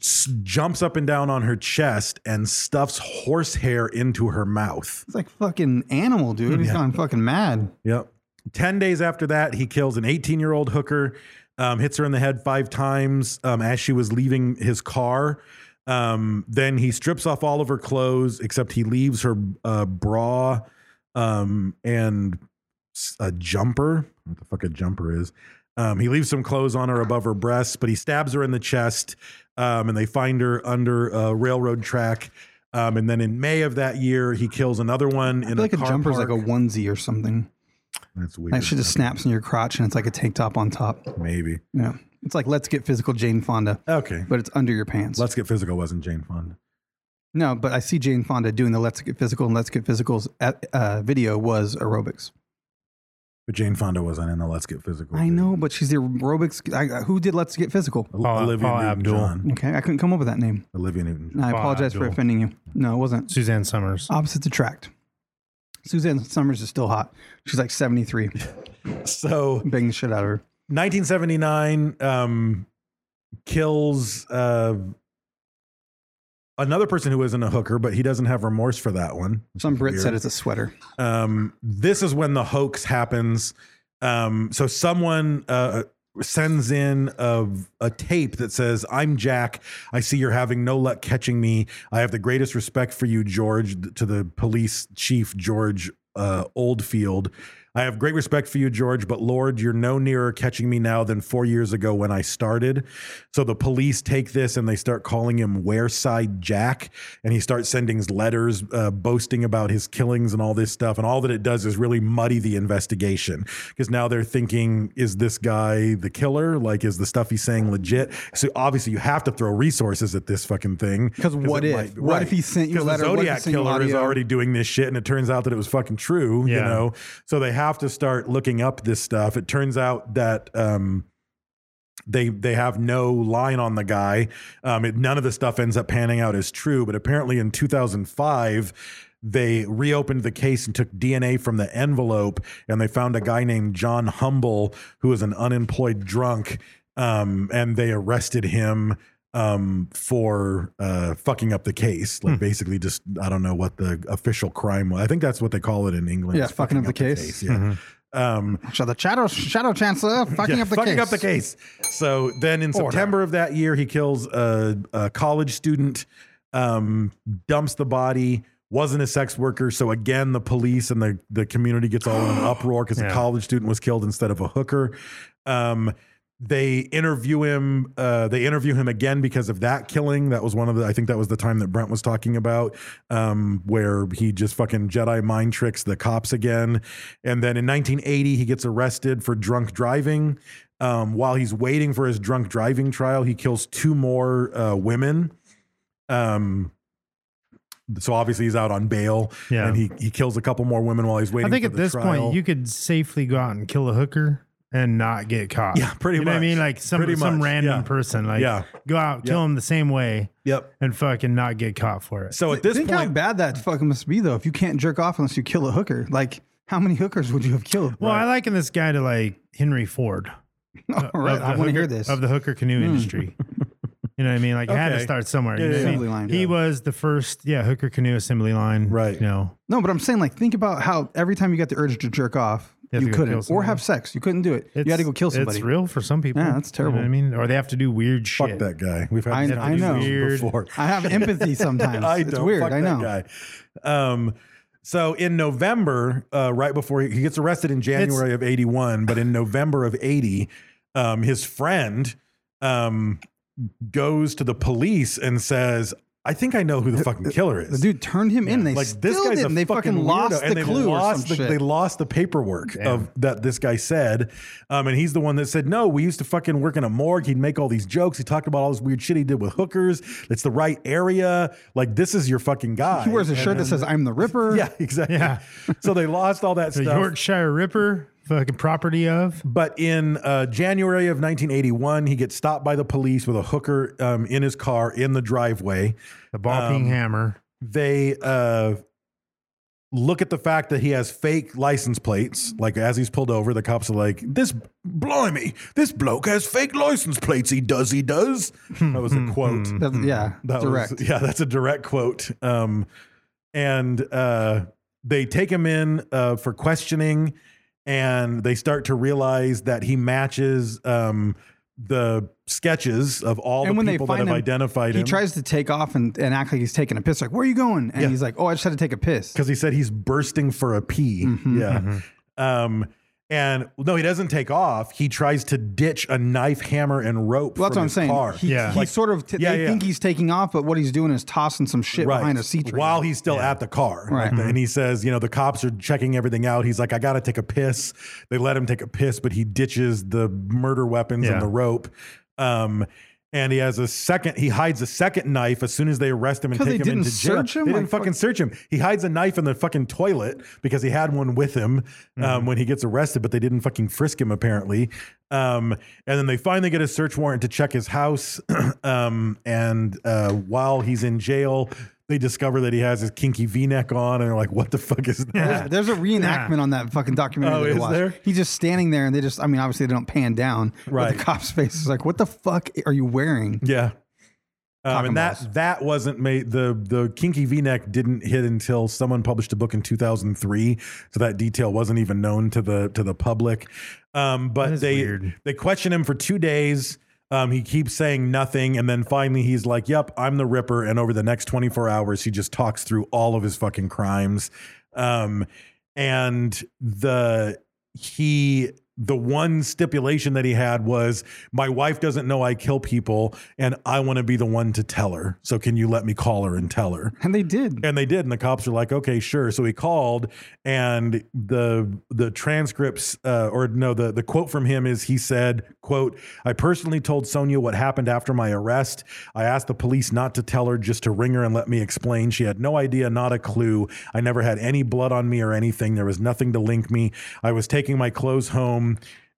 [SPEAKER 5] s- jumps up and down on her chest, and stuffs horsehair into her mouth.
[SPEAKER 3] It's like fucking animal, dude. He's gone fucking mad.
[SPEAKER 5] Yep. 10 days after that, he kills an 18 year old hooker, um, hits her in the head five times um, as she was leaving his car. Um, then he strips off all of her clothes, except he leaves her uh, bra um, and s- a jumper. What the fuck a jumper is. Um, he leaves some clothes on her above her breasts, but he stabs her in the chest, um, and they find her under a railroad track. Um, and then in May of that year, he kills another one
[SPEAKER 3] I
[SPEAKER 5] in
[SPEAKER 3] feel like
[SPEAKER 5] a
[SPEAKER 3] a
[SPEAKER 5] car
[SPEAKER 3] jumper is like a
[SPEAKER 5] park.
[SPEAKER 3] onesie or something.
[SPEAKER 5] That's weird.
[SPEAKER 3] That shit just snaps in your crotch and it's like a tank top on top.
[SPEAKER 5] Maybe.
[SPEAKER 3] Yeah. It's like let's get physical Jane Fonda,
[SPEAKER 5] Okay.
[SPEAKER 3] but it's under your pants.
[SPEAKER 5] Let's Get Physical wasn't Jane Fonda.
[SPEAKER 3] no, but I see Jane Fonda doing the let's get physical and let's get physical's uh, uh, video was aerobics.
[SPEAKER 5] But Jane Fonda wasn't in the Let's Get Physical.
[SPEAKER 3] I know, but she's the aerobics. I, I- who did let's get physical?
[SPEAKER 4] Paul-
[SPEAKER 5] Olivia
[SPEAKER 4] Paul
[SPEAKER 5] Newton John.
[SPEAKER 3] Okay, I couldn't come up with that name.
[SPEAKER 5] Olivia Newton
[SPEAKER 3] I
[SPEAKER 5] John.
[SPEAKER 4] Wow,
[SPEAKER 3] apologize for
[SPEAKER 4] Abdul.
[SPEAKER 3] offending you. No, it wasn't.
[SPEAKER 4] Suzanne Summers.
[SPEAKER 3] Opposites attract. Suzanne Summers is still hot. She's like 73.
[SPEAKER 5] So
[SPEAKER 3] Bang the shit out of her.
[SPEAKER 5] 1979 um, kills uh, another person who isn't a hooker, but he doesn't have remorse for that one.
[SPEAKER 3] Some Brit said
[SPEAKER 5] Weird.
[SPEAKER 3] it's a sweater.
[SPEAKER 5] um, this is when the hoax happens. Um, so someone uh, sends in a, a tape that says, "I'm Jack. I see you're having no luck catching me. I have the greatest respect for you, George." To the police chief, George uh, Oldfield. I have great respect for you, George, but Lord, you're no nearer catching me now than four years ago when I started. So the police take this and they start calling him Wareside Jack, and he starts sending letters uh, boasting about his killings and all this stuff. And all that it does is really muddy the investigation because now they're thinking, is this guy the killer? Like, is the stuff he's saying legit? So obviously, you have to throw resources at this fucking thing.
[SPEAKER 3] 'Cause what
[SPEAKER 5] it
[SPEAKER 3] if?
[SPEAKER 5] might-
[SPEAKER 3] What if he sent you a
[SPEAKER 5] 'Cause the
[SPEAKER 3] letter? What if he
[SPEAKER 5] Zodiac
[SPEAKER 3] sent you
[SPEAKER 5] killer is
[SPEAKER 3] audio?
[SPEAKER 5] already doing this shit, and it turns out that it was fucking true. You
[SPEAKER 4] Yeah.
[SPEAKER 5] know, so they have to start looking up this stuff. It turns out that um, they they have no line on the guy. Um, it, none of the stuff ends up panning out as true. But apparently, in 2005, they reopened the case and took DNA from the envelope, and they found a guy named John Humble who was an unemployed drunk, um, and they arrested him um for uh fucking up the case
[SPEAKER 3] Hmm.
[SPEAKER 5] like basically just i don't know what the official crime was i think that's what they call it in england
[SPEAKER 3] Yeah,
[SPEAKER 5] is
[SPEAKER 3] fucking up the case. Mm-hmm.
[SPEAKER 5] yeah um
[SPEAKER 3] So the shadow, shadow chancellor fucking
[SPEAKER 5] yeah,
[SPEAKER 3] up the
[SPEAKER 5] fucking
[SPEAKER 3] case.
[SPEAKER 5] up the case. So then in September of that year, he kills a, a college student, um, dumps the body, wasn't a sex worker. So again, the police and the, the community gets all in an uproar because a
[SPEAKER 4] Yeah.
[SPEAKER 5] college student was killed instead of a hooker. Um, they interview him. Uh, they interview him again because of that killing. That was one of the. I think that was the time that Brent was talking about, um, where he just fucking Jedi mind tricks the cops again. And then in 1980, he gets arrested for drunk driving. Um, while he's waiting for his drunk driving trial, he kills two more uh, women. Um, so obviously he's out on bail,
[SPEAKER 4] Yeah.
[SPEAKER 5] and he he kills a couple more women while he's waiting.
[SPEAKER 4] I think
[SPEAKER 5] for
[SPEAKER 4] at
[SPEAKER 5] the
[SPEAKER 4] this
[SPEAKER 5] trial.
[SPEAKER 4] point you could safely go out and kill a hooker and not get caught.
[SPEAKER 5] Yeah, pretty
[SPEAKER 4] you Know what I
[SPEAKER 5] much.
[SPEAKER 4] mean, like some
[SPEAKER 5] Pretty
[SPEAKER 4] some
[SPEAKER 5] much,
[SPEAKER 4] random
[SPEAKER 5] yeah.
[SPEAKER 4] person, like
[SPEAKER 5] Yeah.
[SPEAKER 4] go out, kill
[SPEAKER 5] Yep.
[SPEAKER 4] him the same way,
[SPEAKER 5] Yep.
[SPEAKER 4] and fucking not get caught for it.
[SPEAKER 5] So at this
[SPEAKER 3] Think how
[SPEAKER 5] point,
[SPEAKER 3] bad that fucking must be though. If you can't jerk off unless you kill a hooker, like how many hookers would you have killed?
[SPEAKER 4] well,
[SPEAKER 5] uh,
[SPEAKER 4] I liken this guy to like Henry Ford.
[SPEAKER 3] All right,
[SPEAKER 4] of
[SPEAKER 3] I
[SPEAKER 4] the
[SPEAKER 3] want to hear
[SPEAKER 4] hooker-
[SPEAKER 3] this.
[SPEAKER 4] of the hooker canoe industry. You know what I mean? Like it had to
[SPEAKER 5] Hmm. Okay.
[SPEAKER 4] start somewhere. you
[SPEAKER 5] Yeah,
[SPEAKER 4] know what I
[SPEAKER 5] yeah,
[SPEAKER 4] mean?
[SPEAKER 3] yeah. Assembly line.
[SPEAKER 4] He
[SPEAKER 3] Yeah.
[SPEAKER 4] was the first, yeah, hooker canoe assembly line.
[SPEAKER 5] Right.
[SPEAKER 4] You know,
[SPEAKER 3] no, but I'm saying like think about how every time you got the urge to jerk off,
[SPEAKER 4] You
[SPEAKER 3] you,
[SPEAKER 4] have to go kill
[SPEAKER 3] couldn't or
[SPEAKER 4] somebody.
[SPEAKER 3] have sex, you couldn't do it. you had to go kill somebody.
[SPEAKER 4] It's real for some people.
[SPEAKER 3] Yeah, that's
[SPEAKER 4] You know what
[SPEAKER 3] terrible.
[SPEAKER 4] I mean, or they have to do weird
[SPEAKER 5] fuck
[SPEAKER 4] shit.
[SPEAKER 5] that guy. We've had
[SPEAKER 3] I-
[SPEAKER 5] this
[SPEAKER 3] I
[SPEAKER 5] conversation
[SPEAKER 3] know.
[SPEAKER 4] Weird.
[SPEAKER 5] before.
[SPEAKER 3] I have empathy sometimes.
[SPEAKER 5] I
[SPEAKER 3] it's
[SPEAKER 5] don't.
[SPEAKER 3] weird.
[SPEAKER 5] Fuck
[SPEAKER 3] I know.
[SPEAKER 5] That guy. Um, so in November, uh, right before he, he gets arrested in January of '81, but in November of '80, um, his friend um, goes to the police and says, "I think I know who the fucking killer is."
[SPEAKER 3] The dude turned him in. They
[SPEAKER 5] like
[SPEAKER 3] still
[SPEAKER 5] this guy's
[SPEAKER 3] didn't.
[SPEAKER 5] a
[SPEAKER 3] They
[SPEAKER 5] fucking
[SPEAKER 3] fucking, lost
[SPEAKER 5] weirdo,
[SPEAKER 3] the
[SPEAKER 5] and they
[SPEAKER 3] clue
[SPEAKER 5] lost
[SPEAKER 3] or
[SPEAKER 5] the,
[SPEAKER 3] some shit.
[SPEAKER 5] They lost the paperwork of that this guy said, um, and he's the one that said, "No, we used to fucking work in a morgue. He'd make all these jokes. He talked about all this weird shit he did with hookers. It's the right area. Like this is your fucking guy."
[SPEAKER 3] he wears a
[SPEAKER 5] And
[SPEAKER 3] shirt that
[SPEAKER 5] then-
[SPEAKER 3] says "I'm the Ripper."
[SPEAKER 5] "Yeah, exactly."
[SPEAKER 4] Yeah.
[SPEAKER 5] so they lost all that
[SPEAKER 4] The
[SPEAKER 5] stuff.
[SPEAKER 4] Yorkshire Ripper, fucking property of.
[SPEAKER 5] But in uh, January of 1981, he gets stopped by the police with a hooker um, in his car in the driveway.
[SPEAKER 4] The ball
[SPEAKER 5] Um,
[SPEAKER 4] peen hammer.
[SPEAKER 5] they uh, look at the fact that he has fake license plates. Like as he's pulled over, the cops are like, "This blimey, this bloke has fake license plates. He does, he does." That was a quote.
[SPEAKER 3] Hmm.
[SPEAKER 5] Hmm.
[SPEAKER 3] That's- yeah,
[SPEAKER 5] That was-
[SPEAKER 3] direct.
[SPEAKER 5] yeah, that's a direct quote. Um, and uh, they take him in uh, for questioning, and they start to realize that he matches um, the sketches of all
[SPEAKER 3] and
[SPEAKER 5] the
[SPEAKER 3] when they
[SPEAKER 5] people that have
[SPEAKER 3] find him,
[SPEAKER 5] identified
[SPEAKER 3] he
[SPEAKER 5] him.
[SPEAKER 3] tries to take off and, and act like he's taking a piss. Like, where are you going? And
[SPEAKER 5] Yeah.
[SPEAKER 3] he's like, oh, I just had to take a piss.
[SPEAKER 5] because he said he's bursting for a pee.
[SPEAKER 3] Mm-hmm,
[SPEAKER 5] yeah. Um, and no, he doesn't take off. He tries to ditch a knife, hammer, and rope.
[SPEAKER 3] Well, that's
[SPEAKER 5] from
[SPEAKER 3] what I'm
[SPEAKER 5] his
[SPEAKER 3] saying.
[SPEAKER 5] Car.
[SPEAKER 3] He,
[SPEAKER 4] Yeah.
[SPEAKER 3] he
[SPEAKER 4] Like-
[SPEAKER 3] sort of. T-
[SPEAKER 5] Yeah,
[SPEAKER 3] they
[SPEAKER 5] yeah.
[SPEAKER 3] think he's taking off, but what he's doing is tossing some shit behind a seat.
[SPEAKER 5] while he's still at the car. Like,
[SPEAKER 3] Right. Mm-hmm.
[SPEAKER 5] And he says, you know, the cops are checking everything out. He's like, I got to take a piss. They let him take a piss, but he ditches the murder weapons
[SPEAKER 4] Yeah.
[SPEAKER 5] and the rope. Um, and he has a second. He hides a second knife as soon as they arrest him and
[SPEAKER 3] 'Cause
[SPEAKER 5] take
[SPEAKER 3] they
[SPEAKER 5] him
[SPEAKER 3] didn't
[SPEAKER 5] into jail.
[SPEAKER 3] search him?
[SPEAKER 5] They
[SPEAKER 3] Like,
[SPEAKER 5] didn't fucking
[SPEAKER 3] fuck-
[SPEAKER 5] search him. He hides a knife in the fucking toilet because he had one with him
[SPEAKER 3] Mm-hmm.
[SPEAKER 5] um, when he gets arrested, but they didn't fucking frisk him apparently. Um, and then they finally get a search warrant to check his house. um, and uh, while he's in jail, they discover that he has his kinky V-neck on, and they're like, "What the fuck is that?"
[SPEAKER 4] Yeah.
[SPEAKER 3] There's a reenactment on that fucking documentary.
[SPEAKER 5] Oh,
[SPEAKER 3] that I
[SPEAKER 5] is
[SPEAKER 3] watched.
[SPEAKER 5] there?
[SPEAKER 3] He's just standing there, and they just—I mean, obviously they don't pan down. but
[SPEAKER 5] Right.
[SPEAKER 3] the cop's face is like, "What the fuck are you wearing?"
[SPEAKER 5] Yeah. Um,
[SPEAKER 3] Talking
[SPEAKER 5] and that
[SPEAKER 3] balls.
[SPEAKER 5] that wasn't made the the kinky V neck didn't hit until someone published a book in 2003, so that detail wasn't even known to the to the public. Um,
[SPEAKER 4] That
[SPEAKER 5] but
[SPEAKER 4] is
[SPEAKER 5] they
[SPEAKER 4] weird.
[SPEAKER 5] they question him for two days. Um, he keeps saying nothing, and then finally he's like, "Yep, I'm the Ripper." And over the next 24 hours, he just talks through all of his fucking crimes. Um, and the he the one stipulation that he had was my wife doesn't know I kill people and I want to be the one to tell her. So can you let me call her and tell her?
[SPEAKER 3] And they did.
[SPEAKER 5] And they did, and the cops are like, "Okay, sure." So he called, and the the transcripts, uh, or no, the the quote from him is he said, "quote I personally told Sonia what happened after my arrest. I asked the police not to tell her, just to ring her and let me explain. She had no idea, not a clue. I never had any blood on me or anything. There was nothing to link me. I was taking my clothes home."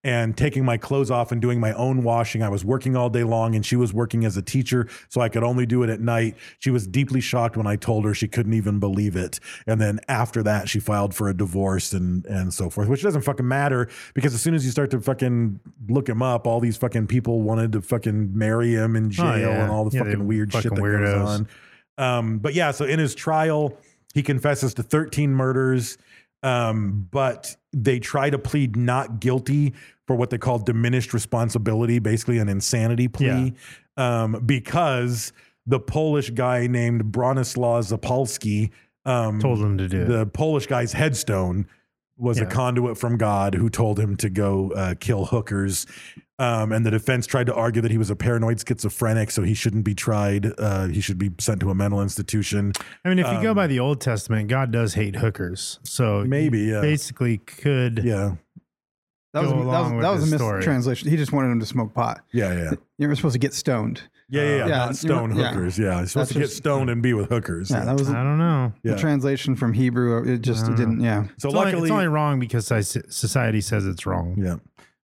[SPEAKER 5] and taking my clothes off and doing my own washing. I was working all day long and she was working as a teacher, so I could only do it at night. She was deeply shocked when I told her she couldn't even believe it. And then after that, she filed for a divorce and and so forth, which doesn't fucking matter because as soon as you start to fucking look him up, all these fucking people wanted to fucking marry him in jail
[SPEAKER 4] Oh, yeah.
[SPEAKER 5] and all the
[SPEAKER 4] Yeah, they
[SPEAKER 5] fucking weird shit
[SPEAKER 4] fucking
[SPEAKER 5] that
[SPEAKER 4] weirdos.
[SPEAKER 5] goes on. Um, but yeah, so in his trial, he confesses to 13 murders, um, but they try to plead not guilty for what they call diminished responsibility, basically an insanity plea, um, because the Polish guy named Bronislaw Zapolski um,
[SPEAKER 4] Told him to do it.
[SPEAKER 5] The Polish guy's headstone was a
[SPEAKER 4] Yeah.
[SPEAKER 5] conduit from God who told him to go uh, kill hookers. Um, and the defense tried to argue that he was a paranoid schizophrenic, so he shouldn't be tried. Uh, he should be sent to a mental institution.
[SPEAKER 4] I mean, if you
[SPEAKER 5] um,
[SPEAKER 4] go by the Old Testament, God does hate hookers. So you
[SPEAKER 5] Maybe, yeah.
[SPEAKER 4] basically could.
[SPEAKER 5] Yeah,
[SPEAKER 3] That was,
[SPEAKER 4] Go
[SPEAKER 3] that was,
[SPEAKER 4] along with
[SPEAKER 3] that was
[SPEAKER 4] this
[SPEAKER 3] a
[SPEAKER 4] story.
[SPEAKER 3] mistranslation. He just wanted him to smoke pot.
[SPEAKER 5] yeah, yeah,
[SPEAKER 3] You were supposed to get stoned.
[SPEAKER 5] yeah, yeah. yeah.
[SPEAKER 3] Yeah,
[SPEAKER 5] Not stone
[SPEAKER 3] you're- yeah.
[SPEAKER 5] hookers. Yeah, You're supposed
[SPEAKER 3] That's
[SPEAKER 5] to get
[SPEAKER 3] just-
[SPEAKER 5] stoned and be with hookers.
[SPEAKER 3] Yeah, that was
[SPEAKER 4] I don't know.
[SPEAKER 5] Yeah.
[SPEAKER 3] the translation from Hebrew. uh, It just it didn't. Yeah,
[SPEAKER 5] so
[SPEAKER 4] it's,
[SPEAKER 5] luckily,
[SPEAKER 4] only, it's only wrong because soci- society says it's wrong.
[SPEAKER 5] Yeah.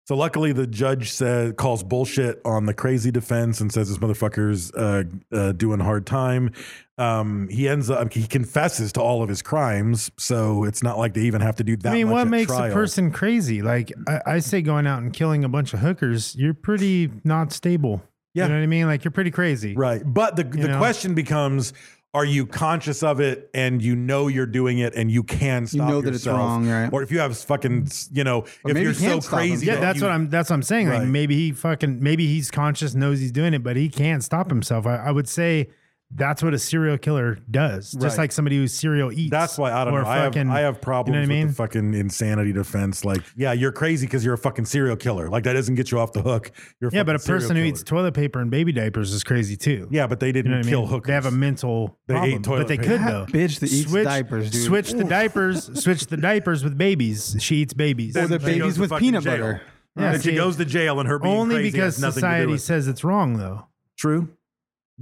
[SPEAKER 5] So luckily, the judge said calls bullshit on the crazy defense and says this motherfucker's uh, uh, doing hard time. Um, he ends up he confesses to all of his crimes, so it's not like they even have to do that.
[SPEAKER 4] I mean,
[SPEAKER 5] much
[SPEAKER 4] what
[SPEAKER 5] at
[SPEAKER 4] makes
[SPEAKER 5] trial.
[SPEAKER 4] a person crazy? Like, I, I say going out and killing a bunch of hookers, you're pretty not stable.
[SPEAKER 5] Yeah.
[SPEAKER 4] You know what I mean? Like, you're pretty crazy.
[SPEAKER 5] right? But the the
[SPEAKER 4] know?
[SPEAKER 5] question becomes: Are you conscious of it and you know you're doing it and you can stop
[SPEAKER 3] know that it's
[SPEAKER 5] yourself?
[SPEAKER 3] wrong, right?
[SPEAKER 5] Or if you have fucking you know if
[SPEAKER 3] maybe
[SPEAKER 5] you're
[SPEAKER 3] you can't
[SPEAKER 5] so
[SPEAKER 3] stop
[SPEAKER 5] crazy,
[SPEAKER 3] him.
[SPEAKER 4] Yeah,
[SPEAKER 5] that
[SPEAKER 4] that's
[SPEAKER 5] you-
[SPEAKER 4] what I'm. That's what I'm saying.
[SPEAKER 5] Right.
[SPEAKER 4] Like maybe he fucking maybe he's conscious, knows he's doing it, but he can't stop himself. I, I would say that's what a serial killer does.
[SPEAKER 5] Right.
[SPEAKER 4] Just like somebody who's serial eats.
[SPEAKER 5] That's why I don't
[SPEAKER 4] or
[SPEAKER 5] know. I have
[SPEAKER 4] fucking-
[SPEAKER 5] I
[SPEAKER 4] you know
[SPEAKER 5] have
[SPEAKER 4] what
[SPEAKER 5] problems
[SPEAKER 4] I mean?
[SPEAKER 5] with the fucking insanity defense. Like, yeah, you're crazy because you're a fucking serial killer. Like that doesn't get you off the hook. You're
[SPEAKER 4] yeah, but a
[SPEAKER 5] fucking serial
[SPEAKER 4] person who eats
[SPEAKER 5] killer.
[SPEAKER 4] toilet paper and baby diapers is crazy too.
[SPEAKER 5] yeah, but they
[SPEAKER 4] You
[SPEAKER 5] didn't
[SPEAKER 4] know what I
[SPEAKER 5] kill
[SPEAKER 4] mean?
[SPEAKER 5] hookers.
[SPEAKER 4] They have a mental.
[SPEAKER 5] They
[SPEAKER 4] problem,
[SPEAKER 5] ate toilet
[SPEAKER 4] but they
[SPEAKER 5] paper.
[SPEAKER 4] could
[SPEAKER 5] That
[SPEAKER 4] though.
[SPEAKER 3] bitch that eats diapers, dude.
[SPEAKER 4] Switch the diapers. switch the diapers with babies. She eats babies.
[SPEAKER 3] Or the
[SPEAKER 5] She goes
[SPEAKER 3] babies
[SPEAKER 5] to
[SPEAKER 3] with
[SPEAKER 5] fucking
[SPEAKER 3] peanut
[SPEAKER 5] jail.
[SPEAKER 3] butter.
[SPEAKER 4] Yeah,
[SPEAKER 5] and she
[SPEAKER 4] see,
[SPEAKER 5] goes to jail, and her being
[SPEAKER 4] only
[SPEAKER 5] crazy
[SPEAKER 4] because
[SPEAKER 5] has nothing to do
[SPEAKER 4] society
[SPEAKER 5] with
[SPEAKER 4] says it's wrong though.
[SPEAKER 5] true.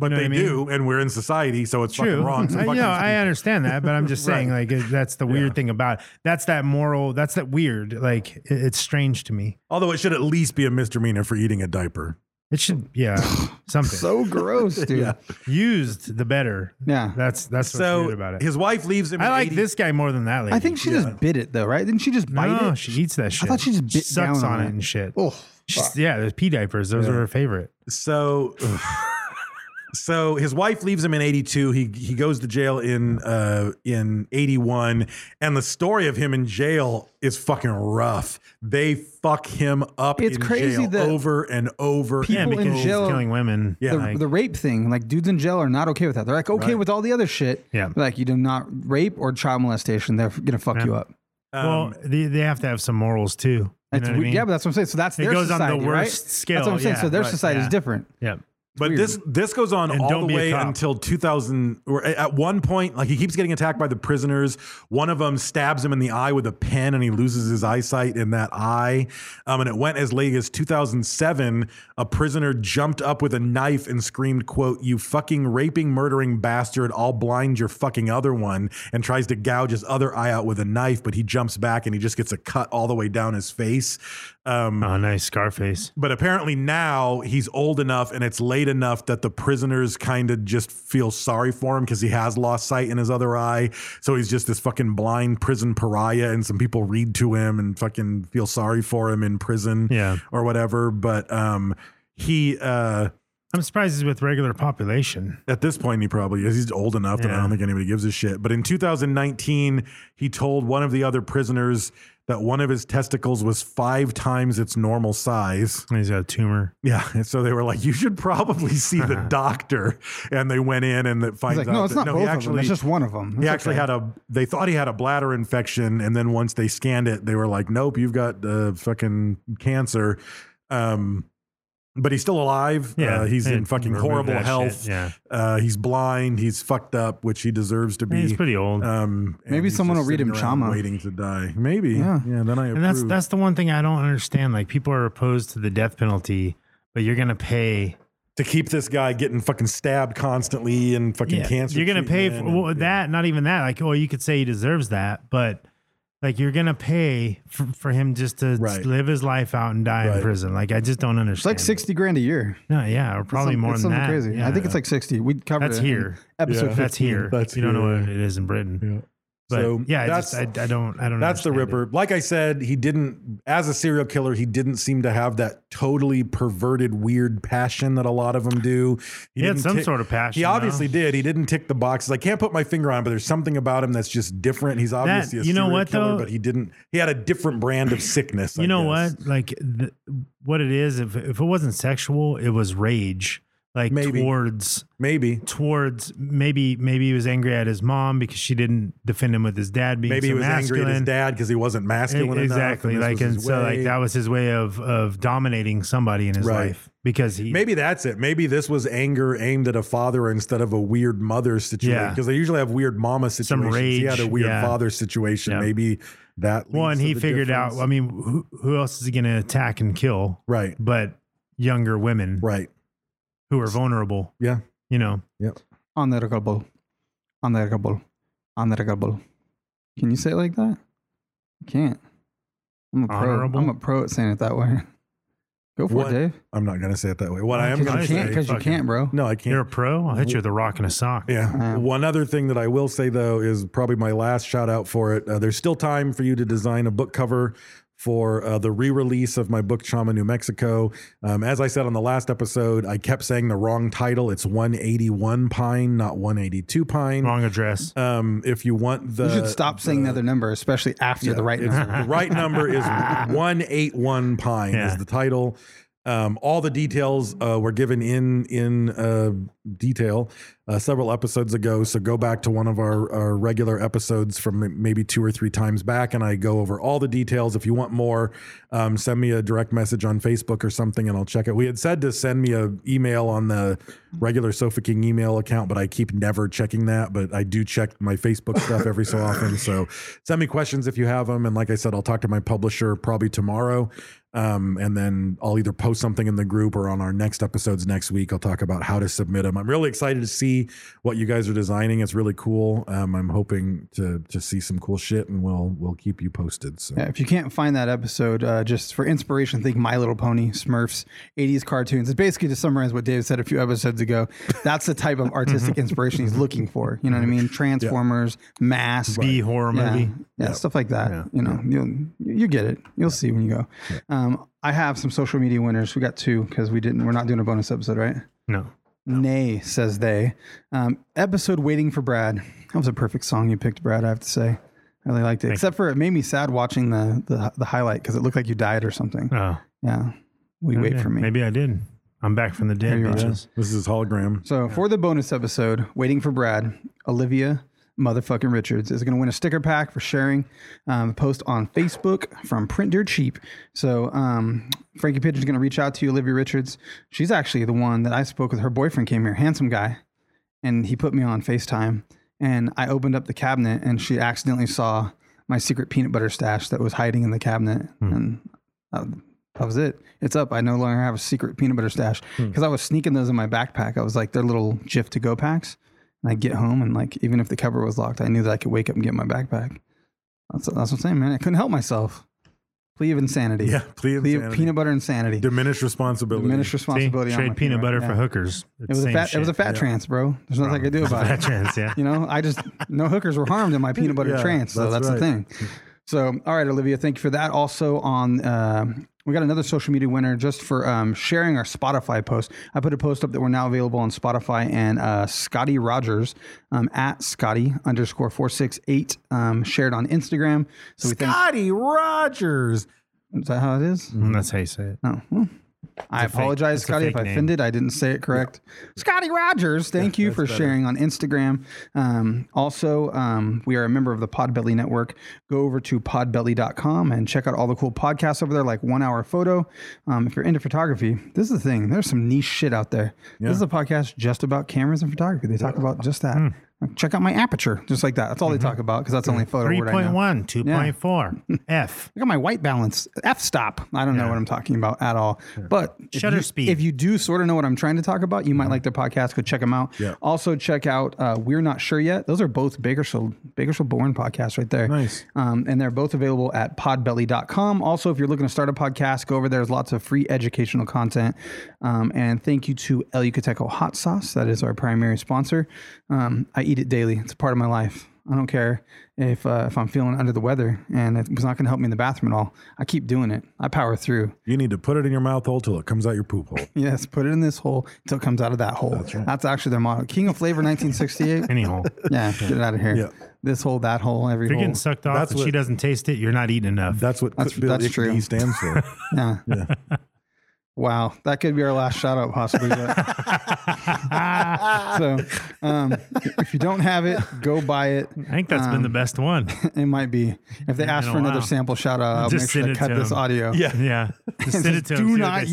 [SPEAKER 5] But
[SPEAKER 4] You know
[SPEAKER 5] they
[SPEAKER 4] what I mean?
[SPEAKER 5] do, and we're in society, so it's
[SPEAKER 4] True.
[SPEAKER 5] fucking wrong. So
[SPEAKER 4] I,
[SPEAKER 5] fucking
[SPEAKER 4] know, I understand that, but I'm just saying,
[SPEAKER 5] Right.
[SPEAKER 4] like, it- that's the weird thing about it. that's that moral. That's that weird. Like, it, it's strange to me.
[SPEAKER 5] Although it should at least be a misdemeanor for eating a diaper.
[SPEAKER 4] It should, yeah, something
[SPEAKER 3] So gross, dude.
[SPEAKER 5] Yeah.
[SPEAKER 4] used the better.
[SPEAKER 3] Yeah.
[SPEAKER 4] that's that's what's
[SPEAKER 5] so
[SPEAKER 4] weird about it.
[SPEAKER 5] his wife leaves him.
[SPEAKER 4] I
[SPEAKER 5] in
[SPEAKER 4] like
[SPEAKER 5] 80
[SPEAKER 4] this guy more than that lady.
[SPEAKER 3] I think she just bit it though, right? Didn't she just bite
[SPEAKER 4] no,
[SPEAKER 3] it?
[SPEAKER 4] she eats that shit.
[SPEAKER 3] thought she just bit
[SPEAKER 4] sucks on
[SPEAKER 3] down on
[SPEAKER 4] it
[SPEAKER 3] it.
[SPEAKER 4] and shit.
[SPEAKER 3] Oh,
[SPEAKER 4] She's- yeah, those pee diapers. Those are her favorite.
[SPEAKER 5] So, so his wife leaves him in '82. He he goes to jail in uh in '81, and the story of him in jail is fucking rough. They fuck him up.
[SPEAKER 3] It's
[SPEAKER 5] in
[SPEAKER 3] crazy
[SPEAKER 5] jail
[SPEAKER 3] that
[SPEAKER 5] over and over.
[SPEAKER 4] yeah,
[SPEAKER 3] People
[SPEAKER 5] and
[SPEAKER 4] because
[SPEAKER 3] in
[SPEAKER 4] she's
[SPEAKER 3] jail-
[SPEAKER 4] killing women.
[SPEAKER 5] Yeah.
[SPEAKER 3] the,
[SPEAKER 4] like-
[SPEAKER 3] the rape thing. Like dudes in jail are not okay with that. They're like okay with all the other shit.
[SPEAKER 4] Yeah.
[SPEAKER 3] Like you do not rape or child molestation. They're gonna fuck you up.
[SPEAKER 4] well, they, they have to have some morals too. You
[SPEAKER 3] Um, That's
[SPEAKER 4] know what I
[SPEAKER 3] we-
[SPEAKER 4] mean?
[SPEAKER 3] Yeah, but that's what I'm saying. So that's
[SPEAKER 4] It
[SPEAKER 3] their
[SPEAKER 4] goes on the
[SPEAKER 3] society, right?
[SPEAKER 4] worst scale,
[SPEAKER 3] That's what I'm saying.
[SPEAKER 4] yeah,
[SPEAKER 3] so their
[SPEAKER 4] right,
[SPEAKER 3] society
[SPEAKER 4] yeah.
[SPEAKER 3] is different.
[SPEAKER 4] yeah.
[SPEAKER 5] But
[SPEAKER 3] weird.
[SPEAKER 5] this this goes on
[SPEAKER 4] And
[SPEAKER 5] all
[SPEAKER 4] don't
[SPEAKER 5] the
[SPEAKER 4] be a
[SPEAKER 5] way
[SPEAKER 4] cop.
[SPEAKER 5] until 2000. Or a- at one point, like he keeps getting attacked by the prisoners. One of them stabs him in the eye with a pen, and he loses his eyesight in that eye. Um, and it went as late as 2007. A prisoner jumped up with a knife and screamed, "Quote, you fucking raping, murdering bastard! I'll blind your fucking other one!" And tries to gouge his other eye out with a knife, but he jumps back and he just gets a cut all the way down his face. Um,
[SPEAKER 4] Oh, nice Scarface.
[SPEAKER 5] but apparently now he's old enough and it's late enough that the prisoners kind of just feel sorry for him because he has lost sight in his other eye. So he's just this fucking blind prison pariah, and some people read to him and fucking feel sorry for him in prison,
[SPEAKER 4] Yeah.
[SPEAKER 5] or whatever. But um, he uh,
[SPEAKER 4] I'm surprised he's with regular population.
[SPEAKER 5] at this point he probably is. He's old enough that I
[SPEAKER 4] Yeah.
[SPEAKER 5] don't think anybody gives a shit. But in 2019, he told one of the other prisoners that one of his testicles was five times its normal size.
[SPEAKER 4] He's got a tumor.
[SPEAKER 5] Yeah, and so they were like, "You should probably see the doctor." And they went in and it
[SPEAKER 3] It's
[SPEAKER 5] finds
[SPEAKER 3] like
[SPEAKER 5] out
[SPEAKER 3] no, it's
[SPEAKER 5] that,
[SPEAKER 3] not both
[SPEAKER 5] he
[SPEAKER 3] of them.
[SPEAKER 5] actually
[SPEAKER 3] It's just one of them.
[SPEAKER 5] he actually had a. They thought he had a bladder infection, and then once they scanned it, they were like, "Nope, you've got uh, fucking cancer." Um, but he's still alive.
[SPEAKER 4] Yeah,
[SPEAKER 5] uh, he's
[SPEAKER 4] they
[SPEAKER 5] in fucking
[SPEAKER 4] removed
[SPEAKER 5] horrible
[SPEAKER 4] that shit,
[SPEAKER 5] health.
[SPEAKER 4] yeah.
[SPEAKER 5] uh, he's blind. He's fucked up, which he deserves to be.
[SPEAKER 4] He's pretty old.
[SPEAKER 5] Um, and
[SPEAKER 3] Maybe
[SPEAKER 5] he's
[SPEAKER 3] someone
[SPEAKER 5] just
[SPEAKER 3] will read
[SPEAKER 5] sitting
[SPEAKER 3] him
[SPEAKER 5] around
[SPEAKER 3] Chama.
[SPEAKER 5] waiting to die. Maybe. Yeah.
[SPEAKER 3] Yeah.
[SPEAKER 5] Yeah. Then I. Approve.
[SPEAKER 4] and that's that's the one thing I don't understand. Like people are opposed to the death penalty, but you're gonna pay.
[SPEAKER 5] to keep this guy getting fucking stabbed constantly and fucking cancer.
[SPEAKER 4] You're gonna pay for
[SPEAKER 5] treatment and-
[SPEAKER 4] well, that. Not even that. Like, oh, you could say he deserves that, but Like you're gonna pay for, for him just to
[SPEAKER 5] Right.
[SPEAKER 4] live his life out and die in
[SPEAKER 5] Right.
[SPEAKER 4] prison. Like I just don't understand.
[SPEAKER 3] It's like sixty grand a year.
[SPEAKER 4] No, yeah, or probably
[SPEAKER 3] Some-
[SPEAKER 4] more
[SPEAKER 3] it's
[SPEAKER 4] than
[SPEAKER 3] something
[SPEAKER 4] that.
[SPEAKER 3] Crazy. I think it's
[SPEAKER 4] Yeah.
[SPEAKER 3] like sixty. We covered
[SPEAKER 4] That's
[SPEAKER 3] it in
[SPEAKER 4] here.
[SPEAKER 3] Episode
[SPEAKER 5] Yeah.
[SPEAKER 4] that's
[SPEAKER 3] 15.
[SPEAKER 4] here.
[SPEAKER 5] That's
[SPEAKER 4] you don't know
[SPEAKER 5] here.
[SPEAKER 4] what it is in Britain.
[SPEAKER 5] Yeah.
[SPEAKER 4] But
[SPEAKER 5] So
[SPEAKER 4] yeah, that's
[SPEAKER 5] that's-
[SPEAKER 4] I, I don't I don't.
[SPEAKER 5] That's the
[SPEAKER 4] understand it.
[SPEAKER 5] Ripper. Like I said, he didn't, as a serial killer, he didn't seem to have that totally perverted, weird passion that a lot of them do.
[SPEAKER 4] He had
[SPEAKER 5] didn't
[SPEAKER 4] some
[SPEAKER 5] tick-
[SPEAKER 4] sort of passion,
[SPEAKER 5] He obviously
[SPEAKER 4] though.
[SPEAKER 5] did. He didn't tick the boxes. I can't put my finger on, it, but there's something about him that's just different. He's obviously a
[SPEAKER 4] you know
[SPEAKER 5] serial
[SPEAKER 4] what,
[SPEAKER 5] killer,
[SPEAKER 4] though?
[SPEAKER 5] but he didn't. He had a different brand of sickness. I
[SPEAKER 4] You know
[SPEAKER 5] guess.
[SPEAKER 4] what? Like the, what it is. If if it wasn't sexual, it was rage. Like
[SPEAKER 5] Maybe.
[SPEAKER 4] towards
[SPEAKER 5] Maybe.
[SPEAKER 4] towards maybe maybe he was angry at his mom because she didn't defend him with his dad being
[SPEAKER 5] Maybe he
[SPEAKER 4] so
[SPEAKER 5] was
[SPEAKER 4] masculine.
[SPEAKER 5] angry at his dad because he wasn't masculine
[SPEAKER 4] E-
[SPEAKER 5] enough,
[SPEAKER 4] exactly
[SPEAKER 5] this
[SPEAKER 4] like
[SPEAKER 5] was
[SPEAKER 4] and
[SPEAKER 5] his
[SPEAKER 4] so like
[SPEAKER 5] way.
[SPEAKER 4] that was his way of of dominating somebody in his
[SPEAKER 5] Right.
[SPEAKER 4] life because he
[SPEAKER 5] Maybe that's it. Maybe this was anger aimed at a father instead of a weird mother situation.
[SPEAKER 4] Yeah.
[SPEAKER 5] Because they usually have weird mama situations. He had a
[SPEAKER 4] rage,
[SPEAKER 5] weird
[SPEAKER 4] yeah.
[SPEAKER 5] father situation.
[SPEAKER 4] Yeah.
[SPEAKER 5] Maybe that.
[SPEAKER 4] well
[SPEAKER 5] leads
[SPEAKER 4] and
[SPEAKER 5] to
[SPEAKER 4] he
[SPEAKER 5] the
[SPEAKER 4] figured out
[SPEAKER 5] difference.
[SPEAKER 4] i mean who, who else is he going to attack and kill
[SPEAKER 5] Right.
[SPEAKER 4] but younger women
[SPEAKER 5] Right.
[SPEAKER 4] who are vulnerable
[SPEAKER 5] Yeah.
[SPEAKER 4] you know
[SPEAKER 5] Yep.
[SPEAKER 3] Honorable. Honorable. Honorable. Can you say it like that? You can't. I'm a pro.
[SPEAKER 4] Honorable?
[SPEAKER 3] I'm a pro at saying it that way. Go for
[SPEAKER 5] What-
[SPEAKER 3] it, Dave.
[SPEAKER 5] I'm not gonna say it that way. What I am
[SPEAKER 3] 'Cause
[SPEAKER 5] gonna
[SPEAKER 3] you
[SPEAKER 5] say.
[SPEAKER 3] can't because you
[SPEAKER 4] fucking-
[SPEAKER 3] can't, bro.
[SPEAKER 5] no, I can't.
[SPEAKER 4] you're a pro i'll hit you with a rock and a sock
[SPEAKER 5] Yeah.
[SPEAKER 3] Um,
[SPEAKER 5] One other thing that I will say though is probably my last shout out for it. Uh, there's still time for you to design a book cover for uh, the re-release of my book Trauma New Mexico. Um, as I said on the last episode, I kept saying the wrong title. It's 181 Pine, not 182 Pine.
[SPEAKER 4] wrong address
[SPEAKER 5] Um, if you want the
[SPEAKER 3] you should stop saying the other number, especially after the right
[SPEAKER 5] it's-
[SPEAKER 3] number.
[SPEAKER 5] the right number is 181 Pine
[SPEAKER 4] Yeah.
[SPEAKER 5] is the title. Um, all the details uh, were given in in uh, detail uh, several episodes ago. So go back to one of our, our regular episodes from m- maybe two or three times back, and I go over all the details. If you want more, um, send me a direct message on Facebook or something, and I'll check it. We had said to send me a email on the regular Sofa King email account, but I keep never checking that. But I do check my Facebook stuff every so often. So send me questions if you have them. And like I said, I'll talk to my publisher probably tomorrow. Um, and then I'll either post something in the group or on our next episodes next week. I'll talk about how to submit them. I'm really excited to see what you guys are designing. It's really cool. Um, I'm hoping to to see some cool shit, and we'll we'll keep you posted. So
[SPEAKER 3] Yeah, if you can't find that episode, uh, just for inspiration, think My Little Pony, Smurfs, 80s cartoons. It's basically to summarize what Dave said a few episodes ago. That's the type of artistic inspiration he's looking for. You know what I mean? Transformers, Mask,
[SPEAKER 4] b horror
[SPEAKER 3] yeah,
[SPEAKER 4] movie
[SPEAKER 3] yeah, stuff like that. You know, you'll you get it. You'll see when you go. Um, I have some social media winners. We got two because we didn't. We're not doing a bonus episode, right?
[SPEAKER 4] no
[SPEAKER 3] Nay, says they. Um, episode Waiting for Brad. That was a perfect song you picked, Brad, I have to say. I really liked it. Except for it made me sad watching the the, the highlight because it looked like you died or something.
[SPEAKER 4] oh
[SPEAKER 3] yeah. We wait
[SPEAKER 4] okay.
[SPEAKER 3] for me.
[SPEAKER 4] maybe i did i'm back from the dead
[SPEAKER 3] There you are.
[SPEAKER 4] bitches.
[SPEAKER 5] this is hologram.
[SPEAKER 3] So for the bonus episode, waiting for Brad, Olivia motherfucking Richards is going to win a sticker pack for sharing um, post on Facebook from Print Dirt Cheap. So um, Frankie Pigeon's going to reach out to you, Olivia Richards. She's actually the one that I spoke with. Her boyfriend came here, handsome guy, and he put me on FaceTime. And I opened up the cabinet, and she accidentally saw my secret peanut butter stash that was hiding in the cabinet,
[SPEAKER 4] Hmm.
[SPEAKER 3] and that was it. It's up. I no longer have a secret peanut butter stash
[SPEAKER 4] Hmm.
[SPEAKER 3] because I was sneaking those in my backpack. I was like, they're little Jif to go packs. And I get home and like, even if the cover was locked, I knew that I could wake up and get my backpack. That's, that's what I'm saying, man. I couldn't help myself. Plea of insanity.
[SPEAKER 5] Yeah, plea of insanity.
[SPEAKER 3] peanut butter insanity.
[SPEAKER 5] Diminished responsibility.
[SPEAKER 3] Diminished
[SPEAKER 4] See,
[SPEAKER 3] responsibility. on my
[SPEAKER 4] trade peanut
[SPEAKER 3] finger.
[SPEAKER 4] butter
[SPEAKER 3] Yeah.
[SPEAKER 4] for hookers
[SPEAKER 3] It was a fat. It was a fat trance, bro. There's nothing I could do about it.
[SPEAKER 4] fat trance yeah
[SPEAKER 3] You know, I just no hookers were harmed in my peanut butter
[SPEAKER 5] Yeah,
[SPEAKER 3] trance, so that's,
[SPEAKER 5] that's
[SPEAKER 3] the thing.
[SPEAKER 5] right.
[SPEAKER 3] So, all right, Olivia, thank you for that. Also, on um we got another social media winner just for um, sharing our Spotify post. I put a post up that we're now available on Spotify and uh, Scotty Rogers um, at Scotty underscore four six eight um, shared on Instagram. So we think
[SPEAKER 5] Scotty Rogers.
[SPEAKER 3] is that how it is.
[SPEAKER 4] Mm, that's how you say it
[SPEAKER 3] I
[SPEAKER 4] a fake-
[SPEAKER 3] apologize,
[SPEAKER 4] it's a
[SPEAKER 3] Scotty, if
[SPEAKER 4] fake
[SPEAKER 3] I
[SPEAKER 4] name.
[SPEAKER 3] offended. I didn't say it correct. Scotty Rogers, thank you for sharing on Instagram. Um, also, um, we are a member of the Podbelly Network. Go over to podbelly.com and check out all the cool podcasts over there, like One Hour Photo. Um, if you're into photography, this
[SPEAKER 4] Hmm.
[SPEAKER 3] is the thing. There's some niche shit out there. This is a podcast just about cameras and photography. They talk about just that. Check out my aperture, just like that. That's all they talk about because that's the only photo word I know.
[SPEAKER 4] 3.1, 2.4, F.
[SPEAKER 3] Look at my white balance, f stop. I don't know what I'm talking about at all. But if
[SPEAKER 4] Shutter
[SPEAKER 3] you,
[SPEAKER 4] speed. Uh-huh.
[SPEAKER 3] If you do sort of know what I'm trying to talk about, you might like their podcast. Go check them out.
[SPEAKER 5] Yeah.
[SPEAKER 3] Also check out uh, We're Not Sure Yet. Those are both Bakersfield Bakersfield Born podcasts right there.
[SPEAKER 5] Nice.
[SPEAKER 3] Um, and they're both available at podbelly.com. Also, if you're looking to start a podcast, go over there. There's lots of free educational content. Um, and thank you to El Yucateco Hot Sauce. That is our primary sponsor. Um, I eat it daily, it's a part of my life. I don't care if uh, if I'm feeling under the weather and it's not going to help me in the bathroom at all. I keep doing it. I power through.
[SPEAKER 5] You need to put it in your mouth hole till it comes out your poop hole.
[SPEAKER 3] Yes, put it in this hole until it comes out of that hole. That's, actually their motto. King of Flavor 1968.
[SPEAKER 4] Anyhow, if
[SPEAKER 3] yeah, get it out of here.
[SPEAKER 5] Yeah.
[SPEAKER 3] This hole, that hole, every
[SPEAKER 4] you're
[SPEAKER 3] hole.
[SPEAKER 4] getting sucked off
[SPEAKER 5] That's
[SPEAKER 4] and
[SPEAKER 5] what-
[SPEAKER 4] she doesn't taste it, you're not eating enough.
[SPEAKER 5] That's what
[SPEAKER 3] That's-
[SPEAKER 5] Cook Bill
[SPEAKER 3] that's
[SPEAKER 5] Ickney
[SPEAKER 3] true.
[SPEAKER 5] stands for.
[SPEAKER 3] Yeah. Wow, that could be our last shout out possibly. But. so, um, if you don't have it, go buy it.
[SPEAKER 4] I think that's
[SPEAKER 3] Um,
[SPEAKER 4] been the best one.
[SPEAKER 3] It might be if they ask
[SPEAKER 4] a
[SPEAKER 3] for another
[SPEAKER 4] while.
[SPEAKER 3] sample shout out, I'll
[SPEAKER 4] Just
[SPEAKER 3] make sure
[SPEAKER 4] send it
[SPEAKER 3] to cut
[SPEAKER 4] to
[SPEAKER 3] this
[SPEAKER 4] him.
[SPEAKER 3] audio.
[SPEAKER 4] Yeah. Yeah. Just send it to
[SPEAKER 3] Do
[SPEAKER 4] 'em, see what
[SPEAKER 3] not
[SPEAKER 4] they say.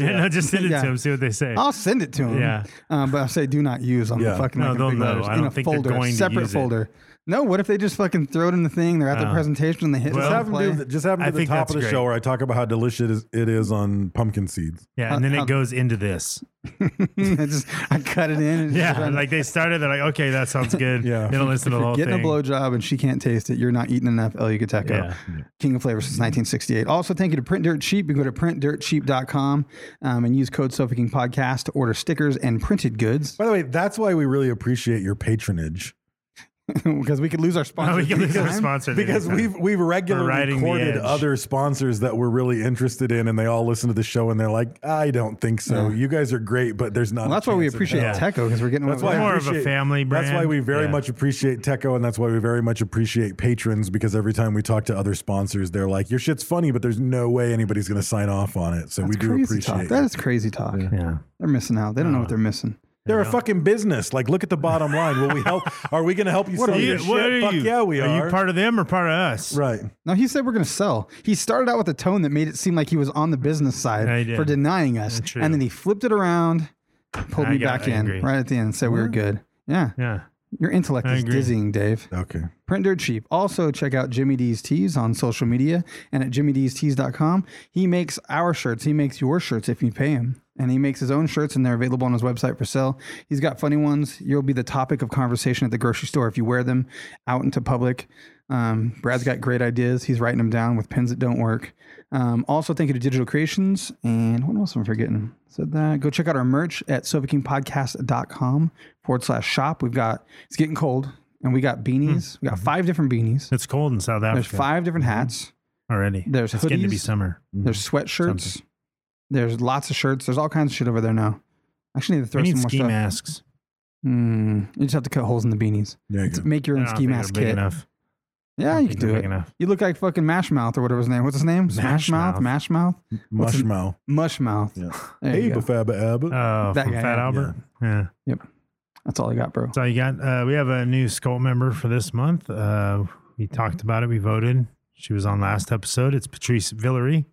[SPEAKER 4] Yeah, no, just send it
[SPEAKER 3] Yeah.
[SPEAKER 4] to them, see what they say.
[SPEAKER 3] I'll send it to him.
[SPEAKER 4] Yeah.
[SPEAKER 3] Um, but I'll say do not use on the
[SPEAKER 5] Yeah.
[SPEAKER 3] fucking
[SPEAKER 4] No,
[SPEAKER 3] like, in
[SPEAKER 4] they'll
[SPEAKER 3] big
[SPEAKER 4] know.
[SPEAKER 3] letters,
[SPEAKER 4] I
[SPEAKER 3] in
[SPEAKER 4] don't
[SPEAKER 3] a
[SPEAKER 4] think they're
[SPEAKER 3] folder,
[SPEAKER 4] going to
[SPEAKER 3] separate
[SPEAKER 4] use it. Oh.
[SPEAKER 3] folder. No, what if they just fucking throw it in the thing? They're at the presentation and they hit
[SPEAKER 4] Well-
[SPEAKER 5] Just
[SPEAKER 3] stop
[SPEAKER 5] have them do
[SPEAKER 3] play.
[SPEAKER 5] the, just have them
[SPEAKER 4] I
[SPEAKER 5] do the
[SPEAKER 4] think
[SPEAKER 5] top
[SPEAKER 4] that's
[SPEAKER 5] of the
[SPEAKER 4] great.
[SPEAKER 5] show where I talk about how delicious it is, it is on pumpkin seeds.
[SPEAKER 4] yeah, and then
[SPEAKER 3] I'll-
[SPEAKER 4] it goes into this.
[SPEAKER 3] I just I cut it in. and just
[SPEAKER 4] Yeah,
[SPEAKER 3] run-
[SPEAKER 4] like they started, they're like, okay, that sounds good.
[SPEAKER 5] Yeah.
[SPEAKER 4] They don't listen to the whole
[SPEAKER 3] Getting
[SPEAKER 4] thing.
[SPEAKER 3] a blowjob and she can't taste it. You're not eating enough El Yucateco.
[SPEAKER 4] Yeah.
[SPEAKER 3] King of Flavor since 1968. Also, thank you to Print Dirt Cheap. You can go to printdirtcheap.com um, and use code Sofa King Podcast to order stickers and printed goods
[SPEAKER 5] By the way, that's why we really appreciate your patronage
[SPEAKER 3] because we could lose our sponsor.
[SPEAKER 4] Oh, we can lose our
[SPEAKER 3] anytime.
[SPEAKER 4] sponsor at any
[SPEAKER 5] because
[SPEAKER 4] time.
[SPEAKER 5] we've we've
[SPEAKER 4] We're
[SPEAKER 5] regularly
[SPEAKER 4] riding the
[SPEAKER 5] recorded
[SPEAKER 4] edge.
[SPEAKER 5] other sponsors that we're really interested in, and they all listen to the show and they're like, "I don't think so. You guys are great, but there's not."
[SPEAKER 3] Well,
[SPEAKER 5] a
[SPEAKER 3] that's why we
[SPEAKER 5] chance in
[SPEAKER 3] appreciate
[SPEAKER 5] hell."
[SPEAKER 3] Teco because we're getting
[SPEAKER 5] That's
[SPEAKER 3] away
[SPEAKER 5] why
[SPEAKER 3] with
[SPEAKER 5] I
[SPEAKER 4] More of a
[SPEAKER 5] appreciate-
[SPEAKER 4] family
[SPEAKER 5] That's why
[SPEAKER 4] brand.
[SPEAKER 5] we very
[SPEAKER 4] Yeah.
[SPEAKER 5] much appreciate Teco, and that's why we very much appreciate patrons because every time we talk to other sponsors, they're like, "Your shit's funny, but there's no way anybody's going to sign off on it." So we do
[SPEAKER 3] crazy talk.
[SPEAKER 5] appreciate.
[SPEAKER 3] That
[SPEAKER 5] it.
[SPEAKER 3] is crazy talk.
[SPEAKER 4] yeah.
[SPEAKER 3] They're missing out. They don't know what they're missing.
[SPEAKER 5] They're a fucking business. Like, look at the bottom line. Will we help? Are we going to help you
[SPEAKER 4] What
[SPEAKER 5] sell
[SPEAKER 4] are you?
[SPEAKER 5] your shit?
[SPEAKER 4] What are
[SPEAKER 5] Fuck
[SPEAKER 4] you?
[SPEAKER 5] yeah, we are.
[SPEAKER 4] you part of them or part of us?
[SPEAKER 5] right.
[SPEAKER 3] No, he said we're going to sell. He started out with a tone that made it seem like he was on the business
[SPEAKER 4] Yeah, he
[SPEAKER 3] side
[SPEAKER 4] did.
[SPEAKER 3] for denying us,
[SPEAKER 4] Yeah, true.
[SPEAKER 3] and then he flipped it around, pulled
[SPEAKER 4] I
[SPEAKER 3] me
[SPEAKER 4] got-
[SPEAKER 3] back
[SPEAKER 4] I
[SPEAKER 3] in
[SPEAKER 4] agree.
[SPEAKER 3] right at the end and said we were good. Yeah,
[SPEAKER 4] Yeah.
[SPEAKER 3] your intellect
[SPEAKER 4] I
[SPEAKER 3] is
[SPEAKER 4] agree.
[SPEAKER 3] dizzying, Dave.
[SPEAKER 5] Okay.
[SPEAKER 3] Print Dirt Cheap. Also, check out Jimmy D's Tees on social media and at jimmydstees.com. He makes our shirts. He makes your shirts if you pay him. And he makes his own shirts, and they're available on his website for sale. He's got funny ones. You'll be the topic of conversation at the grocery store if you wear them out into public. Um, Brad's got great ideas. He's writing them down with pens that don't work. Um, also, thank you to Digital Creations. And what else am I forgetting? Said that. Go check out our merch at SofaKingPodcast.com forward slash shop. We've got, it's getting cold, and we got
[SPEAKER 4] Mm-hmm.
[SPEAKER 3] beanies. We got five different beanies.
[SPEAKER 4] It's cold in South Africa
[SPEAKER 3] There's five different
[SPEAKER 4] Mm-hmm.
[SPEAKER 3] hats.
[SPEAKER 4] already.
[SPEAKER 3] there's
[SPEAKER 4] it's getting to be
[SPEAKER 3] hoodies.
[SPEAKER 4] summer.
[SPEAKER 3] There's
[SPEAKER 4] Mm-hmm.
[SPEAKER 3] sweatshirts.
[SPEAKER 4] Something.
[SPEAKER 3] There's lots of shirts. There's all kinds of shit over there now. I Actually, need to throw
[SPEAKER 4] We need
[SPEAKER 3] some more
[SPEAKER 4] ski
[SPEAKER 3] stuff.
[SPEAKER 4] masks.
[SPEAKER 3] Mm, you just have to cut holes in the beanies.
[SPEAKER 5] There you go.
[SPEAKER 3] Make your
[SPEAKER 4] I
[SPEAKER 3] own
[SPEAKER 4] don't
[SPEAKER 3] ski
[SPEAKER 4] think
[SPEAKER 3] mask
[SPEAKER 4] they're big
[SPEAKER 3] kit.
[SPEAKER 4] Enough.
[SPEAKER 3] Yeah,
[SPEAKER 4] I
[SPEAKER 3] you
[SPEAKER 4] think
[SPEAKER 3] can
[SPEAKER 4] they're
[SPEAKER 3] do it.
[SPEAKER 4] big enough.
[SPEAKER 3] You look like fucking Mash Mouth or whatever his name. What's his name?
[SPEAKER 4] Mash
[SPEAKER 3] Smash Mouth.
[SPEAKER 4] Mouth. Mm.
[SPEAKER 3] Mash Mouth. What's his-
[SPEAKER 5] Mushmouth.
[SPEAKER 3] Mush Mouth.
[SPEAKER 5] Yeah.
[SPEAKER 3] There you
[SPEAKER 5] Hey,
[SPEAKER 3] go.
[SPEAKER 5] Bafaba Abba.
[SPEAKER 4] Oh,
[SPEAKER 3] That
[SPEAKER 4] from
[SPEAKER 3] guy,
[SPEAKER 4] Fat
[SPEAKER 3] yeah.
[SPEAKER 4] Albert. Yeah.
[SPEAKER 3] That's all I got, bro.
[SPEAKER 4] That's all you got. Uh, we have a new Skull member for this month. Uh, we talked about it. We voted. She was on last episode. It's Patrice Villery.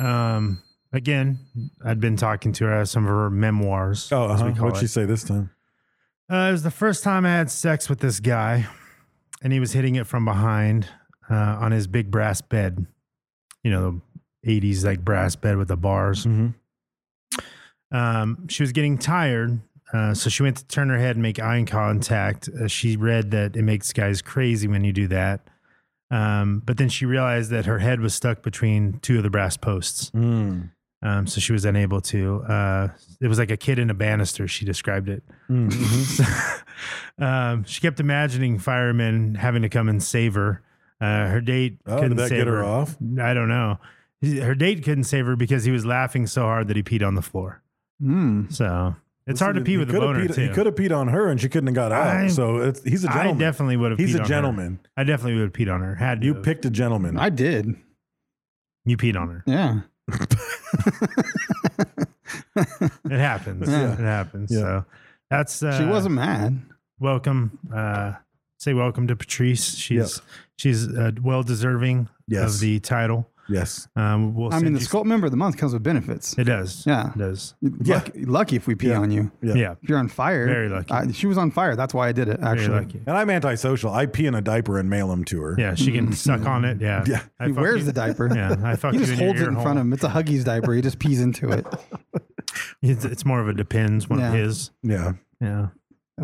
[SPEAKER 4] Um, again, I'd been talking to her I have some of her memoirs.
[SPEAKER 5] Oh,
[SPEAKER 4] as
[SPEAKER 5] uh-huh.
[SPEAKER 4] we call
[SPEAKER 5] what'd
[SPEAKER 4] it.
[SPEAKER 5] she say this time?
[SPEAKER 4] Uh, it was the first time I had sex with this guy, and he was hitting it from behind uh, on his big brass bed. You know, the 80s like brass bed with the bars.
[SPEAKER 5] Mm-hmm.
[SPEAKER 4] Um, she was getting tired, uh, so she went to turn her head and make eye contact. Uh, she read that it makes guys crazy when you do that. Um, but then she realized that her head was stuck between two of the brass posts.
[SPEAKER 5] Mm.
[SPEAKER 4] Um, so she was unable to. Uh, it was like a kid in a banister, she described it.
[SPEAKER 5] Mm, mm-hmm.
[SPEAKER 4] um, she kept imagining firemen having to come and save her. Uh, her date
[SPEAKER 5] Oh, did
[SPEAKER 4] couldn't
[SPEAKER 5] that
[SPEAKER 4] save
[SPEAKER 5] get her off?
[SPEAKER 4] I don't know. Her date couldn't save her because he was laughing so hard that he peed on the floor.
[SPEAKER 3] Mm.
[SPEAKER 4] So it's hard to
[SPEAKER 5] You-
[SPEAKER 4] pee
[SPEAKER 5] you
[SPEAKER 4] with a
[SPEAKER 5] coulda
[SPEAKER 4] boner
[SPEAKER 5] peed,
[SPEAKER 4] too.
[SPEAKER 5] You could have peed on her, and she couldn't have got out.
[SPEAKER 4] I-
[SPEAKER 5] so it's, he's a
[SPEAKER 4] I
[SPEAKER 5] gentleman.
[SPEAKER 4] definitely would have.
[SPEAKER 5] He's
[SPEAKER 4] peed
[SPEAKER 5] a
[SPEAKER 4] on her.
[SPEAKER 5] gentleman.
[SPEAKER 4] I definitely would have peed on her. Had
[SPEAKER 5] You
[SPEAKER 4] to have.
[SPEAKER 5] picked a gentleman.
[SPEAKER 3] I did.
[SPEAKER 4] you peed on her.
[SPEAKER 3] Yeah.
[SPEAKER 4] It happens. It happens.
[SPEAKER 5] Yeah.
[SPEAKER 4] So that's uh,
[SPEAKER 3] She wasn't mad.
[SPEAKER 4] welcome. Uh, say welcome to Patrice. She's she's uh, well deserving
[SPEAKER 5] Yes.
[SPEAKER 4] of the title.
[SPEAKER 5] Yes.
[SPEAKER 4] Um, we'll
[SPEAKER 3] I mean,
[SPEAKER 4] send
[SPEAKER 3] the
[SPEAKER 4] you-
[SPEAKER 3] Sculpt Member of the Month comes with benefits.
[SPEAKER 4] It does.
[SPEAKER 3] Yeah.
[SPEAKER 4] It does.
[SPEAKER 5] Yeah.
[SPEAKER 3] Lucky, lucky if we pee on you.
[SPEAKER 5] Yeah.
[SPEAKER 4] Yeah.
[SPEAKER 3] If you're on fire.
[SPEAKER 4] Very lucky.
[SPEAKER 3] I, she was on fire. That's why I did it,
[SPEAKER 4] Very
[SPEAKER 3] actually.
[SPEAKER 4] lucky.
[SPEAKER 5] And I'm antisocial. I pee in a diaper and mail them to her.
[SPEAKER 4] Yeah, she can suck on it. Yeah.
[SPEAKER 5] Yeah.
[SPEAKER 4] I
[SPEAKER 3] He
[SPEAKER 4] fuck
[SPEAKER 3] wears
[SPEAKER 4] you-
[SPEAKER 3] the diaper.
[SPEAKER 4] Yeah, I fuck
[SPEAKER 3] He
[SPEAKER 4] you
[SPEAKER 3] just
[SPEAKER 4] your
[SPEAKER 3] holds it
[SPEAKER 4] ear
[SPEAKER 3] in front
[SPEAKER 4] hole.
[SPEAKER 3] of him. It's a Huggies diaper. He just pees into it.
[SPEAKER 4] It's, it's more of a depends one of
[SPEAKER 3] Yeah.
[SPEAKER 4] his.
[SPEAKER 5] Yeah.
[SPEAKER 4] Yeah,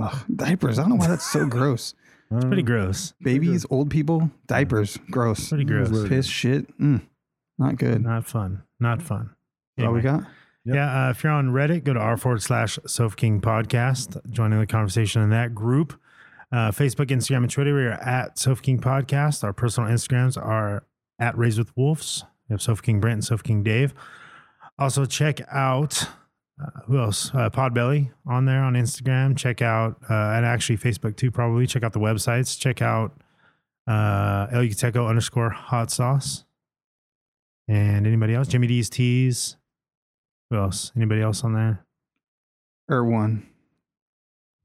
[SPEAKER 3] Ugh, diapers. I don't know why that's so gross.
[SPEAKER 4] it's pretty gross.
[SPEAKER 3] Babies, old people, diapers. Gross.
[SPEAKER 4] Pretty gross.
[SPEAKER 3] Piss, shit. Mm, not good.
[SPEAKER 4] Not fun. Not fun.
[SPEAKER 3] That's all we
[SPEAKER 4] Anyway.
[SPEAKER 3] got?
[SPEAKER 4] Yeah, uh, if you're on Reddit, go to r forward slash Sofa King Podcast. Join in the conversation in that group. Uh, Facebook, Instagram, and Twitter, we are at Sofa King Podcast. Our personal Instagrams are at Raised with Wolves. We have Sofa King Brent and Sofa King Dave. Also, check out uh, who else? Uh, Podbelly on there on Instagram. Check out, uh, and actually Facebook too, probably. Check out the websites. Check out uh, El Yucateco underscore hot sauce. And anybody else? Jimmy D's Teas. Who else? Anybody else on there?
[SPEAKER 3] Erwan.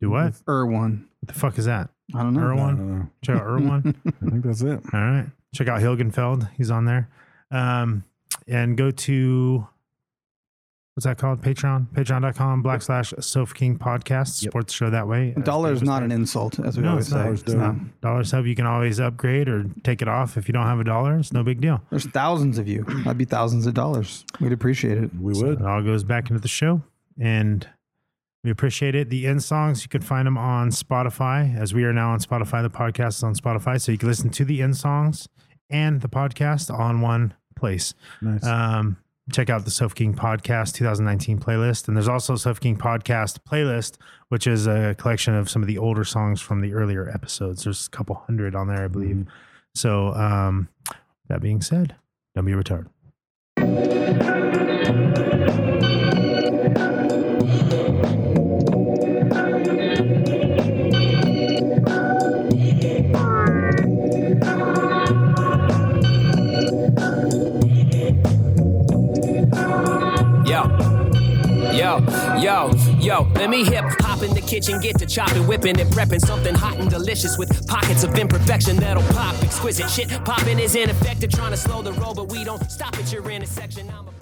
[SPEAKER 4] Do what? What
[SPEAKER 3] Erwan.
[SPEAKER 4] the fuck is that?
[SPEAKER 3] I don't know.
[SPEAKER 5] I
[SPEAKER 4] Erwan?
[SPEAKER 5] don't know.
[SPEAKER 4] Check out Erwan.
[SPEAKER 5] I think that's it.
[SPEAKER 4] All right. Check out Hilgenfeld. He's on there. Um, and go to what's that called? Patreon. Patreon.com black slash Sofa King podcast. Support the show that way.
[SPEAKER 3] A dollar is not an
[SPEAKER 4] in.
[SPEAKER 3] insult, as we
[SPEAKER 4] No,
[SPEAKER 3] always
[SPEAKER 4] it's not.
[SPEAKER 3] say.
[SPEAKER 4] It's
[SPEAKER 3] It's not.
[SPEAKER 4] Dollar sub, you can always upgrade or take it off if you don't have a dollar. It's no big deal.
[SPEAKER 3] There's thousands of you. That'd be thousands of dollars. We'd appreciate it.
[SPEAKER 5] We
[SPEAKER 4] So
[SPEAKER 5] would.
[SPEAKER 4] it all goes back into the show, and we appreciate it. The end songs you can find them on Spotify, as we are now on Spotify. The podcast is on Spotify, so you can listen to the end songs and the podcast on one place.
[SPEAKER 5] Nice.
[SPEAKER 4] Um, check out the Sof King Podcast 2019 playlist, and there's also Sof King Podcast playlist, which is a collection of some of the older songs from the earlier episodes. There's a couple hundred on there, I believe. So, um, that being said, don't be a retard.
[SPEAKER 6] Yo. Yo, yo, yo, let me hip hop in the kitchen, get to chopping, whipping and prepping something hot and delicious with pockets of imperfection that'll pop. Exquisite shit popping is ineffective, trying to slow the roll, but we don't stop at your intersection. I'm a-